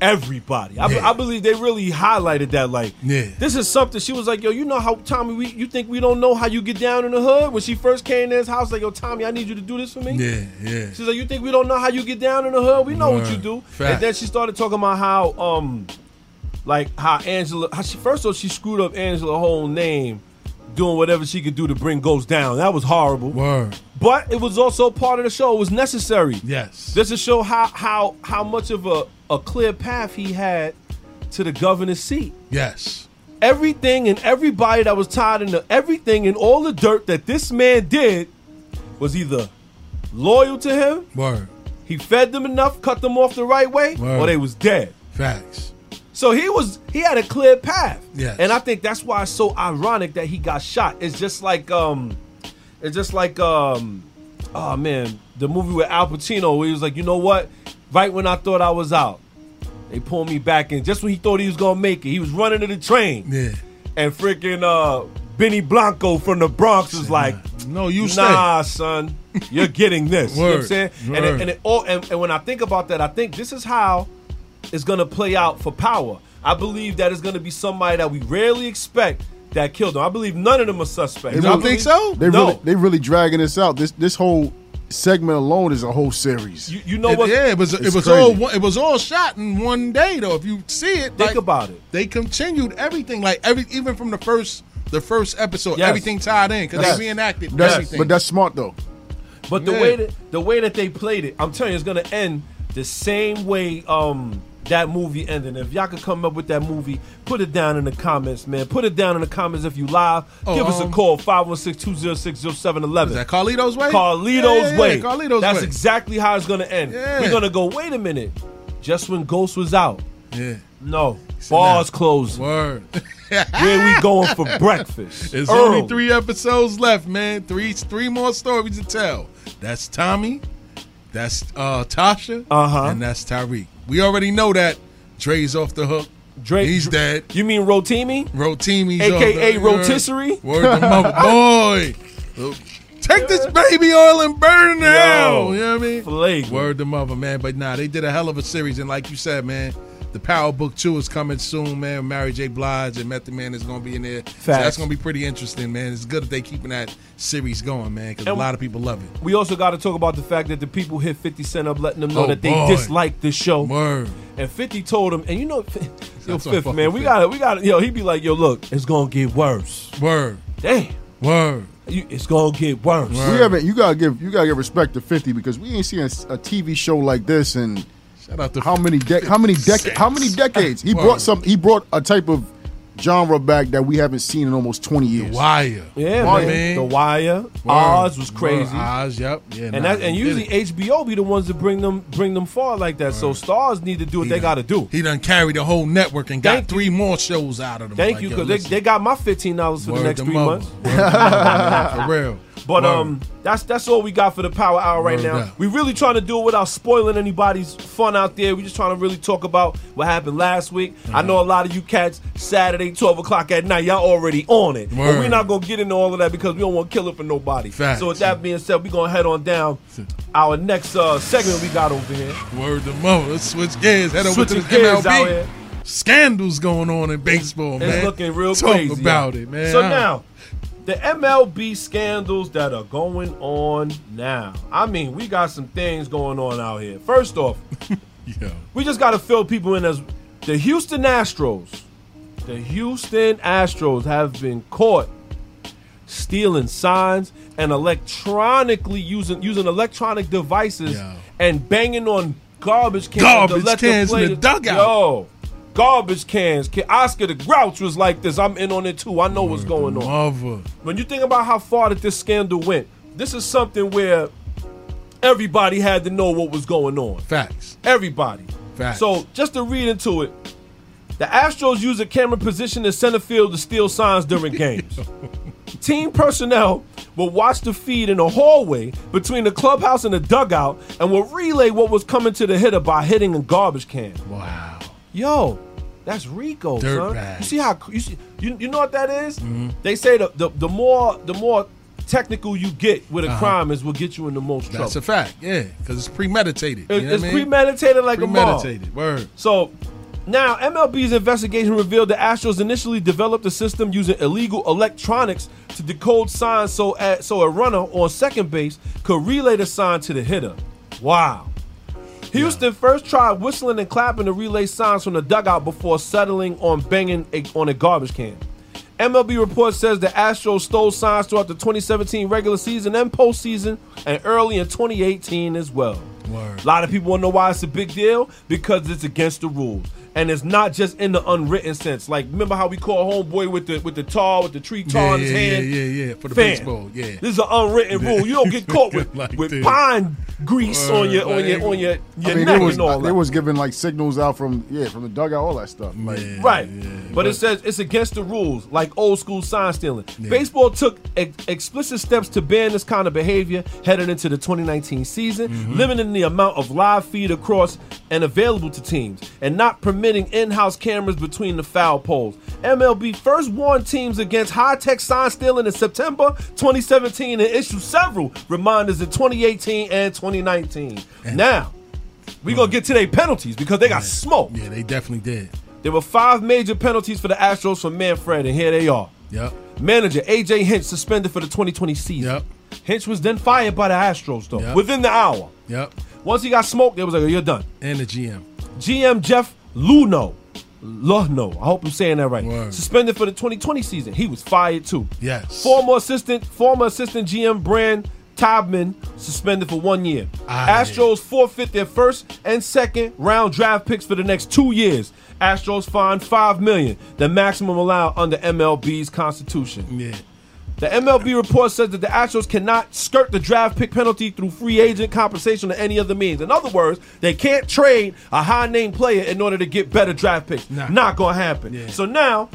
S5: everybody. I, be-
S4: Yeah.
S5: I believe they really highlighted that like
S4: Yeah.
S5: this is something she was like yo you know how Tommy we you think we don't know how you get down in the hood when she first came to his house like yo Tommy I need you to do this for me
S4: yeah, yeah.
S5: She's like, you think we don't know how you get down in the hood? We know what
S4: Word.
S5: you do.
S4: Fact.
S5: And then she started talking about how um like how Angela, how she first of all she screwed up Angela's whole name, doing whatever she could do to bring Ghost down. That was horrible.
S4: Word.
S5: But it was also part of the show. It was necessary.
S4: Yes.
S5: Just to show how how how much of a, a clear path he had to the governor's seat.
S4: Yes.
S5: Everything and everybody that was tied into everything and all the dirt that this man did was either loyal to him,
S4: Word.
S5: he fed them enough, cut them off the right way,
S4: Word.
S5: or they was dead.
S4: Facts.
S5: So he was he had a clear path.
S4: Yes.
S5: And I think that's why it's so ironic that he got shot. It's just like um it's just like um oh man, the movie with Al Pacino where he was like, you know what? Right when I thought I was out, they pulled me back in. Just when he thought he was gonna make it, he was running to the train.
S4: Yeah.
S5: And freaking uh Benny Blanco from the Bronx was like,
S4: No, you stay.
S5: nah, son, you're getting this. You know what I'm
S4: Word.
S5: saying? And it,
S4: Word.
S5: and it all and, and when I think about that, I think this is how it's gonna play out for power. I believe that it's gonna be somebody that we rarely expect that killed him. I believe none of them are suspects. I believe-
S6: They
S5: no.
S6: really, they really dragging this out. This this whole segment alone is a whole series.
S5: You, you know what?
S4: Yeah, it was it
S6: It's
S4: was
S6: crazy.
S4: all one- it was all shot in one day though. If you see it, think
S5: about it.
S4: They continued everything like every even from the first the first episode,
S5: Yes.
S4: everything tied in because
S5: Yes.
S4: they reenacted
S5: Yes.
S4: everything.
S5: But
S6: That's smart though.
S5: But the
S4: Yeah.
S5: way that the way that they played it, I'm telling you, it's gonna end the same way um that movie ended. If y'all could come up with that movie, put it down in the comments, man. Put it down in the comments if you live.
S4: Oh,
S5: Give us a
S4: um,
S5: call 516-206-0711. Is
S4: that Carlito's Way?
S5: Carlito's
S4: Yeah, yeah, yeah,
S5: Way.
S4: Carlito's
S5: That's
S4: Way.
S5: exactly how it's gonna end.
S4: Yeah.
S5: We're gonna go, wait a minute. Just when Ghost was out.
S4: Yeah.
S5: No. Bars closed.
S4: Word.
S5: Where we going for breakfast?
S4: There's
S5: Early.
S4: only three episodes left, man. Three three more stories to tell. That's Tommy, that's uh, Tasha, uh-huh. and that's Tyreek. We already know that Dre's off the hook.
S5: Dre,
S4: he's dead.
S5: You mean Rotimi?
S4: Rotimi's
S5: AKA
S4: off the-
S5: rotisserie?
S4: Word, word to mother, boy. Take this baby oil and burn it
S5: Yo,
S4: hell. You know what I mean?
S5: flake.
S4: Word to mother, man. But nah, they did a hell of a series, and like you said, man. The Power Book 2 is coming soon, man. Mary J. Blige and Method Man is going to be in there. So
S5: Facts.
S4: that's going to be pretty interesting, man. It's good if they keeping that series going, man, because a
S5: And-
S4: lot of people love it.
S5: We also got to talk about the fact that the people hit 50 Cent up, letting them know
S4: Oh,
S5: that they
S4: boy.
S5: dislike the show.
S4: Word.
S5: And 50 told him, and you know, yo,
S4: That's why I
S5: Fifth,
S4: fuck
S5: man,
S4: with
S5: we
S4: Fifth.
S5: got to, we got to, yo, he'd be like, yo, look, it's going to get worse.
S4: Word.
S5: Damn.
S4: Word.
S5: You, it's going to get worse.
S6: We haven't. You gotta give. You gotta give respect to Fifty because we ain't seen a, a TV show like this in
S4: Shout out to
S6: how many dec how many decades how many decades he
S4: Word.
S6: brought some he brought a type of genre back that we haven't seen in almost twenty years.
S4: Wire.
S5: Yeah,
S4: Word,
S5: man.
S4: man.
S5: The Wire,
S4: Word.
S5: Oz was
S4: Word.
S5: crazy.
S4: Oz, yep. Yeah,
S5: and
S4: nah,
S5: that,
S4: he
S5: and
S4: did
S5: usually
S4: it.
S5: HBO be the ones that bring them bring them far like that. So stars need to do what they got to do.
S4: He done carried the whole network and got three more shows out of them.
S5: Thank
S4: Like,
S5: you,
S4: yo,
S5: because they,
S4: listen.
S5: they got my fifteen dollars for the
S4: Word
S5: next
S4: to
S5: three
S4: mother.
S5: months.
S4: Word to mother, man, for real.
S5: But
S4: Word.
S5: um, that's that's all we got for the power hour right
S4: Word
S5: now.
S4: up.
S5: We really trying to do it without spoiling anybody's fun out there. We just trying to really talk about what happened last week. I
S4: Mm-hmm.
S5: know a lot of you cats Saturday twelve o'clock at night, y'all already on it. But
S4: Word.
S5: we're not gonna get into all of that because we don't want to kill it for nobody.
S4: Facts.
S5: So with that being said, we are gonna head on down. Our next uh, segment we got over here.
S4: Word to mother. Let's switch gears. Head over
S5: Switching
S4: to the
S5: gears out
S4: MLB.
S5: here.
S4: Scandals going on in baseball, man.
S5: It's looking real
S4: Talk
S5: crazy.
S4: about it, man.
S5: So
S4: I-
S5: now, the MLB scandals that are going on now. I mean, we got some things going on out here. First off, we just got to fill people in as the Houston Astros. The Houston Astros have been caught stealing signs and electronically using using electronic devices and banging on garbage cans.
S4: Garbage
S5: to let
S4: cans in the
S5: players-
S4: dugout.
S5: Yo, garbage cans. Ki- Oscar the Grouch was like this. I'm in on it too. I know what's going on.
S4: Mother.
S5: When you think about how far that this scandal went, this is something where everybody had to know what was going on.
S4: Facts.
S5: Everybody.
S4: Facts.
S5: So just to read into it, the Astros use a camera positioned in center field to steal signs during games. Team personnel will watch the feed in a hallway between the clubhouse and the dugout and will relay what was coming to the hitter by hitting a garbage can.
S4: Wow.
S5: Yo, that's Rico, son.
S4: Dirtbags.
S5: You see how you see you, you know what that is?
S4: Mm-hmm.
S5: They say the, the the more the more technical you get with a
S4: Uh-huh.
S5: crime is will get you in the most trouble.
S4: That's a fact, yeah, because it's premeditated.
S5: It-
S4: you know
S5: it's
S4: what I mean?
S5: premeditated like
S4: premeditated.
S5: a mob.
S4: Word.
S5: So now MLB's investigation revealed the Astros initially developed a system using illegal electronics to decode signs so a, so a runner on second base could relay the sign to the hitter. Wow. Houston first tried whistling and clapping to relay signs from the dugout before settling on banging a, on a garbage can. MLB report says the Astros stole signs throughout the 2017 regular season and postseason, and early in 2018 as well. A lot of people want to know why it's a big deal because it's against the rules, and it's not just in the unwritten sense. Like remember how we call homeboy with the with the tar with the tree tar
S4: Yeah,
S5: in his
S4: yeah,
S5: hand?
S4: yeah, yeah, yeah, for the baseball, yeah.
S5: This is an unwritten rule. You don't get caught with
S4: Like
S5: with
S4: this.
S5: pine grease on your on your on your, your
S6: I mean,
S5: neck
S6: they was,
S5: and all
S6: they
S5: that.
S6: was giving like signals out from yeah from the dugout, all that stuff. Like,
S5: Right. but, it says it's against the rules, like old school sign stealing. Baseball took ex- explicit steps to ban this kind of behavior headed into the 2019 season,
S6: Mm-hmm.
S5: limiting the amount of live feed across and available to teams, and not permitting in house cameras between the foul poles. MLB first warned teams against high tech sign stealing in September 2017 and issued several reminders in 2018 and 2019. Now, we're going to get to their penalties because they got smoked.
S4: Yeah, they definitely did.
S5: There were five major penalties for the Astros from Manfred, and here they are.
S4: Yep.
S5: Manager AJ Hinch suspended for the 2020 season. Yep. Hinch was then fired by the Astros, though, within the hour.
S4: Yep.
S5: Once he got smoked, it was like, you're done.
S4: And the GM.
S5: GM Jeff Luno. Luhno. I hope I'm saying that right. Suspended for the 2020 season. He was fired too.
S4: Yes.
S5: Former assistant, former assistant GM Brand Tobman suspended for one year.
S4: Ah,
S5: Astros forfeit their first and second round draft picks for the next two years. Astros fined five million, the maximum allowed under MLB's constitution.
S4: Yeah.
S5: The MLB report says that the Astros cannot skirt the draft pick penalty through free agent compensation or any other means. In other words, they can't trade a high name player in order to get better draft picks. Not gonna happen. So now,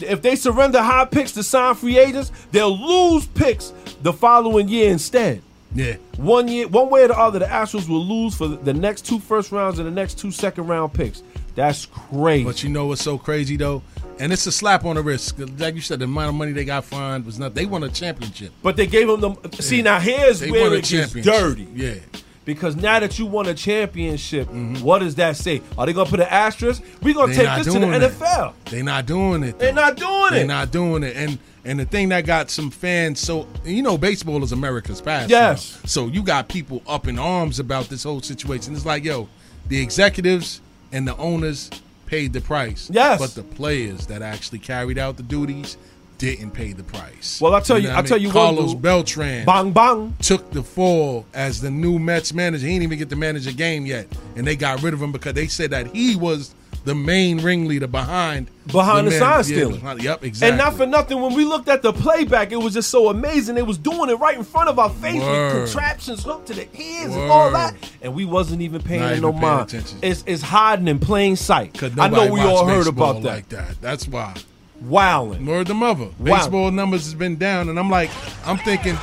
S5: if they surrender high picks to sign free agents, they'll lose picks the following year instead.
S4: Yeah.
S5: One year, one way or the other, the Astros will lose for the next two first rounds and the next two second round picks. That's crazy.
S4: But you know what's so crazy though, and it's a slap on the wrist. 'Cause Like you said, the amount of money they got fined was not. They won a championship.
S5: But they gave him the. Um, See, now here's
S4: They
S5: where
S4: won a
S5: it gets
S4: championship.
S5: dirty.
S4: Yeah. Mm-hmm.
S5: Because now that you won a championship, what does that say? Are they gonna put an asterisk? We're gonna
S4: They
S5: take
S4: not
S5: this to the
S4: doing it.
S5: NFL.
S4: They not doing it.
S5: They're not doing
S4: They're
S5: it.
S4: not doing it. And and the thing that got some fans so and you know baseball is America's past.
S5: Yes.
S4: now. So you got people up in arms about this whole situation. It's like, yo, the executives and the owners paid the price.
S5: Yes.
S4: But the players that actually carried out the duties didn't pay the price.
S5: Well, I'll tell you-
S4: know
S5: I'll
S4: what I mean?
S5: tell you one,
S4: Carlos
S5: dude.
S4: Beltran.
S5: Bang bang.
S4: Took the fall as the new Mets manager. He didn't even get to manage a game yet, and they got rid of him because they said that he was the main ringleader behind
S5: Behind the,
S4: man-
S5: sign
S4: yeah,
S5: stealing.
S4: behind- yep, exactly.
S5: And not for nothing, when we looked at the playback, it was just so amazing. They was doing it right in front of our face
S4: Word.
S5: with contraptions hooked to the ears and all
S4: Word.
S5: that. And we wasn't even paying
S4: Not
S5: no
S4: even paying
S5: mind.
S4: attention.
S5: It's, it's hiding in plain sight. I know
S4: Nobody
S5: we all
S4: watch
S5: heard
S4: baseball
S5: about that.
S4: Like that. That's why.
S5: Wowing.
S4: Word the mother.
S5: Wow.
S4: Baseball numbers has been down, and I'm like, I'm thinking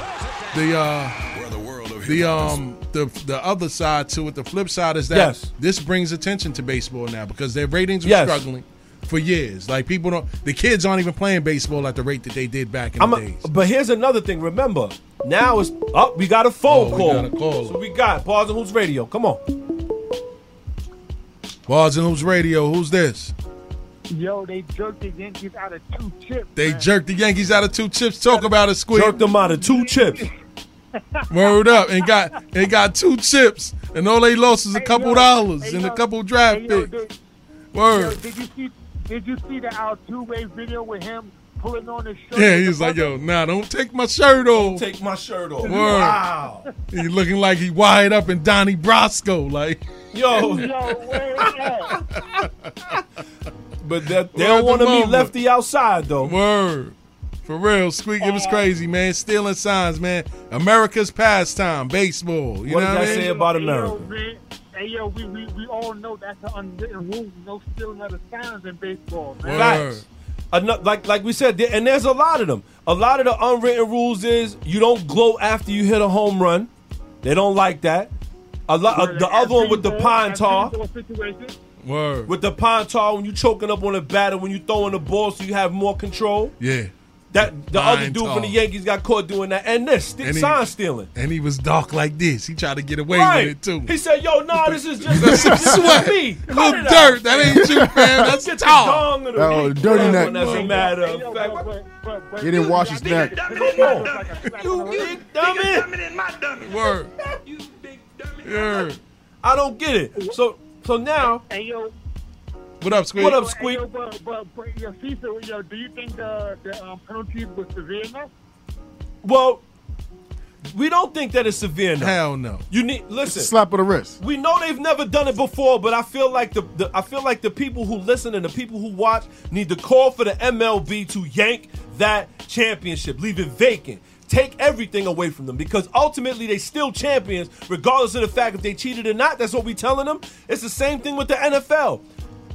S4: the uh, the um the the other side to it. The flip side is that
S5: Yes.
S4: this brings attention to baseball now because their ratings were
S5: Yes.
S4: struggling for years. Like people don't, the kids aren't even playing baseball at the rate that they did back in
S5: I'm
S4: the
S5: a,
S4: day.
S5: but here's another thing. Remember, now it's oh, we got a phone
S4: Oh, we
S5: call.
S4: got a caller.
S5: So we got pause on who's radio. Come on.
S4: Bars and Hoops Radio. Who's this?
S19: Yo, they jerked the Yankees out of two chips.
S4: They jerked the Yankees out of two chips. Talk about a squeak. Jerked
S5: them out of two chips.
S4: Word up and got and got two chips, and all they lost is a couple dollars and a couple draft picks. Word.
S19: Yo, did you see? Did you see the Altuve video with him pulling on his shirt?
S4: Yeah, he was like, yo, nah, don't take my shirt off.
S5: Take my shirt off.
S4: Oh. Word.
S5: Wow.
S4: He looking like he wired up in Donnie Brasco. Like,
S5: Yo. But that they don't want to be left. outside, though. Oh.
S4: Word. For real, Squeak, it was crazy, man. Stealing signs, man. America's pastime, baseball. You
S5: What
S4: know
S5: does
S4: what I
S5: that
S4: mean?
S5: say about
S19: Yo, man, hey, yo, we, we, we all know that's an unwritten rule. No stealing other signs in baseball, man.
S5: Facts. Ano- like like we said, there- and there's a lot of them. A lot of the unwritten rules is you don't gloat after you hit a home run. They don't like that. A lot. uh, the other one with the pine tar.
S4: Word.
S5: With the pine tar, when you choking up on a batter, when you throwing the ball, so you have more control.
S4: Yeah.
S5: That the other
S4: Pine
S5: dude
S4: tar.
S5: from the Yankees got caught doing that, and this st-
S4: And he-
S5: sign stealing.
S4: And he was dark like this. He tried to get away
S5: Right.
S4: with it, too.
S5: He said, "Yo, nah, this is just
S4: This is
S5: this is
S4: sweat.
S5: me.
S4: Little
S5: Cut it out.
S4: dirt. That ain't you, fam. That's
S5: Get
S4: tar.
S5: your dong in the
S6: Oh,
S5: dick.
S6: dirty
S5: That
S6: neck.
S5: one, As a matter of fact,
S6: He didn't wash his neck.
S5: come on, you big dummy.
S4: Word. Word.
S5: I don't get it. So so now,
S19: Hey yo,
S4: What up, Squeak?
S5: What up,
S19: Hey,
S5: Squeak?
S19: yo, but, but, but, yo, Cecil, yo, do you think the, the um, penalties were severe enough?
S5: Well, we don't think that it's severe enough.
S4: Hell no.
S5: You need listen.
S6: Slap of the wrist.
S5: We know they've never done it before, but I feel like the, the I feel like the people who listen and the people who watch need to call for the MLB to yank that championship, leave it vacant. Take everything away from them because ultimately they still champions, regardless of the fact if they cheated or not. That's what we telling them. It's the same thing with the NFL.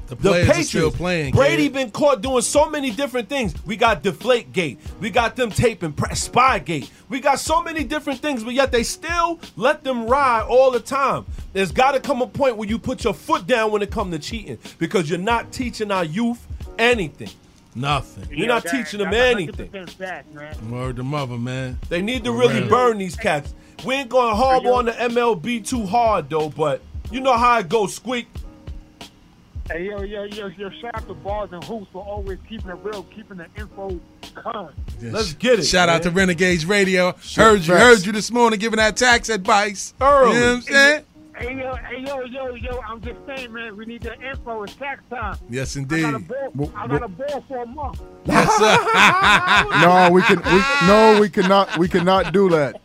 S5: The,
S4: players are still playing,
S5: Brady
S4: kid.
S5: been caught doing so many different things. We got Deflate Gate. We got them taping pre- Spy Gate. We got so many different things, but yet they still let them ride all the time. There's got to come a point where you put your foot down when it comes to cheating because you're not teaching our youth anything.
S4: Nothing.
S5: You're not teaching them anything.
S4: Word to mother, man.
S5: They need to really
S4: Right.
S5: burn these cats. We ain't going to harbor on the MLB too hard, though, but you know how it goes, squeak.
S19: Hey, yo, yo, yo, yo, shout out to Bars and Hoops for always keeping it real, keeping the info current.
S5: Let's get it.
S4: Shout out to
S5: man.
S4: Renegades Radio.
S5: Sure,
S4: heard you,
S5: facts.
S4: heard you this morning giving that tax advice. You know what I'm saying?
S19: Hey, yo, hey, yo, yo, yo, I'm just saying, man, we need the info. It's tax time.
S4: Yes,
S19: I
S4: indeed.
S19: got a ball, I got a ball for a month.
S4: Yes, sir.
S6: No, we can. We, no, we cannot. We cannot do that.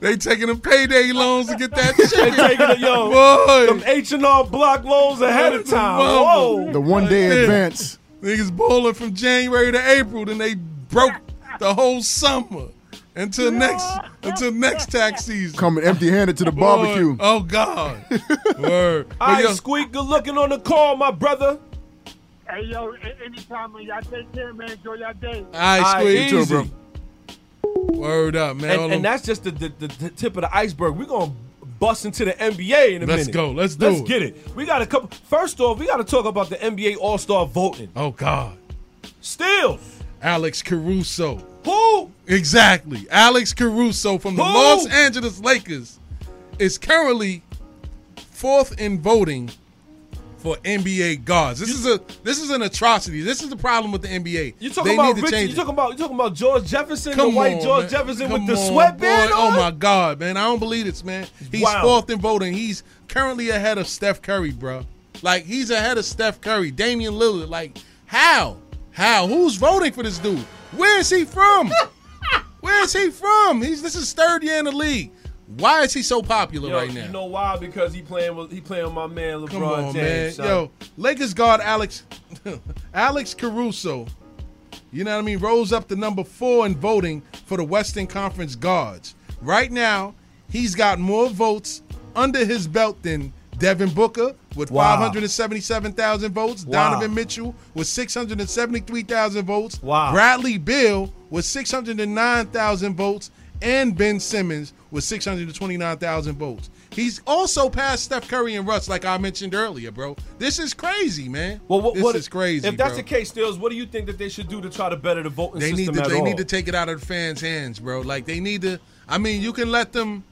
S4: They taking them payday loans to get that
S5: They
S4: shit.
S5: taking it, yo,
S4: Boy.
S5: them H and R block loans ahead of time. Whoa,
S6: The one day
S4: Yeah.
S6: advance.
S4: Niggas bowling from January to April, then they broke the whole summer until next until next tax season.
S6: Coming empty-handed to the
S4: Boy,
S6: barbecue.
S4: Oh God. Word. But
S5: I
S4: yo,
S5: squeak. Good looking on the call, my brother.
S19: Hey, yo, a- anytime, man, y'all take care, man. Enjoy your day.
S4: I
S5: Aight,
S4: squeak
S5: easy.
S4: Word up, man. All
S5: And,
S4: them-
S5: and that's just the, the, the- the tip of the iceberg. We're gonna bust into the NBA in a minute.
S4: Let's go. Let's do
S5: Let's
S4: it.
S5: get it. We got a couple. First off, we got to talk about the NBA All Star voting.
S4: oh God.
S5: Steals.
S4: Alex Caruso.
S5: Who?
S4: Exactly. Alex Caruso from the
S5: Who?
S4: Los Angeles Lakers is currently fourth in voting for NBA guards. This is a this is an atrocity. This is the problem with the NBA.
S5: You talking
S4: They
S5: about
S4: need to
S5: Richie,
S4: change
S5: You
S4: it.
S5: talking about you talking about George Jefferson,
S4: Come
S5: the white
S4: on,
S5: George
S4: man.
S5: Jefferson
S4: Come
S5: with the
S4: on,
S5: sweatband
S4: boy.
S5: on.
S4: Oh my God, man! I don't believe this, man. He's
S5: Wow.
S4: fourth in voting. He's currently ahead of Steph Curry, bro. Like he's ahead of Steph Curry, Damian Lillard. Like how? How? Who's voting for this dude? Where is he from? Where is he from? He's this is third year in the league. Why is he so popular
S5: Yo,
S4: right now?
S5: You know why? Because he playing with he playing with my man LeBron
S4: Come on,
S5: James.
S4: man.
S5: son.
S4: Yo, Lakers guard Alex Alex Caruso. You know what I mean? Rose up to number four in voting for the Western Conference guards. Right now, he's got more votes under his belt than Devin Booker with
S5: Wow.
S4: 577,000 votes,
S5: Wow.
S4: Donovan Mitchell with 673,000 votes,
S5: Wow.
S4: Bradley Bill with 609,000 votes, and Ben Simmons with 629,000 votes. He's also passed Steph Curry and Russ, like I mentioned earlier, bro. This is crazy, man.
S5: Well, what,
S4: this
S5: what-
S4: is crazy.
S5: If that's
S4: bro.
S5: the case, Stills, what do you think that they should do to try to better the voting
S4: They need
S5: system
S4: to
S5: at
S4: they
S5: all?
S4: need to take it out of the fans' hands, bro. Like they need to I mean, you can let them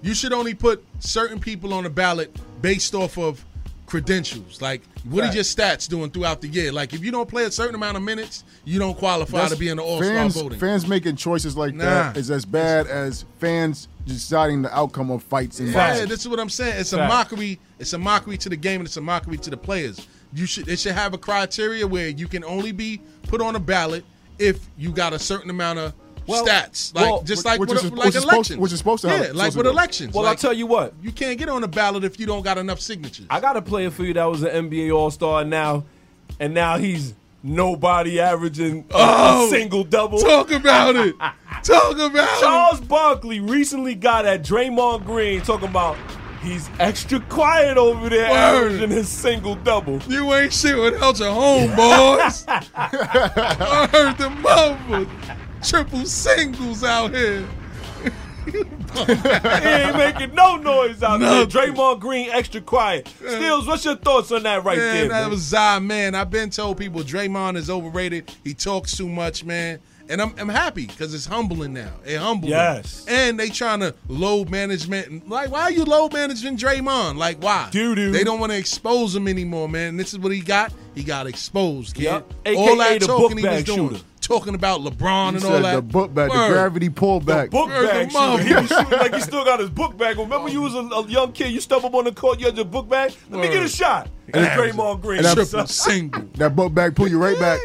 S4: you should only put certain people on the ballot based off of credentials. Like what are
S6: Right.
S4: your stats doing throughout the year? Like if you don't play a certain amount of minutes, you don't qualify
S6: That's-
S4: to be in the all-star
S6: fans,
S4: voting.
S6: fans making choices like that
S4: Nah.
S6: is as bad as fans deciding the outcome of fights and
S4: Yeah,
S6: boxing.
S4: this is what I'm saying. It's a
S6: Facts.
S4: mockery. It's a mockery to the game, and it's a mockery to the players. You should. It should have a criteria where you can only be put on a ballot if you got a certain amount of
S5: Well,
S4: stats, like
S5: well,
S4: just like
S6: which
S4: with,
S6: is-
S4: a-
S6: which
S4: like
S6: is supposed-
S4: elections,
S6: which is supposed to
S4: yeah,
S6: have- supposed
S4: like
S6: to
S4: with
S6: go.
S4: elections.
S5: Well,
S4: like,
S5: I'll tell you what.
S4: you can't get on a ballot if you don't got enough signatures.
S5: I got a player for you that was an NBA All Star now, and now he's nobody averaging a- a
S4: Oh,
S5: single double.
S4: Talk about it. Talk about
S5: Charles Barkley recently got at Draymond Green talking about he's extra quiet over there
S4: Word.
S5: averaging his single double.
S4: it. You ain't shit without your homeboys. I heard the mother triple singles out here.
S5: He ain't making no noise out
S4: Nothing.
S5: there. Draymond Green extra quiet. Stills, what's your thoughts on that right
S4: man,
S5: there?
S4: That
S5: man?
S4: was Zai, man. I've been told people Draymond is overrated. He talks too much, man. And I'm, I'm happy because it's humbling now. It humbles.
S5: Yes.
S4: And they trying to load management. Like, why are you load managing Draymond? Like, why?
S5: Doo-doo.
S4: They don't want to expose him anymore, man. And this is what he got. He got exposed, kid.
S5: Yep.
S4: All
S5: AKA
S4: that
S5: the
S4: talking
S5: book
S4: he was
S5: bag
S4: doing.
S5: shooter.
S4: talking about LeBron
S6: He
S4: and all
S6: said
S4: that.
S6: the book back,
S4: Word.
S6: the gravity pullback.
S5: Book
S4: Word,
S5: bag.
S4: the mother-
S5: shit. He was shooting like he still got his book bag. on. Remember, you was a, a young kid. You stumbled on the court. You had your book bag. Let me get a shot. And
S6: that-
S5: Draymond Green.
S6: and that-
S5: son.
S6: That book bag pull you right back.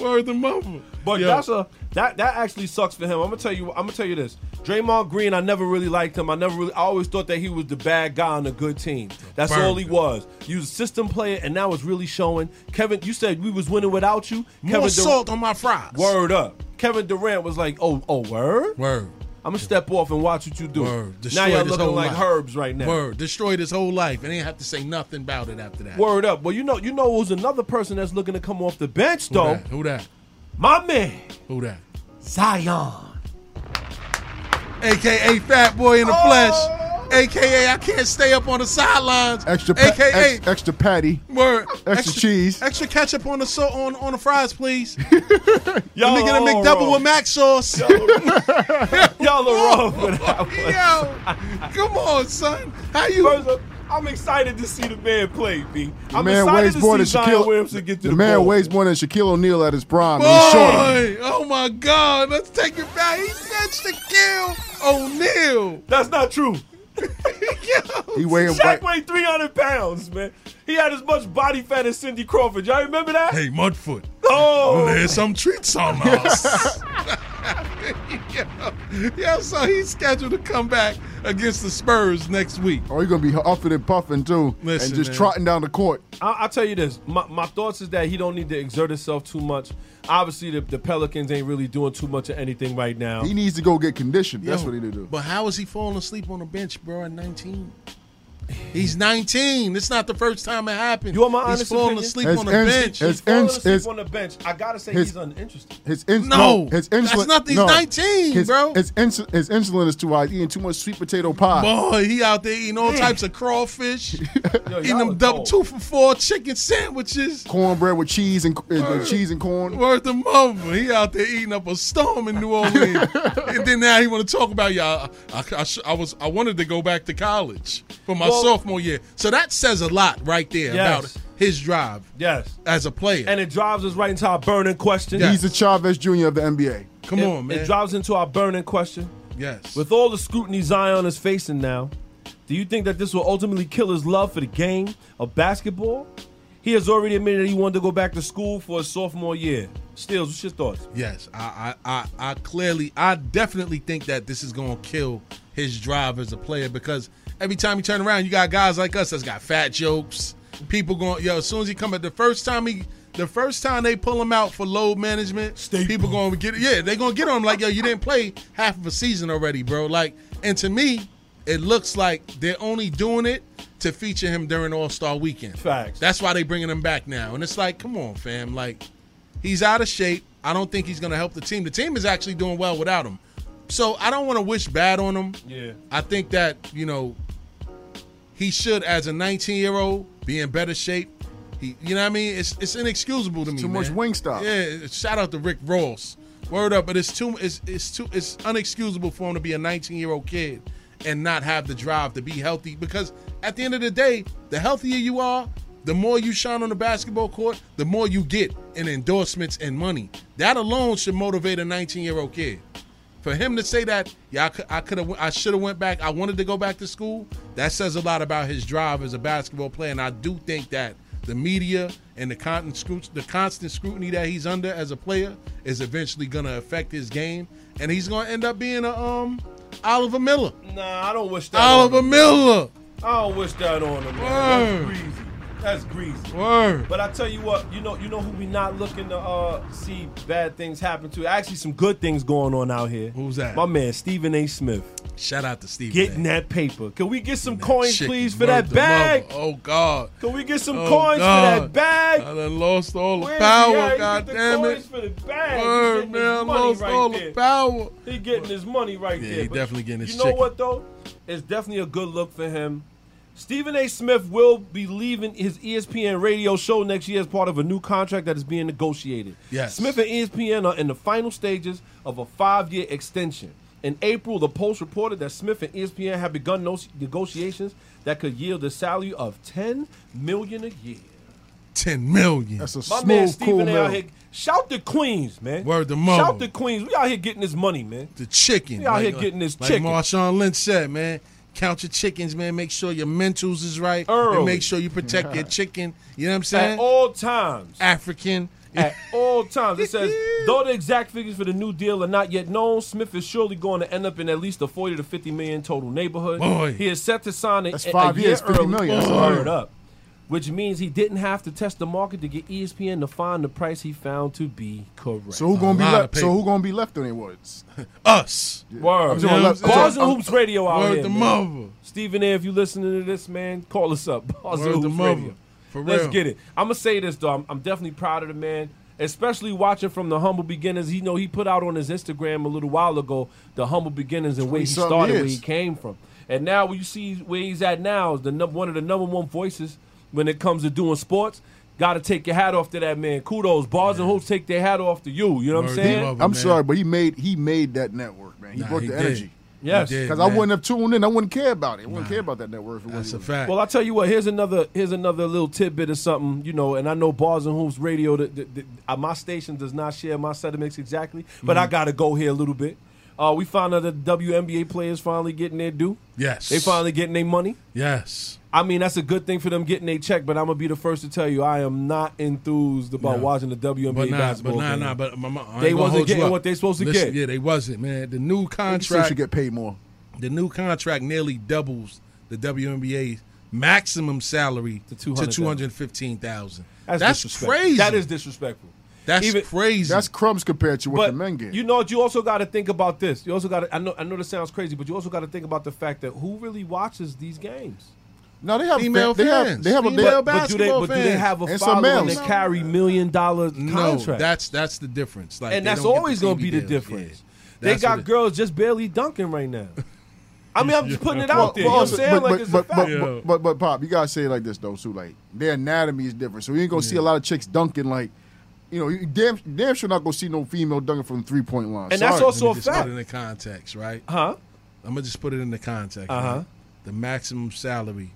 S4: Word the mother.
S5: But that's a that that actually sucks for him. I'm gonna tell you. I'm gonna tell you this. Draymond Green, I never really liked him. I never really. I always thought that he was the bad guy on a good team. That's
S4: Burn.
S5: all he was. He was a system player, and now it's really showing. Kevin, you said we was winning without you.
S4: More
S5: Kevin Dur-
S4: salt on my fries.
S5: Word up. Kevin Durant was like, oh, oh, word.
S4: Word.
S5: I'm gonna step off and watch what you do.
S4: Word. Destroy
S5: Now you're
S4: this
S5: looking
S4: whole
S5: like
S4: life.
S5: herbs right now.
S4: Word. Destroyed his whole life and ain't have to say nothing about it after that.
S5: Word up. Well, you know, you know, who's another person that's looking to come off the bench though.
S4: that? Who that?
S5: My man,
S4: Who that?
S5: Zion.
S4: AKA Fat Boy in the flesh. AKA I can't stay up on the sidelines.
S6: Extra, pa-
S4: AKA
S6: ex- extra patty.
S4: Word.
S6: Extra cheese.
S4: Extra ketchup on the so- on on the fries, please.
S5: Y'all
S4: Let me get a
S5: are all
S4: McDouble
S5: wrong.
S4: with mac sauce.
S5: Y'all are wrong for that one.
S4: Yo, come on, son. How you?
S5: First of, I'm excited to see the man play, B.
S6: The
S5: I'm
S6: man
S5: excited
S6: weighs
S5: to
S6: more
S5: see
S6: than
S5: Zion
S6: Shaquille.
S5: Williamson get to
S6: the,
S5: the,
S6: man
S5: ball.
S6: weighs more than Shaquille O'Neal at his prime. He's short.
S4: Boy, oh my God, let's take it back. Oh, He snatched the kill. O'Neal.
S5: That's not true.
S6: He weighing right.
S5: Shaq weighed 300 pounds, man. He had as much body fat as Cindy Crawford. Y'all remember that?
S4: Hey, Mudfoot.
S5: Oh,
S4: There's some treats on us. yo, yo, so he's scheduled to come back against the Spurs next week.
S6: Oh, he's gonna be huffing and puffing too,
S4: Listen,
S6: and just
S4: man.
S6: trotting down the court.
S5: I, I'll tell you this. My, my thoughts is that he don't need to exert himself too much. Obviously, the, the Pelicans ain't really doing too much of anything right now.
S6: He needs to go get conditioned. That's
S4: Yo,
S6: what he need to do.
S4: But how is he falling asleep on the bench, bro, at 19? He's 19. It's not the first time it happened.
S5: You want my honest
S4: He's falling
S5: opinion?
S4: asleep
S6: As
S4: on the
S6: ins-
S4: bench.
S6: as
S5: Falling
S6: ins-
S5: asleep
S6: as-
S5: on the bench. I gotta say
S6: his-
S5: he's uninterested.
S6: His ins-
S4: No,
S6: his
S4: that's
S6: insulin.
S4: nothing. He's
S6: no.
S4: 19,
S6: his,
S4: bro.
S6: His, ins- his insulin is too high. He's eating too much sweet potato pie.
S4: Boy, he out there eating all
S5: Man.
S4: types of crawfish,
S5: Yo,
S4: eating
S5: y'all are
S4: them double
S5: cold.
S4: two for four chicken sandwiches.
S6: Cornbread with cheese and and- and cheese and corn.
S4: Worth him over. He out there eating up a storm in New Orleans, and then now he want to talk about y'all. I, I, I sh- I was I wanted to go back to college for my
S5: Well-
S4: sophomore year, so that says a lot right there
S5: Yes.
S4: about his drive
S5: Yes.
S4: as a player.
S5: And it drives us right into our burning question.
S6: He's the Chavez Jr. of the NBA.
S4: Come
S5: it,
S4: on, man.
S5: It drives into our burning question.
S4: yes.
S5: With all the scrutiny Zion is facing now, do you think that this will ultimately kill his love for the game of basketball? He has already admitted he wanted to go back to school for his sophomore year. Steals, what's your thoughts?
S4: Yes, I, I, I, I clearly, I definitely think that this is gonna kill his drive as a player because every time you turn around, you got guys like us that's got fat jokes. People going, yo, as soon as he come at the first time he, the first time they pull him out for load management, people going to get it. Yeah, they gonna get on him like, yo, you didn't play half of a season already, bro. Like, and to me, it looks like they're only doing it to feature him during All Star Weekend.
S5: Facts.
S4: That's why they bringing him back now. And it's like, come on, fam. Like, he's out of shape. I don't think he's going to help the team. The team is actually doing well without him. So I don't want to wish bad on him.
S5: Yeah.
S4: I think that, you know, he should, as a 19 year old, be in better shape. He, you know what I mean? It's it's inexcusable to me.
S6: Too much
S4: man.
S6: wing stop.
S4: Yeah, shout out to Rick Ross. Word up, but it's too it's it's too it's unexcusable for him to be a 19 year old kid and not have the drive to be healthy because at the end of the day, the healthier you are, the more you shine on the basketball court, the more you get in endorsements and money. That alone should motivate a 19 year old kid. For him to say that, yeah, I could, I could have, I should have went back. I wanted to go back to school. That says a lot about his drive as a basketball player, and I do think that the media and the constant, scru- the constant scrutiny that he's under as a player is eventually going to affect his game, and he's going to end up being a um Oliver Miller.
S5: Nah, I don't wish that
S4: Oliver
S5: on him.
S4: Miller.
S5: I don't wish that on him. Man. That's greasy. That's greasy.
S4: Word.
S5: But I tell you what, you know, you know who we not looking to uh, see bad things happen to. Actually, some good things going on out here.
S4: Who's that?
S5: My man Stephen A. Smith
S4: Shout out to Steve.
S5: getting
S4: man.
S5: that paper. Can we get some coins,
S4: Shit,
S5: please,
S4: he
S5: for that
S4: murdered
S5: bag?
S4: mother. Oh God.
S5: Can we get some
S4: Oh,
S5: coins for
S4: God.
S5: that bag?
S4: I done lost all the
S5: Where's
S4: power.
S5: he at? He get
S4: God
S5: the
S4: damn
S5: coins
S4: it.
S5: For the bag.
S4: Word,
S5: He's getting his
S4: man, I
S5: money
S4: lost
S5: right
S4: all the
S5: there.
S4: power.
S5: He getting his money right
S4: Yeah,
S5: there.
S4: he
S5: but
S4: definitely getting his
S5: You know
S4: chicken.
S5: what though? It's definitely a good look for him. Stephen A. Smith will be leaving his E ESPN radio show next year as part of a new contract that is being negotiated.
S4: Yes.
S5: Smith and E ESPN are in the final stages of a five-year extension. In April, the Post reported that Smith and E ESPN have begun no- negotiations that could yield a salary of ten million a year.
S4: ten million.
S6: That's a
S4: small
S5: My man Stephen A. out here. Shout to Queens, man.
S4: Word to Mo.
S5: Shout to Queens. We out here getting this money, man.
S4: The chicken.
S5: We out here
S4: Like-
S5: getting this
S4: like
S5: chicken.
S4: Marshawn Lynch said, man. Count your chickens, man. Make sure your mentals is right,
S5: Early.
S4: and make sure you protect your chicken. You know what I'm saying?
S5: At all times.
S4: African.
S5: At all times. It says, though the exact figures for the New Deal are not yet known, Smith is surely going to end up in at least a 40 to 50 million total neighborhood.
S6: Boy.
S5: He is set to sign a,
S6: That's
S5: a- a
S6: five
S5: year
S6: years, 50
S5: early.
S6: million. That's a
S5: Word
S6: lot.
S5: up. Which means he didn't have to test the market to get E ESPN to find the price he found to be correct.
S6: So who gonna be left? So who gonna be left on their words?
S4: Us.
S5: Word.
S6: I'm talking about left-
S5: Bars
S6: I'm-
S5: and Hoops Radio out
S6: Word
S5: here.
S6: to
S5: man.
S6: mother.
S5: Stephen A., if you listening to this, man, call us up. Bars
S4: Word
S5: and
S4: to
S5: Hoops
S4: mother.
S5: Radio.
S4: For
S5: Let's
S4: real.
S5: get it. I'm gonna say this though. I'm, I'm definitely proud of the man, especially watching from the humble beginnings. You know, he put out on his Instagram a little while ago the humble beginnings and where he
S6: 20-something
S5: started, where
S6: years.
S5: he came from, and now when you see where he's at now is the num- one of the number one voices when it comes to doing sports. Got to take your hat off to that man. Kudos, bars and hoops take their hat off to you. You know what I'm saying?
S6: I'm sorry, but he made he made that network, man. He
S5: Nah,
S6: brought
S5: he
S6: the
S5: did.
S6: energy.
S5: He Yes. did,
S6: because I
S5: man.
S6: wouldn't have tuned in. I wouldn't care about it. I wouldn't care about that network. If it That's a
S4: fact.
S5: Well, I'll tell you what. Here's another. Here's another little tidbit of something. You know, and I know Bars and Hoops Radio. The, the, the, uh, my station does not share my sentiments exactly, but I
S4: Mhm.
S5: got to go here a little bit. Uh, we found out that WNBA players finally getting their due.
S4: Yes.
S5: they finally getting their money.
S4: Yes.
S5: I mean, that's a good thing for them getting their check. But I'm gonna be the first to tell you, I am not enthused about
S4: No.
S5: watching the WNBA
S4: But nah, but
S5: basketball
S4: nah,
S5: game.
S4: nah, but my, my, I ain't
S5: they
S4: gonna
S5: wasn't
S4: hold you
S5: getting
S4: up.
S5: what they supposed to
S4: Listen,
S5: get.
S4: Yeah, they wasn't, man. The new
S6: still
S4: contract
S6: should get paid more.
S4: The new contract nearly doubles the WNBA maximum salary to
S5: $200,000.
S4: two hundred fifteen thousand.
S5: That's, disrespectful.
S4: crazy.
S5: That is disrespectful.
S4: That's crazy.
S6: That's crumbs compared to what the men get.
S5: You know what? You also got to think about this. You also got to. I know. I know this sounds crazy, but you also got to think about the fact that who really watches these games.
S6: No, they have
S4: Female
S6: they,
S4: fans.
S6: Have, they have a
S4: Female
S6: they-
S5: But do they?
S4: Basketball
S5: But do they
S4: fans.
S5: have a
S4: And some
S5: following
S4: males.
S5: that carry million dollar
S4: no,
S5: contracts?
S4: that's that's the difference. Like,
S5: and
S4: they
S5: that's
S4: don't get the
S5: always going to
S4: TV
S5: be the
S4: deals.
S5: difference.
S4: Yeah.
S5: They
S4: That's what
S5: got
S4: it-
S5: girls just barely dunking right now. I mean, I'm just putting it out there. You know
S6: Well,
S5: what I'm
S6: also-
S5: saying?
S6: but-
S5: like
S6: but-
S5: it's a
S6: but-
S5: fact.
S6: but- But, but, but, Pop, you gotta say it like this though, too. Like their anatomy is different, so you ain't gonna see a lot of chicks dunking. Like, you know, you damn, damn sure not gonna see no female dunking from the three point line. Sorry.
S4: Let me just Put it in the context, right?
S5: Huh?
S4: I'm gonna just put it in the context.
S5: Uh-huh.
S4: right? The maximum salary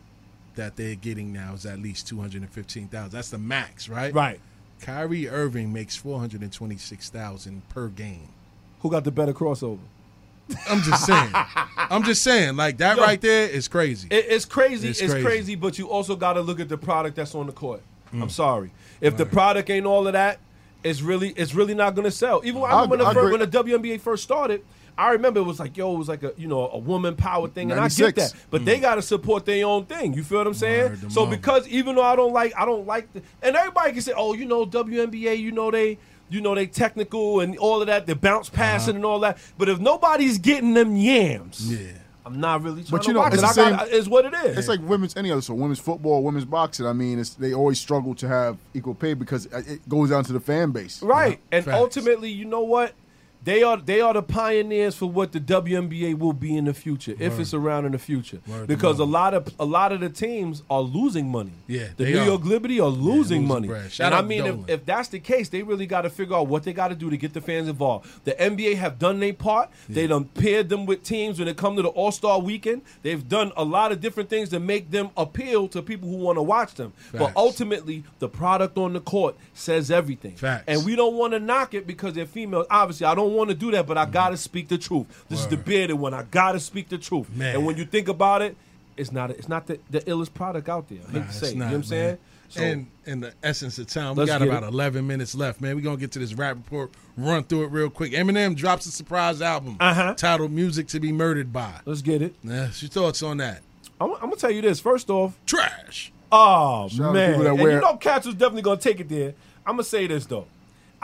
S4: that they're getting now is at least two hundred and fifteen thousand. That's the max, right?
S5: Right.
S4: Kyrie Irving makes four hundred and twenty-six thousand per game.
S5: Who got the better crossover?
S4: I'm just saying. I'm just saying. Like that
S5: Yo.
S4: right there is crazy.
S5: It- it's crazy. It's,
S4: It's
S5: crazy.
S4: crazy.
S5: but you also got to look at the product that's on the court. I'm
S4: Mm.
S5: sorry if the
S4: Right.
S5: product ain't all of that. It's really, it's really not going to sell. Even when, I
S6: I-
S5: remember when,
S6: I
S5: the first,
S6: agree.
S5: when the WNBA first started, I remember it was like, yo, it was like a, you know, a woman power thing, and I get
S6: 96.
S5: that. But
S4: Mm.
S5: they got to support their own thing. You feel what I'm saying?
S6: Word to
S5: So
S6: mother.
S5: because even though I don't like, I don't like, the, and everybody can say, oh, you know, WNBA, you know they. You know they technical and all of that, the bounce
S4: Uh-huh.
S5: passing and all that. But if nobody's getting them yams,
S4: yeah,
S5: I'm not really. Trying
S6: But you
S5: to
S6: know,
S5: watch
S6: it's,
S5: it.
S6: the
S5: I
S6: same,
S5: got- it's what it is.
S6: It's like women's any other. So women's football, women's boxing. I mean, it's, they always struggle to have equal pay because it it goes down to the fan base.
S5: Right. And
S6: Facts.
S5: ultimately, you know what? They are they are the pioneers for what the WNBA will be in the future, if
S4: Word.
S5: it's around in the future.
S4: Word to
S5: because a lot of a lot of the teams are losing money.
S4: Yeah,
S5: the
S4: they
S5: New
S4: are.
S5: York Liberty are losing
S4: losing
S5: money.
S4: bread. Shout
S5: And I
S4: out
S5: mean,
S4: Dolan.
S5: if, if that's the case, they really got to figure out what they got to do to get the fans involved. The NBA have done their part. They done paired them with teams when it come to the All Star Weekend. They've done a lot of different things to make them appeal to people who want to watch them. But
S4: Facts.
S5: ultimately, the product on the court says everything.
S4: Facts.
S5: And we don't want to knock it because they're females. Obviously, I don't want to do that, but I
S4: Mm-hmm.
S5: gotta speak the truth. This is the bearded one. I gotta speak the truth.
S4: Man.
S5: And when you think about it, it's not it's not the, the illest product out there. I hate
S4: Nah,
S5: to
S4: it's
S5: say, it, you know
S4: not,
S5: what I'm saying?
S4: man. and in the essence of time, we
S5: Let's
S4: got
S5: get
S4: about
S5: it.
S4: 11 minutes left, man. We're going to get to this rap report, run through it real quick. Eminem drops a surprise album titled Music to Be Murdered By.
S5: Uh-huh. Let's get it.
S4: What's your thoughts on that?
S5: I'm, I'm gonna tell you this. First off,
S4: trash.
S5: Oh
S4: Shout out to
S5: man,
S4: people that
S5: and you
S4: wear-
S5: know, Cats was definitely gonna take it there. I'm gonna say this though.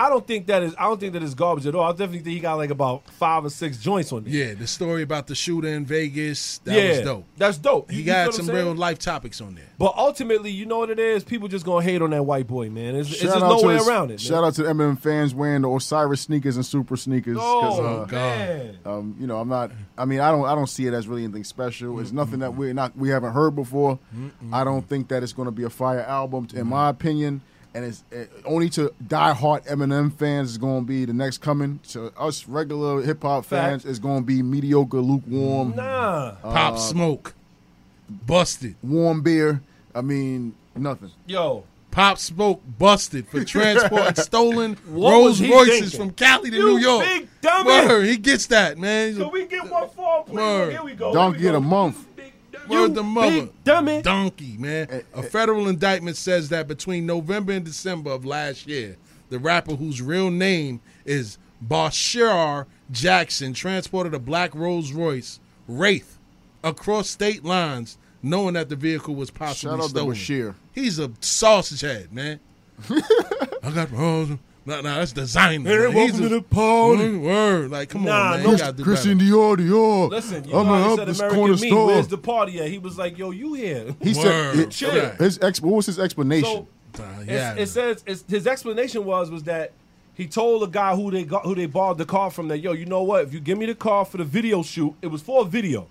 S5: I don't think that is. I don't think that is garbage at all. I definitely think he got like about five or six joints on there.
S4: Yeah, the story about the shooter in Vegas, that
S5: Yeah,
S4: was dope.
S5: That's dope. You-
S4: He
S5: you feel
S4: got
S5: what
S4: some
S5: I'm saying?
S4: real life topics on there.
S5: But ultimately, you know what it is. People just gonna hate on that white boy, man. It's, it's
S6: Shout
S5: just
S6: out
S5: no
S6: to
S5: way
S6: the-
S5: around it.
S6: Shout out to the Eminem fans wearing the Osiris sneakers and Super sneakers. 'cause,
S5: Oh,
S6: uh,
S5: man.
S6: Um, you know, I'm not. I mean, I don't. I don't see it as really anything special. It's nothing that we're not. We haven't heard before. I don't think that it's going to be a fire album, in my opinion. And it's uh only to diehard Eminem fans is going to be the next coming. To us regular hip hop
S4: Fact.
S6: fans, it's going to be mediocre, lukewarm. uh,
S5: Nah.
S4: Pop Smoke, busted,
S6: warm beer. I mean, nothing.
S5: Yo,
S4: Pop spoke busted for transporting stolen
S5: What
S4: Rolls
S5: was he
S4: Royces
S5: thinking?
S4: from Cali to
S5: You
S4: New York.
S5: big dummy.
S4: Word, he gets that, man.
S5: Can we get one fall, please?
S4: Word.
S5: Here we go.
S6: Donkey of the month. Eh,
S4: Word the mother.
S5: dummy.
S4: Donkey, man. A federal indictment says that between November and December of last year, the rapper whose real name is Bashar Jackson transported a black Rolls Royce Wraith across state lines, knowing that the vehicle was possibly
S6: Shout out to
S4: stolen.
S6: Bashir.
S4: He's a sausage head, man. I got Rolls. Nah, nah, that's designer.
S6: Hey,
S4: man.
S6: welcome
S4: He's a-
S6: to the party.
S4: Word, like come
S5: Nah,
S4: on, man.
S5: no-
S4: You gotta do better.
S6: Christian Dior, Dior.
S5: Listen, you
S6: I'm
S5: know how
S6: gonna
S5: he
S6: up
S5: said
S6: this
S5: American
S6: corner
S5: me.
S6: store.
S5: Where's the party at? He was like, yo, you here.
S6: He said
S5: Word.
S6: his,
S5: Chill.
S6: his ex. What was his explanation?
S5: So, it's- it says it's, his explanation was was that he told the guy who they got who they borrowed the car from that yo, you know what? If you give me the car for the video shoot, it was for a video.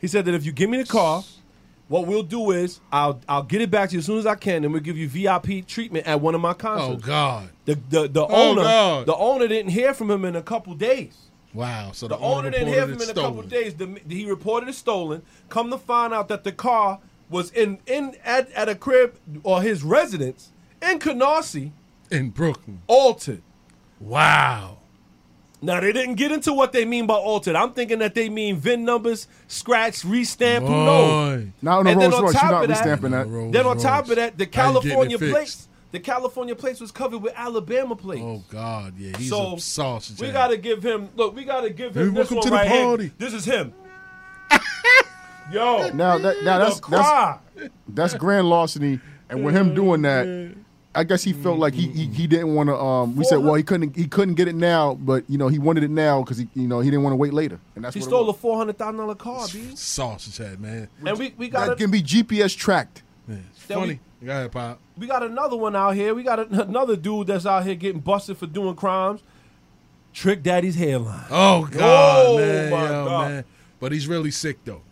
S5: He said that if you give me the car, what we'll do is I'll I'll get it back to you as soon as I can, and we'll give you VIP treatment at one of my concerts.
S4: Oh, God.
S5: The the, the
S4: Oh,
S5: owner
S4: God.
S5: the owner didn't hear from him in a couple days.
S4: Wow. So
S5: The owner didn't hear
S4: reported
S5: from
S4: it
S5: him in a couple
S4: stolen.
S5: days. The, he reported it stolen. Come to find out that the car was in in at, at a crib or his residence in Canarsie,
S4: in Brooklyn.
S5: altered.
S4: Wow.
S5: Now they didn't get into what they mean by altered. I'm thinking that they mean VIN numbers, scratch, restamp. Who knows?
S6: Boy. Not on a
S5: And then
S6: Rolls
S5: on
S6: Royce,
S5: top
S6: you're not
S5: of that-
S6: restamping that. Not on a
S5: Then on
S6: Rolls
S5: top
S6: Royce.
S5: of that,
S6: How
S5: the
S6: you getting it
S5: California
S6: fixed?
S5: plates. The California plates was covered with Alabama plates.
S4: Oh God, yeah, he's
S5: so
S4: a sausage.
S5: we
S4: head.
S5: gotta give him. Look, we gotta give him
S4: Hey,
S5: this
S4: welcome
S5: one
S4: to the
S5: right here.
S4: party.
S5: This is him. Yo,
S6: Now that now
S5: the
S6: that's
S5: cry.
S6: that's, that's grand larceny, and with him doing that, I guess he felt like he he, he didn't want to. Um, we said, well, he couldn't he couldn't get it now, but you know he wanted it now because he you know he didn't want to wait later, and that's
S5: he
S6: what it
S5: stole a four hundred thousand dollar car, B.
S4: sausage head, man.
S5: And we we got
S6: was.
S5: a,
S6: that can be GPS tracked.
S5: then we-
S4: Funny. Go ahead, pop.
S5: We got another one out here. We got a, another dude that's out here getting busted for doing crimes. Trick Daddy's hairline.
S4: Oh God,
S5: Oh,
S4: man,
S5: my
S4: yo,
S5: God.
S4: man. But he's really sick though.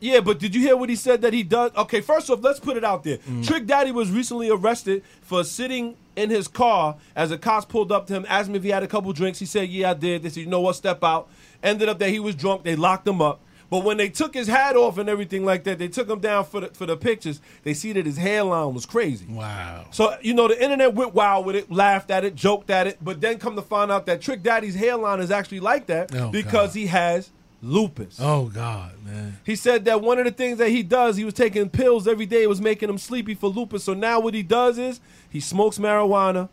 S5: Yeah, but did you hear what he said that he does? Okay, first off, let's put it out there.
S4: Mm.
S5: Trick Daddy was recently arrested for sitting in his car as the cops pulled up to him, asked him if he had a couple drinks. He said, "Yeah, I did." They said, "You know what? Step out." Ended up that he was drunk. They locked him up. But when they took his hat off and everything like that, they took him down for the, for the pictures. They see that his hairline was crazy.
S4: Wow.
S5: So you know the internet went wild with it, laughed at it, joked at it, but then come to find out that Trick Daddy's hairline is actually like that
S4: Oh,
S5: because he has lupus.
S4: Oh God, man.
S5: He said that one of the things that he does, he was taking pills every day, it was making him sleepy for lupus. So now what he does is he smokes marijuana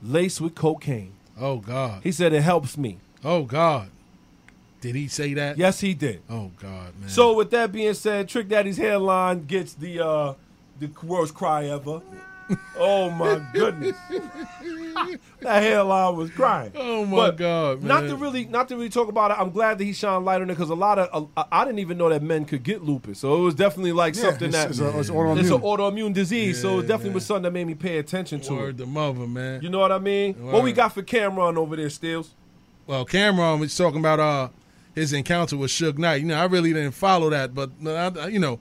S5: laced with cocaine.
S4: Oh God.
S5: He said it helps me.
S4: Oh God. Did he say that?
S5: Yes, he did.
S4: Oh God, man.
S5: So with that being said, Trick Daddy's hairline gets the uh the worst cry ever. oh my goodness. that hairline was crying.
S4: Oh my
S5: But
S4: God, man.
S5: Not to really, not to really talk about it. I'm glad that he shined light on it because a lot of uh, I didn't even know that men could get lupus, so it was definitely like
S6: Yeah,
S5: something
S6: it's-
S5: that
S6: it's a- it's
S5: an
S6: autoimmune.
S5: autoimmune disease. so
S4: Yeah,
S5: it definitely
S4: man.
S5: was something that made me pay attention to
S4: Word
S5: it.
S4: the mother, man.
S5: You know what I mean? What we
S4: Word.
S5: got for Cameron over there, Steels?
S4: well, Cameron was talking about uh his encounter with Suge Knight. You know, I really didn't follow that, but uh, I, you know,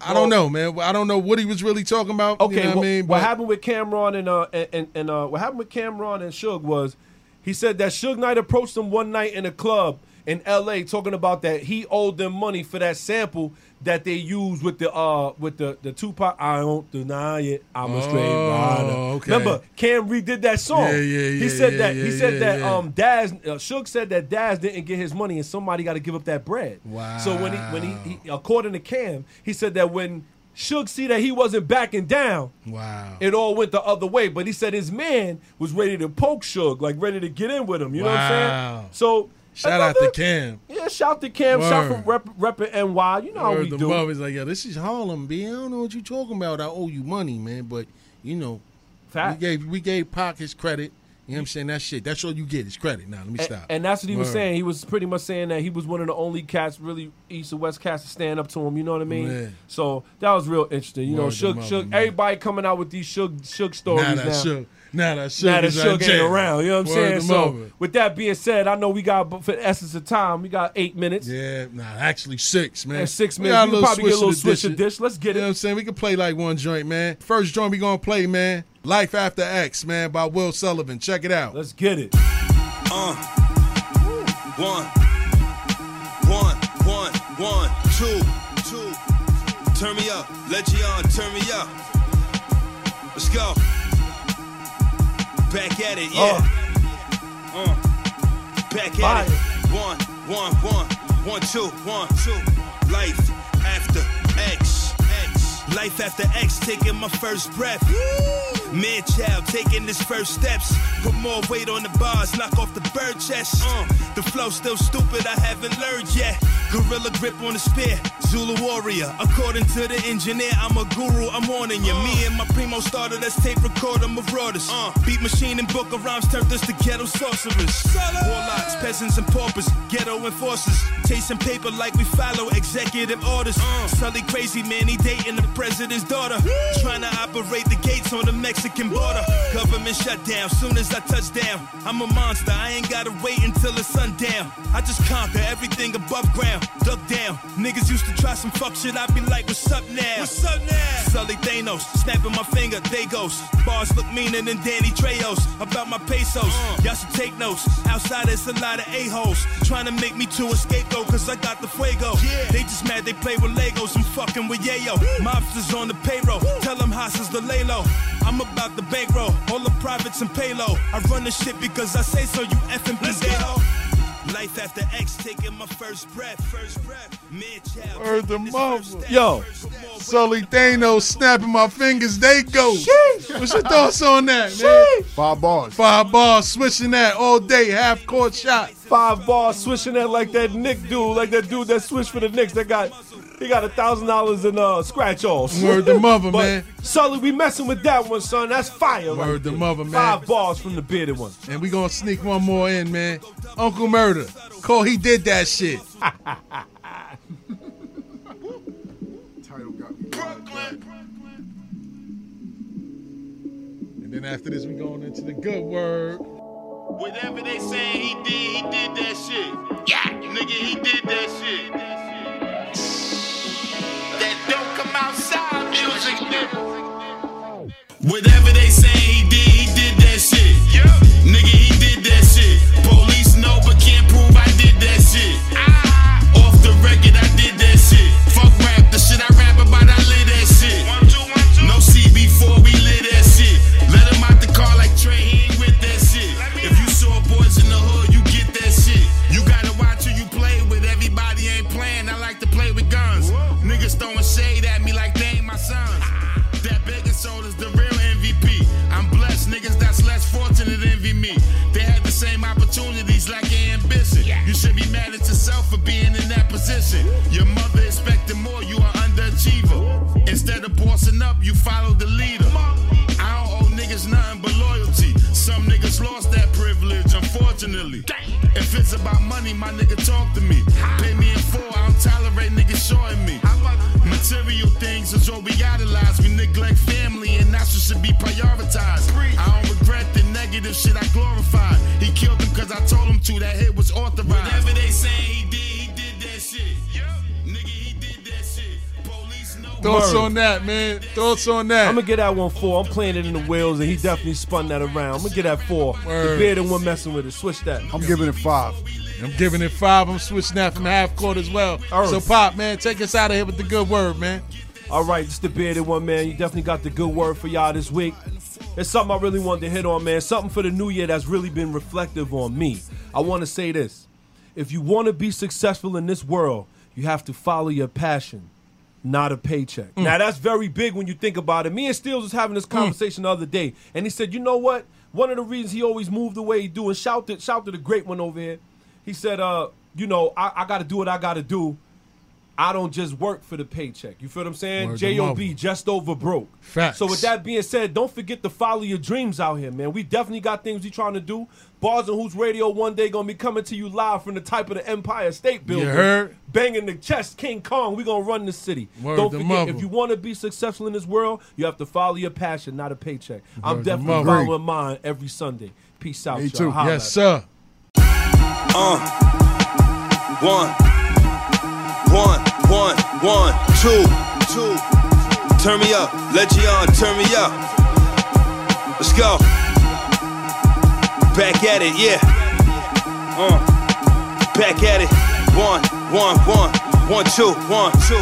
S4: I don't know, man. I don't know what he was really talking about.
S5: Okay,
S4: you know
S5: what,
S4: what I mean,
S5: what
S4: But-
S5: happened with Cameron and uh and, and, and uh what happened with Cameron and Suge was he said that Suge Knight approached him one night in a club in LA talking about that he owed them money for that sample that they used with the uh with the the Tupac I don't deny it I'm a straight
S4: Oh,
S5: rider.
S4: okay.
S5: Remember Cam redid that song.
S4: Yeah, yeah,
S5: he
S4: yeah,
S5: said
S4: yeah,
S5: that he
S4: yeah,
S5: said
S4: yeah,
S5: that
S4: yeah.
S5: um Daz uh, Suge said that Daz didn't get his money and somebody got to give up that bread.
S4: Wow.
S5: So when he when he, he according to Cam he said that when Suge see that he wasn't backing down
S4: Wow.
S5: it all went the other way. But he said his man was ready to poke Suge, like ready to get in with him. You know what I'm
S4: Wow.
S5: saying? So
S4: Shout out
S5: another-
S4: to Cam.
S5: Yeah, shout to Cam. Shout
S4: Word.
S5: from rep, repping NY. You know how
S4: Word
S5: we
S4: the
S5: do.
S4: mother's like, yo, this is Harlem, B. I don't know what you talking about. I owe you money, man. But you know,
S5: Fact.
S4: we gave we gave Pac his credit. You know what I'm saying? That shit. That's all you get is credit. Now let me
S5: And,
S4: stop.
S5: and that's what he was
S4: Word.
S5: saying. He was pretty much saying that he was one of the only cats, really East and West cats, to stand up to him. You know what I mean?
S4: Yeah.
S5: So that was real interesting. You know,
S4: Word the
S5: Suge,
S4: mother,
S5: Suge,
S4: man.
S5: everybody coming out with these Suge, Suge stories
S4: Now that
S5: now.
S4: shook. Now that shook.
S5: Now that
S4: is out
S5: Suge ain't
S4: jail.
S5: around. You know what
S4: Word
S5: I'm saying?
S4: the
S5: So
S4: mother.
S5: with that being said, I know we got but for the essence of time, we got eight minutes.
S4: Yeah, nah, actually six, man.
S5: And six
S4: We
S5: minutes.
S4: got
S5: We probably get a little
S4: switch
S5: switch
S4: to
S5: of dish. Let's get
S4: You know what
S5: it.
S4: I'm saying? We can play like one joint, man. First joint we gonna play, man. Life After X, man, by Will Sullivan. Check it out.
S5: Let's get it.
S3: Uh, one, one, one, one, two, two. Turn me up, Legion, turn me up. Let's Back at it, yeah. Uh, back at it. One, one, one, one, two, one, two. Life after X. X. Life after X, taking my first breath. Man child taking his first steps. Put more weight on the bars, knock off the bird chest. Uh, the flow still stupid, I haven't learned yet. Gorilla grip on the spear, Zulu warrior. According to the engineer, I'm a guru, I'm warning ya. Me and my primo started as tape recorder marauders. Uh, beat machine and book of rhymes turned us to ghetto sorcerers. Warlocks, peasants, and paupers, ghetto enforcers. Chasing paper like we follow executive orders. Uh, Sully crazy man, he dating the president's daughter. Trying to operate the gates on the Mexican border. Government shutdown, soon as I touch down. I'm a monster, I ain't gotta wait until it's sundown. I just conquer everything above ground, duck down. Niggas used to try some fuck shit, I be like, what's up now? What's up now? Sully Thanos, snapping my finger, they goes. Bars look meaner than Danny Trejos, about my pesos. Y'all should take notes. Outside, it's a lot of a-holes. Trying to make me to a scapegoat, cause I got the fuego. They just mad they play with Legos, I'm fucking with Yayo. Mobsters on the payroll, tell them hostas to lay low. I'm about the bankroll, all the profits and payload. I run the shit because I say so, you effing potato. Life after X, taking my first breath, first breath. Man child,
S4: Word to mama.
S5: Yo.
S4: Sully Thanos snapping my fingers. They go. What's your thoughts on that, man?
S6: Five bars.
S4: Five bars, switching that all day, half court shot.
S5: Five bars, swishing that like that Nick dude, like that dude that switched for the Knicks that got he got a thousand dollars in uh scratch offs.
S4: Word to mother,
S5: But,
S4: man.
S5: Sully, we messing with that one, son. That's fire. right
S4: Word to
S5: there.
S4: mother, man.
S5: Five bars from the bearded one.
S4: And we gonna sneak one more in, man. Uncle Murder. Cole, he did that shit. And then after this, we going into the good word.
S20: Whatever they saying he did, he did that shit. Yeah. Nigga, he did that shit. That don't come outside music, nigga. Whatever they saying he did, he did that shit. Yeah. Nigga, he did that shit. Police know but can't prove I did that shit. Ah. Off the record, I did that shit. Fuck rap, the shit I rap about, I live that shit. One, two, one, two. No CB4, we live that shit. Let him out the car like Trey, he ain't with that shit. If you saw boys in the hood, you get that shit. You gotta watch who you play with. Everybody ain't playing. I like to play with guns. Niggas throwing shade at me like they ain't my sons. That big and sold is the real MVP. I'm blessed, niggas that's less fortunate envy me. They had the same opportunities, lacking ambition. You should be mad at yourself for being in that position. Your mother expecting more, you are underachiever. Instead of bossing up, you follow the leader. I don't owe niggas nothing but loyalty. Some niggas lost that privilege, unfortunately. If it's about money, my nigga talk to me. Pay me in full, I don't tolerate niggas showing me. Material things is what we idolize. We neglect family, and that's what should be prioritized. I don't regret the negative shit I glorified. He killed him cause I told him to. That hit was authorized. Whatever they saying he did, he did that shit. Nigga, he did that shit. Police know.
S4: Thoughts on that, man. Thoughts on that.
S5: I'm gonna get that one four. I'm playing it in the wheels, and he definitely spun that around. I'm gonna get that four. The
S4: Word.
S5: bearded one messing with it. Switch that.
S4: I'm giving it five. I'm giving it five. I'm switching that from half court as well. So, Pop, man, take us out of here with the good word, man.
S5: All right, it's the bearded one, man. You definitely got the good word for y'all this week. It's something I really wanted to hit on, man. Something for the new year that's really been reflective on me. I want to say this. If you want to be successful in this world, you have to follow your passion, not a paycheck.
S4: Mm.
S5: Now, that's very big when you think about it. Me and Steels was having this conversation the other day, and he said, You know what? One of the reasons he always moved the way he do, and shout to, shout to the great one over here. He said, uh, You know, I, I got to do what I got to do. I don't just work for the paycheck. You feel what I'm saying?
S4: Word to
S5: Job
S4: mother.
S5: just over broke.
S4: Facts.
S5: So with that being said, don't forget to follow your dreams out here, man. We definitely got things we trying to do. Bars and Hoops Radio one day gonna be coming to you live from the type of the Empire State Building.
S4: heard?
S5: Banging the chest, King Kong. We gonna run the city.
S4: Word
S5: don't
S4: to
S5: forget,
S4: mother.
S5: if you want to be successful in this world, you have to follow your passion, not a paycheck. I'm
S4: Word to
S5: definitely
S4: mother.
S5: following mine every Sunday. Peace out,
S4: Me
S5: y'all.
S4: too.
S5: Holla
S4: Yes,
S5: at
S4: sir.
S5: us.
S3: Uh, one, one, one, one, two, two. Turn me up, Legion, turn me up. Let's go. Back at it, yeah. Uh, back at it. One, one, one, one, two, one, two.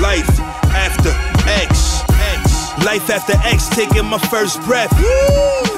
S3: Life after X, X. Life after X, taking my first breath.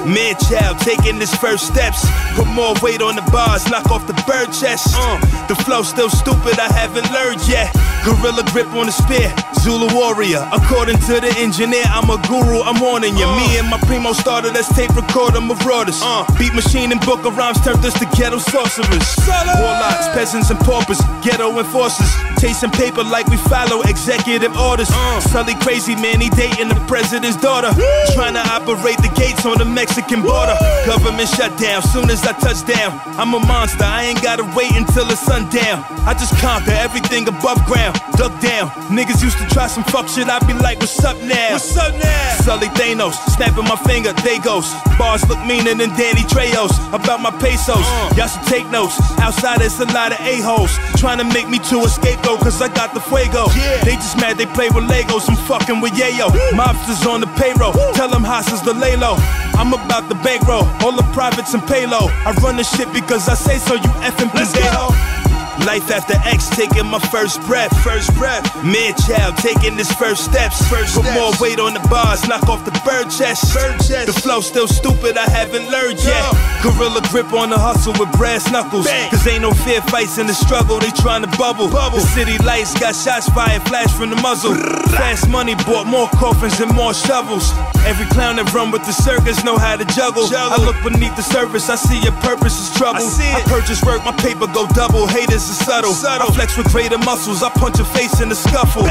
S3: Man child, taking his first steps. Put more weight on the bars, knock off the bird chest. Uh, the flow still stupid, I haven't learned yet. Gorilla grip on the spear, Zulu warrior. According to the engineer, I'm a guru, I'm warning ya. Me and my primo started as tape recorder marauders. Uh, beat machine and book of rhymes turned us to ghetto sorcerers. Warlocks, peasants, and paupers, ghetto enforcers. Chasing paper like we follow executive orders. Sully crazy man, he dating the president's daughter. Trying to operate the gates on the Mexican border. Government shut down soon as I touch down. I'm a monster, I ain't gotta wait until it's sundown. I just conquer everything above ground. Duck down, niggas used to try some fuck shit. I be like, what's up now? What's up now? Sully Thanos, snapping my finger, they goes. Bars look meaner than Danny Treyos. About my pesos, y'all should take notes. Outside, it's a lot of a-holes. Trying to make me to escape though, cause I got the fuego. They just mad they play with Legos. I'm fucking with Yayo. Mobsters on the payroll, tell them hostas to lay low. I'm about the bankroll, all the profits and payload. I run the shit because I say so, you effing pendejo. Life after X, taking my first breath. First breath. Mid child, taking his first steps. First Put more weight on the bars, knock off the bird chest. Bird chest. The flow still stupid, I haven't learned yet. Gorilla grip on the hustle with brass knuckles. Cause ain't no fair fights in the struggle, they tryna bubble. bubble. The city lights got shots fired, flash from the muzzle. Fast money bought more coffins and more shovels. Every clown that run with the circus know how to juggle. I look beneath the surface, I see your purpose is trouble. I, purchase work, my paper go double. Haters is subtle. I flex with greater muscles, I punch your face in the scuffle.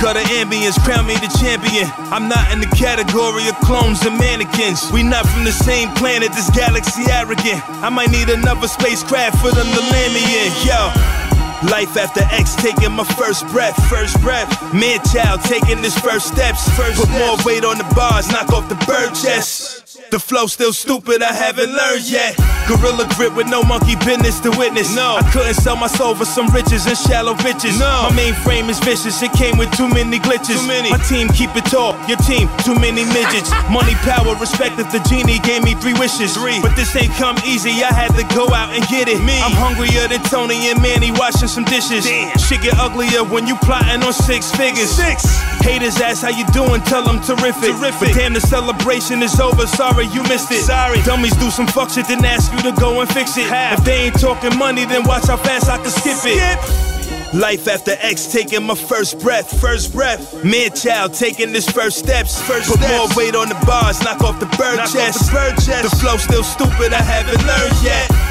S3: Cut the ambience, crown me the champion. I'm not in the category of clones and mannequins. We not from the same planet, this galaxy arrogant. I might need another spacecraft for them to land me in, yo. Life after X, taking my first breath. First breath. Mid child, taking his first steps. First Put more weight on the bars, knock off the bird chest. The flow still stupid, I haven't learned yet. Gorilla grip with no monkey business to witness. No, I couldn't sell my soul for some riches and shallow bitches. No, my mainframe is vicious. It came with too many glitches. Too many. My team keep it tall. Your team too many midgets. Money, power, respect. If the genie gave me three wishes, three. But this ain't come easy. I had to go out and get it. Me, I'm hungrier than Tony and Manny washing some dishes. Damn. Shit get uglier when you plotting on six figures. Six. Haters ask how you doing, tell them terrific. terrific. But damn, the celebration is over. Sorry you missed it. Sorry. Dummies do some fuck shit, then ask you to go and fix it. If they ain't talking money, then watch how fast I can skip it. Life after X, taking my first breath. First breath. Mid child, taking his first steps. First Put more weight on the bars, knock off the bird chest. the flow still stupid, I haven't learned yet.